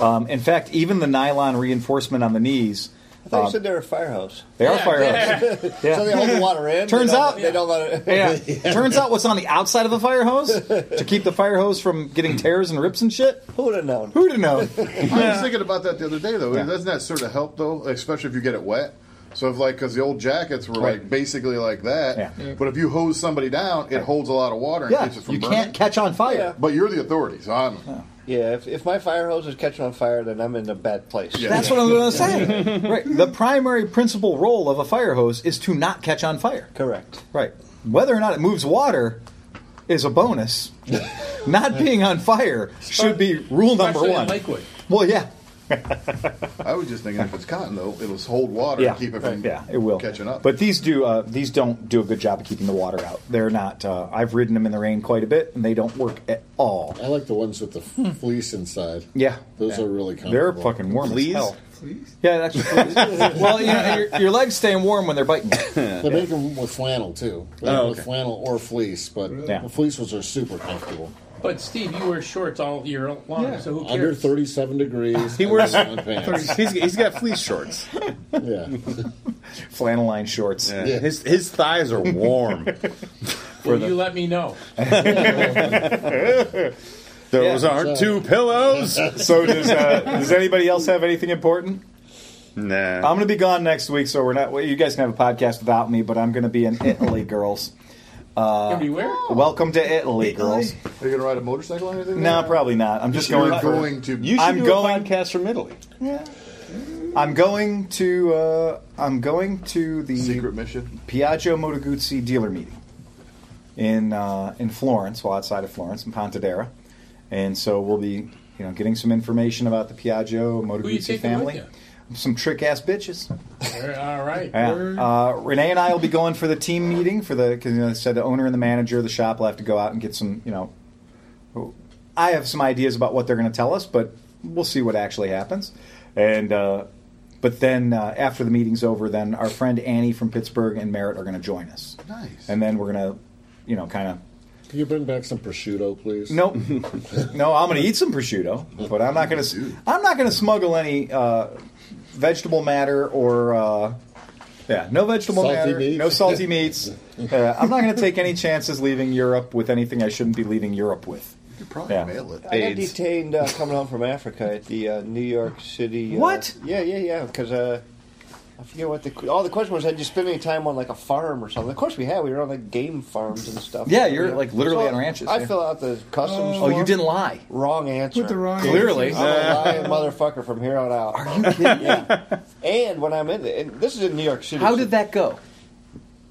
S2: Um, in fact, even the nylon reinforcement on the knees,
S8: I thought
S2: uh,
S8: you said they were fire hose.
S2: they are fire hose. Yeah.
S8: So they hold the water in.
S2: Turns
S8: they don't-
S2: out-
S8: they don't let it.
S2: Yeah. Turns out what's on the outside of the fire hose to keep the fire hose from getting tears and rips and shit.
S8: Who would have known?
S2: Who'd have known?
S5: I was thinking about that the other day, though.
S2: Yeah.
S5: Doesn't that sort of help, though, especially if you get it wet? So, if like, because the old jackets were
S2: Right.
S5: like basically like that,
S2: Yeah. Yeah.
S5: but if you hose somebody down, it holds a lot of water and
S2: Yeah,
S5: keeps it from
S2: you
S5: burning.
S2: can't catch on
S8: Oh,
S2: fire.
S5: But you're the authority, so I'm.
S8: Yeah, if, if my fire hose is catching on fire, then I'm in a bad place.
S5: Yeah.
S2: That's what I'm going to say. Right. The primary principal role of a fire hose is to not catch on fire.
S8: Correct.
S2: Right. Whether or not it moves water is a bonus. not being on fire should be rule number
S7: Especially in
S2: one.
S7: Lakewood.
S2: Well, yeah.
S5: I was just thinking if it's cotton, though, it'll hold water
S2: Yeah,
S5: and keep it from
S2: yeah, it will
S5: catching up.
S2: But these do uh, these don't do a good job of keeping the water out. They're not. Uh, I've ridden them in the rain quite a bit, and they don't work at all.
S1: I like the ones with the f- fleece inside.
S2: Yeah,
S1: Those
S2: Yeah.
S1: are really comfortable.
S2: They're fucking warm
S10: Oh, Fleas?
S2: as hell. Yeah, actually, fleas. well, you know, your, your legs staying warm when they're biting. you.
S1: They make them with flannel too. They
S10: Oh,
S1: make 'em
S10: okay.
S1: With flannel or fleece, but
S2: Yeah.
S1: the fleece ones are super comfortable.
S7: But Steve, you wear shorts all year long, so who cares?
S1: Under thirty-seven degrees.
S10: He
S1: and
S10: wears-
S1: long pants.
S10: he's, he's got fleece shorts.
S1: Yeah,
S2: Flannel line shorts.
S1: Yeah.
S10: His his thighs are warm.
S7: Will you let me know?
S10: Those aren't two pillows.
S2: So does uh, does anybody else have anything important?
S10: Nah. Um,
S2: I'm going to be gone next week, so we're not. Well, you guys can have a podcast without me, but I'm going to be in Italy, girls.
S7: Can we wear?
S2: Welcome to Italy, girls.
S5: Are you going to ride a motorcycle or anything?
S2: No, probably not. I'm just
S5: You're
S2: going.
S5: going,
S2: for-
S5: to.
S10: You should
S2: I'm
S10: do
S2: going-
S10: a podcast from Italy.
S2: I'm going to uh, I'm going to the
S5: secret mission.
S2: Piaggio Motoguzzi dealer meeting in uh, in Florence, well outside of Florence, in Pontedera, and so we'll be you know getting some information about the Piaggio
S7: Who you
S2: Motoguzzi
S7: taking with
S2: family. Some trick ass bitches.
S7: you? All right.
S2: Yeah. Uh, Renee and I will be going for the team meeting for the because you know, they said the owner and the manager of the shop will have to go out and get some you know. I have some ideas about what they're going to tell us, but we'll see what actually happens. And uh, but then uh, after the meeting's over, then our friend Annie from Pittsburgh and Merritt are going to join us.
S5: Nice.
S2: And then we're going to, you know, kind of.
S1: can you bring back some prosciutto, please?
S2: Nope. no, I'm going to eat some prosciutto, but I'm not going to. I'm not going to smuggle any uh, vegetable matter or. Uh, yeah, no vegetable
S1: Salty
S2: matter,
S1: meats.
S2: no salty meats. Uh, I'm not going to take any chances leaving Europe with anything I shouldn't be leaving Europe with.
S5: You could probably
S2: Yeah.
S5: mail it.
S8: I got
S2: AIDS.
S8: detained uh, coming home from Africa at the uh, New York City. Uh,
S2: What?
S8: Yeah, yeah, yeah. Because uh, I forget what the qu- all the question was. Had you spent any time on like a farm or something? Of course we had. We were on like game farms and stuff.
S2: Yeah, you're, like, literally
S8: So
S2: on ranches,
S8: I
S2: yeah.
S8: fill out the customs.
S2: Oh, you
S8: form.
S2: didn't lie.
S8: Wrong answer.
S4: Put the wrong
S2: Clearly.
S8: I'm a lying motherfucker from here on out. Are you kidding? yeah. And when I'm in, the, and this is in New York City.
S2: How did that go?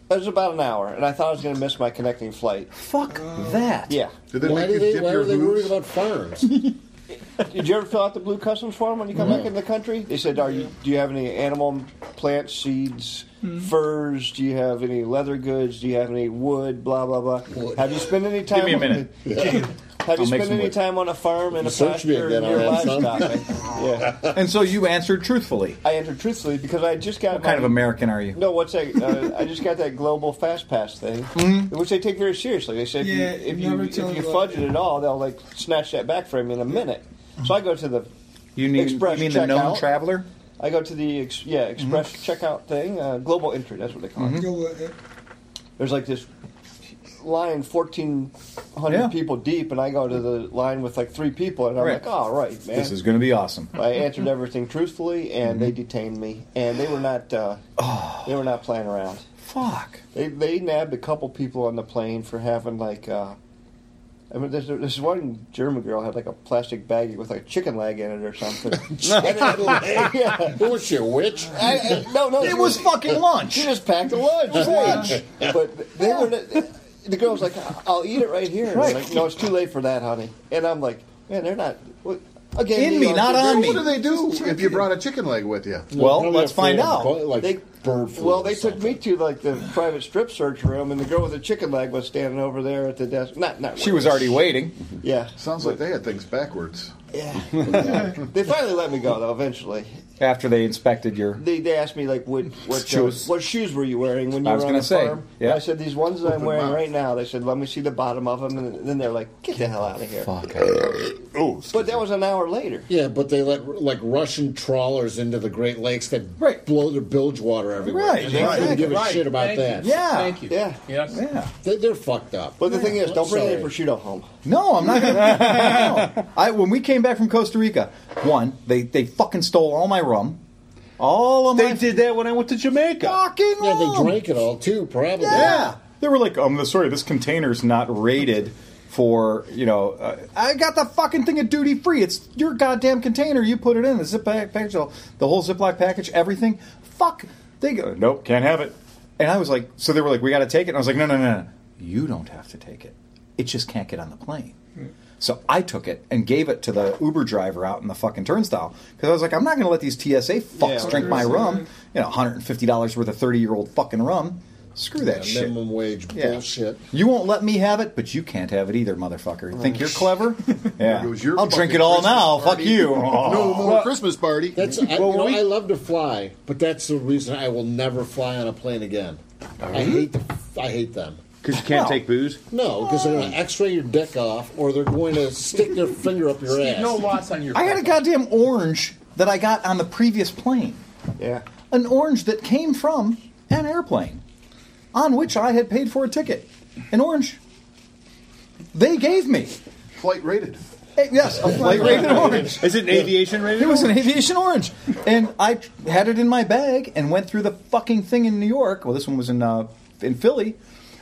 S8: It was about an hour, and I thought I was going to miss my connecting flight.
S2: Fuck that.
S8: Yeah.
S5: Did they
S1: Why,
S5: make
S1: do
S5: you
S1: they,
S5: dip
S1: why
S5: your
S1: are they worried
S5: hooves?
S1: about farms?
S8: Did you ever fill out the blue customs form when you come back
S1: Mm-hmm.
S8: in the country? They said, "Are you? Do you have any animal, plant, seeds,
S1: Mm-hmm.
S8: furs? Do you have any leather goods? Do you have any wood? Blah blah blah. Have you spent any time?
S2: me a
S8: on-
S2: minute.
S8: Have you
S2: I'll make
S8: spent
S2: some
S8: any
S2: wood.
S8: time on a farm in a
S1: Search me
S8: pasture
S1: again
S8: near
S1: on that, son.
S8: livestock? yeah,
S2: And so you answered truthfully.
S8: I entered truthfully because I just got
S2: What kind of
S8: my-
S2: American are you?
S8: No, what's that? Uh, I just got that global fast pass thing,
S1: Mm-hmm.
S8: which they take very seriously. They say if
S4: Yeah,
S8: you if
S4: never
S8: you, if
S4: tell
S8: you
S4: them
S8: fudge it at all, they'll like snatch that back from you in a minute. So I go to the
S2: You need- you
S8: express
S2: mean the
S8: checkout.
S2: known traveler?
S8: I go to the ex, yeah express
S2: Mm-hmm.
S8: checkout thing, uh, global entry. That's what they call
S2: Mhm.
S8: it. There's like this line fourteen hundred
S2: Yeah.
S8: people deep, and I go to the line with like three people, and I'm
S2: Right.
S8: like, all right, man.
S2: This is Mm-hmm. going to be awesome.
S8: I answered everything truthfully, and they detained me. And they were not uh,
S2: Oh.
S8: they were not playing around.
S2: Fuck.
S8: They they nabbed a couple people on the plane for having like. Uh, I mean, this, this one German girl had like a plastic baggie with like a chicken leg in it or something. yeah.
S1: What was she, a witch?
S8: I, I, no, no.
S2: It
S8: she
S2: was fucking lunch.
S8: She just packed a lunch.
S2: It was lunch.
S8: But they were. The girl's like, "I'll eat it right here." And they're Like, no, it's too late for that, honey. And I'm like, "Man, they're not." What, again,
S2: In me, not on me.
S5: What do they do if you brought a chicken leg with you?
S2: Well, Probably let's a find full- out. bu- like
S1: bird flu
S8: well, they took me to like the private strip search room, and the girl with the chicken leg was standing over there at the desk. Not, not.
S2: She was already waiting.
S8: Yeah.
S5: Sounds like they had things backwards.
S8: Yeah. they finally let me go though. Eventually,
S2: After they inspected your.
S8: they, they asked me like, what what uh,
S2: Shoes.
S8: what shoes were you wearing when you
S2: I
S8: were
S2: was
S8: on
S2: gonna
S8: the
S2: say,
S8: farm?
S2: yeah.
S8: And I said these ones that I'm
S2: Open
S8: wearing
S2: mouth.
S8: right now. They said, let me see the bottom of them, and then they're like, get the hell out of here.
S1: Oh,
S8: but that was an hour later.
S1: Yeah, but they let like Russian trawlers into the Great Lakes that blow their bilge water everywhere.
S8: Right,
S1: and they don't
S8: exactly.
S1: give a
S8: Right.
S1: shit about
S8: Thank
S1: that.
S8: you. Yeah. Thank you. Yeah.
S7: Yes.
S2: Yeah.
S1: They, they're fucked up.
S8: But the thing is, don't bring
S1: Sorry.
S8: any prosciutto home.
S2: No, I'm not. Gonna, no. I when we came back from Costa Rica, one they they fucking stole all my rum. All of my. They did that when I went to Jamaica. Fucking
S1: Yeah,
S2: rum.
S1: they drank it all too, probably.
S2: Yeah. They were like, um, sorry, this container's not rated for, you know, uh, I got the fucking thing at duty free. It's your goddamn container. You put it in the Ziploc package, the the whole Ziploc package, everything. Fuck. They go, nope, can't have it. And I was like, so they were like, we got to take it. And I was like, no, no, no, no. You don't have to take it. It just can't get on the plane. So I took it and gave it to the Uber driver out in the fucking turnstile because I was like, I'm not going to let these TSA fucks
S1: Yeah,
S2: drink my
S1: 100%.
S2: rum. You know, $150 worth of 30 year old fucking rum. Screw that
S1: Yeah,
S2: shit.
S1: minimum wage
S2: Yeah.
S1: bullshit.
S2: You won't let me have it, but you can't have it either, motherfucker. You think you're clever? Yeah.
S5: There goes your
S2: I'll drink
S5: fucking
S2: it all
S5: Christmas
S2: now.
S5: party.
S2: Fuck you.
S5: No more
S2: Oh. Well,
S5: Christmas party.
S1: That's I, you know, I love to fly, but that's the reason I will never fly on a plane again. I
S8: Mm-hmm.
S1: hate the, I hate them.
S10: Because you can't
S1: No.
S10: take booze?
S1: No, because they're going to X-ray your dick off, or they're going to stick their finger up your ass.
S7: No loss on your.
S2: I had a goddamn orange that I got on the previous plane.
S8: Yeah.
S2: An orange that came from an airplane on which I had paid for a ticket. An orange. They gave me.
S5: Flight rated.
S2: Hey, yes, a flight rated orange.
S10: Is it an aviation rated?
S2: It was an aviation orange, and I had it in my bag and went through the fucking thing in New York. Well, this one was in uh, in Philly,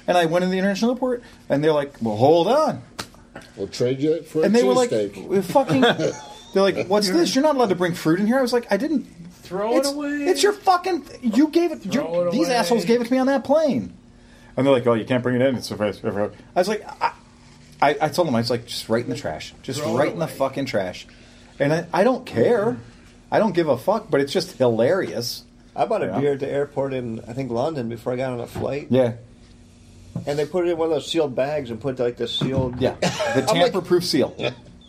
S2: and I went in the international airport, and they're like, "Well, hold on,"
S1: We'll trade you for a
S2: and they were like,
S1: cheesesteak.
S2: "We're "Fucking," they're like, "What's this? You're not allowed to bring fruit in here." I was like, "I didn't."
S7: Throw
S2: it's,
S7: it away.
S2: It's your fucking. You gave it. You,
S7: it
S2: these
S7: away.
S2: assholes gave it to me on that plane. And they're like, "Oh, you can't bring it in." It's a first- I was like, I, I, I told them, I was like, just right in the trash, just
S7: Throw it
S2: right in the fucking trash. And I, I don't care. I don't give a fuck. But it's just hilarious.
S8: I bought a
S2: Yeah.
S8: beer at the airport in I think London before I got on a flight,
S2: Yeah,
S8: and they put it in one of those sealed bags and put like this sealed.
S2: yeah. The
S8: I'm like-
S2: tamper-proof seal.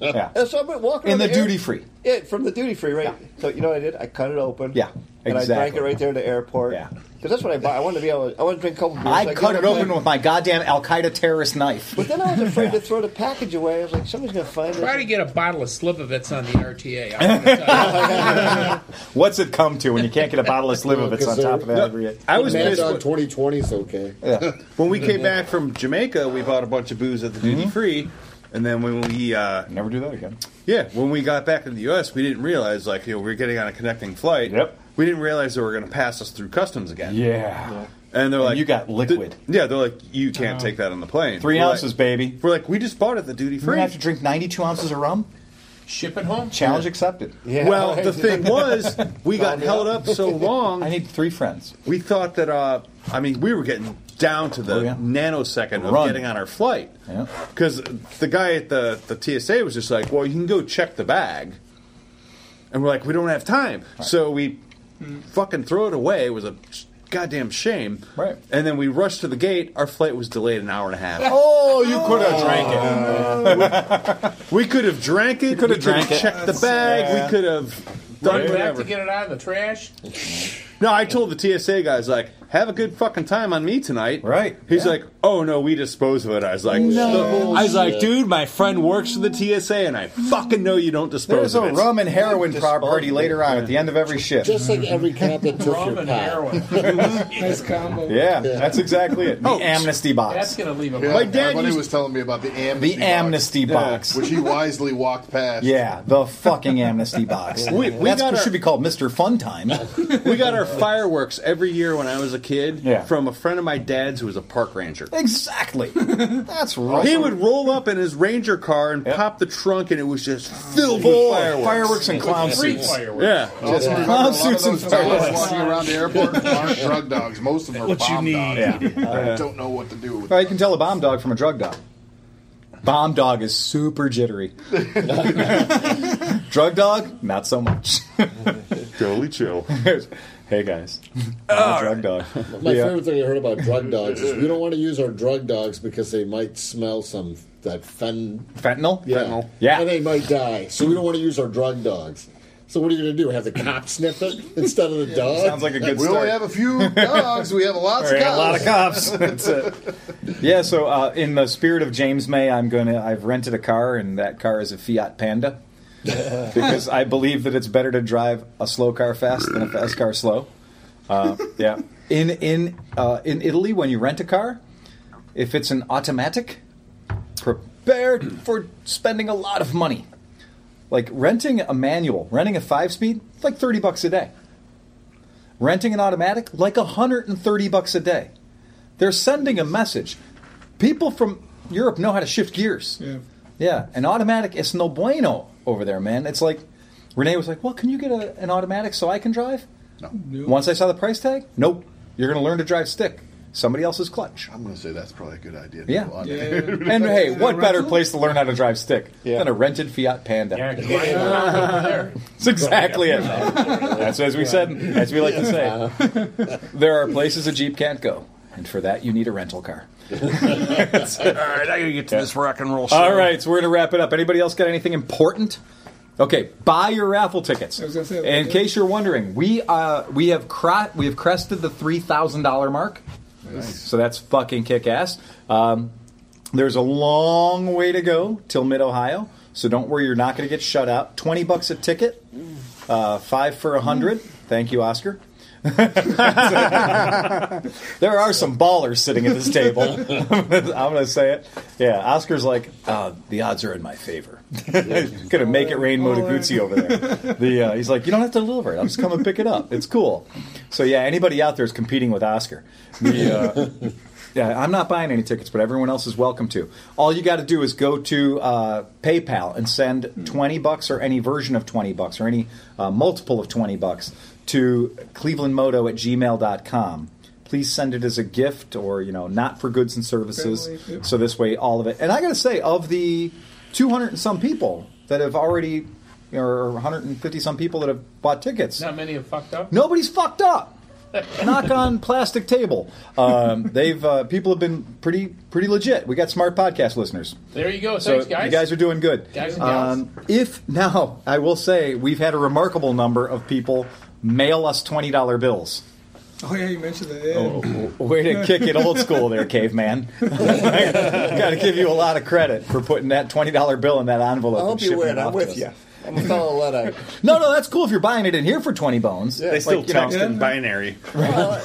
S2: Yeah.
S8: And so I've been walking
S2: In
S8: around
S2: the
S8: air-
S2: duty free.
S8: Yeah, from the duty free, right? So you know what I did? I cut it open.
S2: Yeah,
S8: And I drank
S2: exactly.
S8: it right there at the airport. Yeah. Because that's what I bought. I wanted to be able. To, I wanted to drink a couple beers.
S2: I
S8: so
S2: cut it
S8: get on
S2: open
S8: the-
S2: with my goddamn Al Qaeda terrorist knife.
S8: But then I was afraid to throw the package away. I was like, somebody's gonna find
S7: Try
S8: it.
S7: to get a bottle of Slivovitz on the RTA. I'm gonna tell you.
S2: What's it come to when you can't get a bottle of Slivovitz on top of that? every-
S10: I was
S1: Mad
S10: pissed
S1: Dog
S10: when-
S1: 2020 is okay.
S10: when we came back from Jamaica, we bought a bunch of booze at the duty free, and then when we uh,
S2: never do that again.
S10: Yeah, when we got back in the U.S., we didn't realize like you know we were getting on a connecting flight. Yep. We didn't realize they were going to pass us through customs again.
S2: Yeah.
S10: And they're like,
S2: you got liquid.
S10: yeah, they're like, you
S2: Oh.
S10: can't take that on the plane.
S2: Three
S10: We're like-
S2: ounces, baby.
S10: We're like, we just bought it at the duty
S2: You're gonna
S10: free.
S2: have to drink 92 ounces of rum.
S7: Ship it home.
S2: Challenge accepted.
S10: Well, the thing was, we got held up so long. I
S2: need three friends.
S10: We thought that, uh, I mean, we were getting down to the
S2: Oh, yeah.
S10: nanosecond of
S2: Run.
S10: getting on our flight.
S2: Yeah.
S10: Because the guy at the, the TSA was just like, well, you can go check the bag. And we're like, we don't have time. So we
S2: Hmm.
S10: fucking throw it away. It was a goddamn shame. Right. And then we rushed to the gate. Our flight was delayed an hour and a half.
S2: Oh, you could have drank it.
S10: We could have drank it.
S2: could have
S10: we
S2: drank
S10: could
S2: it.
S10: have checked the bag.
S2: Yeah.
S10: We could have
S7: Run
S10: done
S7: back
S10: whatever.
S7: to get it out of the trash.
S10: No, I told the TSA guys like, have a good fucking time on me tonight. Right. He's like, oh no, we dispose of it. I was like,
S2: No.
S10: I was like,
S2: Bullshit.
S10: dude, my friend works for the TSA, and I fucking know you don't dispose
S2: There's a
S10: of it.
S2: rum and heroin party later on at the end of every shift.
S1: Just like every cop that took your pot.
S9: nice combo.
S2: Yeah, that's exactly it. The
S10: Oh.
S2: amnesty box.
S7: gonna leave a.
S5: Yeah,
S2: My dad
S5: everybody
S2: used-
S5: was telling me about the amnesty.
S2: The amnesty box.
S5: which he wisely walked past.
S2: Yeah, the fucking amnesty box.
S10: We- we
S2: That's-
S10: got our-
S2: should be called Mr. Fun Time.
S10: we got our fireworks every year when I was a kid
S2: Yeah.
S10: from a friend of my dad's who was a park ranger.
S2: exactly. That's right.
S10: He would roll up in his ranger car and pop the trunk, and it was just filled
S2: Full
S10: with
S2: of
S10: fireworks,
S2: fireworks and clown
S10: Free
S2: suits.
S10: fireworks. Yeah,
S5: I also remember a lot
S2: clown
S5: of
S2: suits and
S5: those fellas
S2: fireworks.
S5: Walking around the airport aren't drug dogs. Most of them are
S2: What you
S5: bomb
S2: need.
S5: dogs.
S2: Yeah.
S5: I
S2: Yeah.
S5: don't know what to do with.
S2: Well, you can tell a bomb dog from a drug dog. Bomb dog is super jittery. drug dog, not so much.
S10: totally chill.
S2: hey guys, I'm a drug dog.
S1: My
S2: Yeah.
S1: favorite thing I heard about drug dogs is we don't want to use our drug dogs because they might smell some that fen-
S2: fentanyl.
S1: Yeah.
S2: Fentanyl. Yeah.
S1: and they might die. So we don't want to use our drug dogs. So what are you going to do? Have the cop sniff it instead of the dog?
S2: sounds like a good
S5: We
S2: start.
S5: only have a few dogs. We have lots
S2: Right,
S5: of cows.
S2: a lot of cops. That's it. Yeah. So, uh, in the spirit of James May, I'm gonna. I've rented a car, and that car is a Fiat Panda, because I believe that it's better to drive a slow car fast than a fast car slow. Uh, yeah. In in uh, in Italy, when you rent a car, if it's an automatic, prepare for spending a lot of money. Like renting a manual, renting a five speed, it's like thirty bucks a day. Renting an automatic, like hundred and thirty bucks a day. They're sending a message. People from Europe know how to shift gears. Yeah. an automatic is no bueno over there, man. It's like Renee was like, "Well, can you get a, an automatic so I can drive?" No. Once I saw the price tag, nope. You're going to learn to drive stick. Somebody else's clutch.
S5: I'm going to say that's probably a good idea.
S2: Yeah.
S5: No, I-
S2: and hey, what better place to learn how to drive stick than a rented Fiat Panda? That's exactly it. That's as we said, as we like to say.
S9: Uh-huh.
S2: There are places a Jeep can't go, and for that you need a rental car.
S10: All right, I gotta get to this rock and roll. Show.
S2: All right, so we're gonna wrap it up. Anybody else got anything important? Okay, buy your raffle tickets.
S9: I was gonna say that.
S2: In case you're wondering, we uh, we have cro- we have crested the three thousand dollar mark. So that's fucking kick ass. Um, there's a long way to go till mid Ohio, so don't worry, you're not going to get shut out. Twenty bucks a ticket, uh, five for a hundred. Thank you, Oscar. there are some ballers sitting at this table. I'm going to say it. Yeah, Oscar's like, uh, the odds are in my favor. Going to make it rain Motoguchi over there. The, uh, he's like, you don't have to deliver it. I'm just come and pick it up. It's cool. So, yeah, anybody out there is competing with Oscar. The, uh, yeah, I'm not buying any tickets, but everyone else is welcome to. All you got to do is go to uh, PayPal and send 20 bucks or any version of 20 bucks or any uh, multiple of 20 bucks to clevelandmoto at gmail.com. Please send it as a gift or, you know, not for goods and services.
S9: Family, yep.
S2: So this way, all of it. And I got to say, of the 200 and some people that have already, or 150 some people that have bought tickets,
S7: Not many have fucked up.
S2: Nobody's fucked up. Knock on plastic table. Um, they've uh, people have been pretty pretty legit. We got smart podcast listeners.
S7: There you go.
S2: So
S7: Thanks, guys.
S2: you guys are doing good.
S7: Guys and gals.
S2: Um, if now I will say we've had a remarkable number of people mail us twenty dollar bills.
S9: Oh yeah, you mentioned that. Yeah.
S2: Oh. Way to kick it old school there, caveman. Got to give you a lot of credit for putting that twenty dollar bill in that envelope.
S8: I
S2: and
S8: hope you
S2: shipping
S8: win.
S2: it
S8: I'm
S2: off to
S8: with
S2: us.
S8: you. I'm a fellow Luddite.
S2: No, no, that's cool if you're buying it in here for twenty bones.
S10: They still
S2: Like, you know,
S10: text in binary.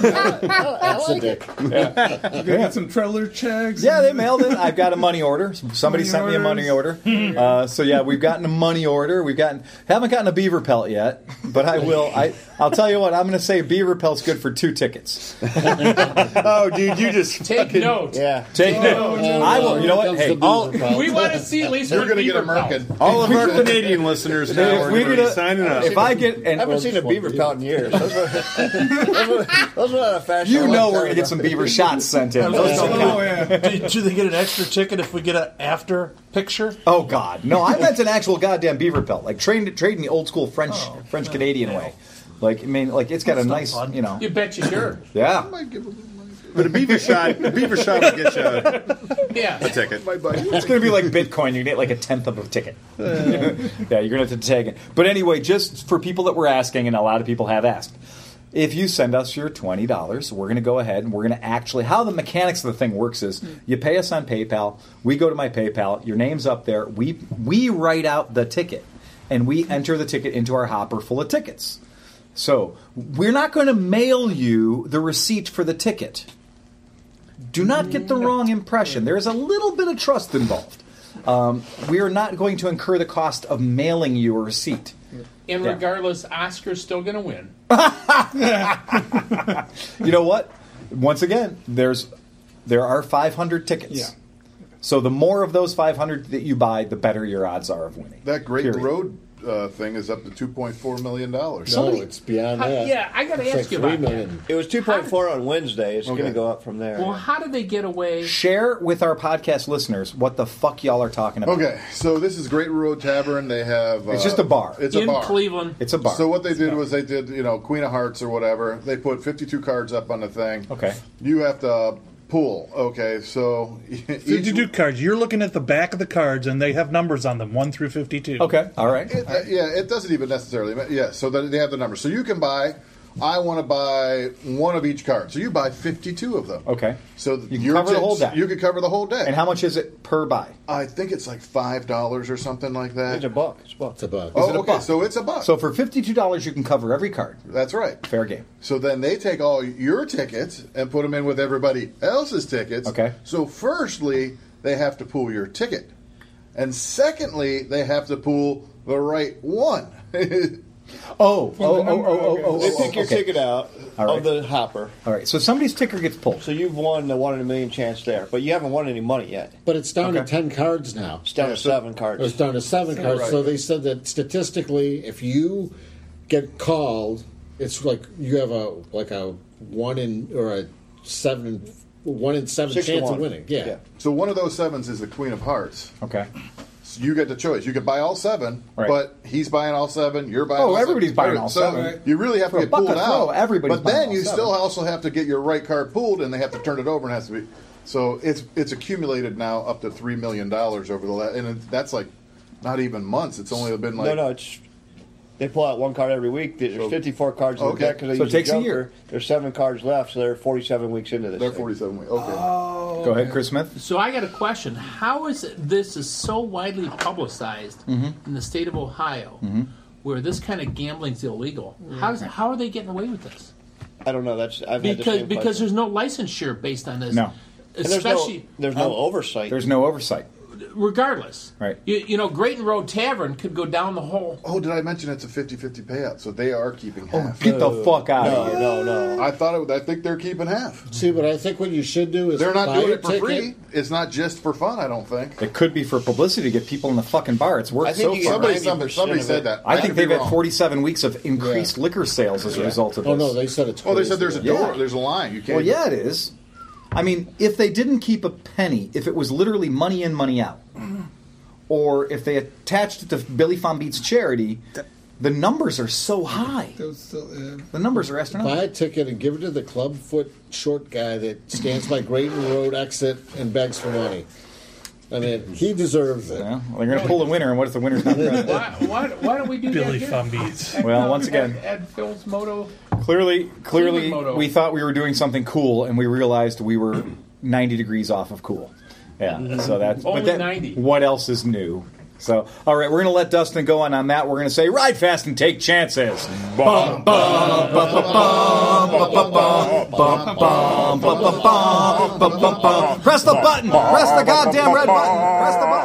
S1: That's a dick.
S9: You gonna get some trailer checks.
S2: Yeah, they mailed it. I've got a money order. Somebody
S9: Money
S2: sent me a money order. Uh, so yeah, we've gotten a money order. We've gotten haven't gotten a beaver pelt yet, but I will. I I'll tell you what. I'm going to say beaver pelt's good for two tickets.
S10: Oh, dude, you just
S7: Take note.
S8: Yeah.
S2: Take it. I will. You know what?
S1: Comes
S2: Hey,
S1: the
S2: all,
S1: beaver pelt.
S7: We want to see at least
S5: You're
S7: one
S5: going to get a
S7: beaver pelt.
S5: Merkin.
S10: all of our Canadian listeners now
S2: if
S10: are
S2: we
S10: gonna
S2: get
S10: be
S2: a,
S10: signing up.
S2: if I get
S8: I haven't
S2: and
S8: seen a beaver pelt in years. Those were, those were, those were out of fashion.
S2: you know we're going to get some beaver shots sent in. Those don't count.
S9: Oh yeah.
S3: do, do they get an extra ticket if we get an after picture?
S2: Oh God, no! I meant an actual goddamn beaver pelt, like trained, trade in the old school French,
S8: Oh,
S2: French Canadian way. Like I mean, like it's got a nice,
S3: fun.
S2: you know,
S7: You bet you sure.
S2: yeah.
S10: But a beaver shot, a beaver shot will get you a
S7: Yeah.
S10: ticket.
S5: My buddy.
S2: It's going to be like Bitcoin. You're going to get like a tenth of a ticket. yeah, you're going to have to tag it. But anyway, just for people that were asking, and a lot of people have asked, If you send us your twenty dollars, we're going to go ahead and we're going to actually how the mechanics of the thing works is you pay us on PayPal, we go to my PayPal, your name's up there, we we write out the ticket, and we enter the ticket into our hopper full of tickets. So we're not going to mail you the receipt for the ticket. Do not get the wrong impression. There is a little bit of trust involved. Um, we are not going to incur the cost of mailing you a receipt.
S7: And
S2: Yeah.
S7: regardless, Oscar's still going to win.
S2: you know what? Once again, there's there are 500 tickets. So the more of those 500 that you buy, the better your odds are of winning.
S5: That great
S2: Period.
S5: road uh, thing is up to two point four million dollars.
S2: No, Somebody- it's
S5: beyond
S7: How- Uh, yeah, I got to ask you about that.
S8: It was 2.4 on Wednesday. It's going
S2: Okay.
S8: to go up from there.
S7: Well, how do they get away?
S2: Share with our podcast listeners what the fuck y'all are talking about.
S5: Okay, so this is Great Road Tavern. They have uh,
S2: It's just a bar.
S5: It's a
S2: In
S5: bar.
S2: Cleveland. It's a bar.
S5: So what they did was they did you know Queen of Hearts or whatever. They put fifty two cards up on the thing.
S2: Okay.
S5: You have to pool. Okay, so each-
S4: 52 cards. You're looking at the back of the cards, and they have numbers on them, one through 52.
S2: Okay, all right.
S5: It, Uh, yeah, it doesn't even necessarily. ma- Yeah, so that they have the number. So you can buy. I want to buy one of each card. So you buy fifty-two of them.
S2: Okay.
S5: So you
S2: can cover the whole deck.
S5: You could cover the whole deck.
S2: And how much is it per buy?
S5: I think it's like five dollars or something like that. It's a
S8: buck. It's a buck.
S1: It's a buck.
S5: Oh, okay. So it's a buck.
S2: So for $52, you can cover every card.
S5: That's right.
S2: Fair game.
S5: So then they take all your tickets and put them in with everybody else's tickets.
S2: Okay.
S5: So firstly, they have to pool your ticket, and secondly, they have to pool the right one.
S2: oh, oh, oh, oh, oh, oh,
S8: They
S2: oh,
S8: pick your
S2: okay.
S8: ticket out
S2: All right.
S8: of the hopper.
S2: All right, so somebody's ticker gets pulled.
S8: So you've won the one in a million chance there, but you haven't won any money yet.
S1: But it's down to 10 cards now.
S8: It's down to seven cards.
S1: It's down to seven
S8: Seven.
S1: cards.
S8: Right.
S1: So they said that statistically, if you get called, it's like you have a like a one in or a seven one in seven
S5: Six to
S1: chance of
S5: one.
S1: winning. Yeah.
S5: So one of those sevens is the Queen of Hearts.
S2: Okay.
S5: So you get the choice. You could buy all seven,
S2: Right.
S5: but he's buying all seven. You're buying.
S2: Oh,
S5: all
S2: everybody's
S5: seven.
S2: buying all
S5: So
S2: seven.
S5: You really have
S2: For
S5: to
S2: a
S5: get
S2: buck
S5: pulled
S2: a throw,
S5: out.
S2: everybody's
S5: But
S2: buying
S5: then
S2: all
S5: you
S2: seven.
S5: still also have to get your right card pulled, and they have to turn it over and it has to be. So it's it's accumulated now up to three million dollars over the last, and it, that's like not even months. It's only been like
S8: no, no, it's they pull out one card every week. There's 54 cards in
S5: Okay.
S8: the deck 'cause they
S5: So it
S8: use a
S5: takes a
S8: joker.
S5: year.
S8: There's seven cards left, so they're 47 weeks into this. They're
S5: 47 weeks. Okay.
S2: Go ahead, Chris Smith.
S7: So I got a question. How is it, this is so widely publicized
S2: Mhm.
S7: in the state of Ohio,
S2: Mhm.
S7: where this kind of gambling's illegal? How is, how are they getting away with this?
S8: I don't know. That's I've had the
S7: Because
S8: same
S7: because
S8: question.
S7: there's no licensure based on this.
S2: No.
S8: And there's no-
S7: Especially
S8: there's no oversight.
S2: There's no oversight.
S7: regardless.
S2: Right.
S7: You, you know, Grayton Road Tavern could go down the hole.
S5: Oh, did I mention it's a 50-50 payout? So they are keeping half.
S2: Oh, get the No. fuck out of here.
S8: No, no,
S5: no. I thought it, I think they're keeping half.
S1: See, but I think what you should do is
S5: They're not
S1: buy
S5: doing
S1: a
S5: it for
S1: ticket.
S5: free. It's not just for fun. I don't think.
S2: It could be for publicity to get people in the fucking bar. It's worked
S5: I think
S2: so
S5: you
S2: far.
S5: get Somebody- somebody- 90% somebody of said it. that.
S2: I,
S5: I
S2: think
S5: could be
S2: they've had
S5: wrong.
S2: 47 weeks of increased liquor sales as a
S5: Yeah.
S2: result of
S5: Oh,
S2: this.
S5: no, they said it's Oh, they said there's a door- there's a line. You can't
S2: Well, yeah, it
S5: even-
S2: is. I mean, if they didn't keep a penny, if it was literally money in, money out, or if they attached it to Billy Fombeat's charity, the numbers are so high. The numbers are astronomical.
S1: Buy a ticket and give it to the clubfoot short guy that stands by Graydon Road exit and begs for money. I mean, he deserves it.
S2: They're going to pull the winner, and what if the winner's not present?
S7: Why, why, why don't we do
S2: Billy
S7: that?
S4: Fumbies.
S2: Well, once again-
S7: Ed Phil's moto.
S2: Clearly, clearly,
S7: Cleveland moto.
S2: we thought we were doing something cool, and we realized we were 90 degrees off of cool. Yeah, so that's
S7: Only
S2: but that,
S7: 90.
S2: What else is new? So, all right, we're gonna let Dustin go, and on that, we're gonna say, ride fast and take chances. Bum, bum, bum, bum, bum, bum, bum, bum, bum, bum, bum, bum, bum, bum. Press the button. Press the goddamn red button. Press the button.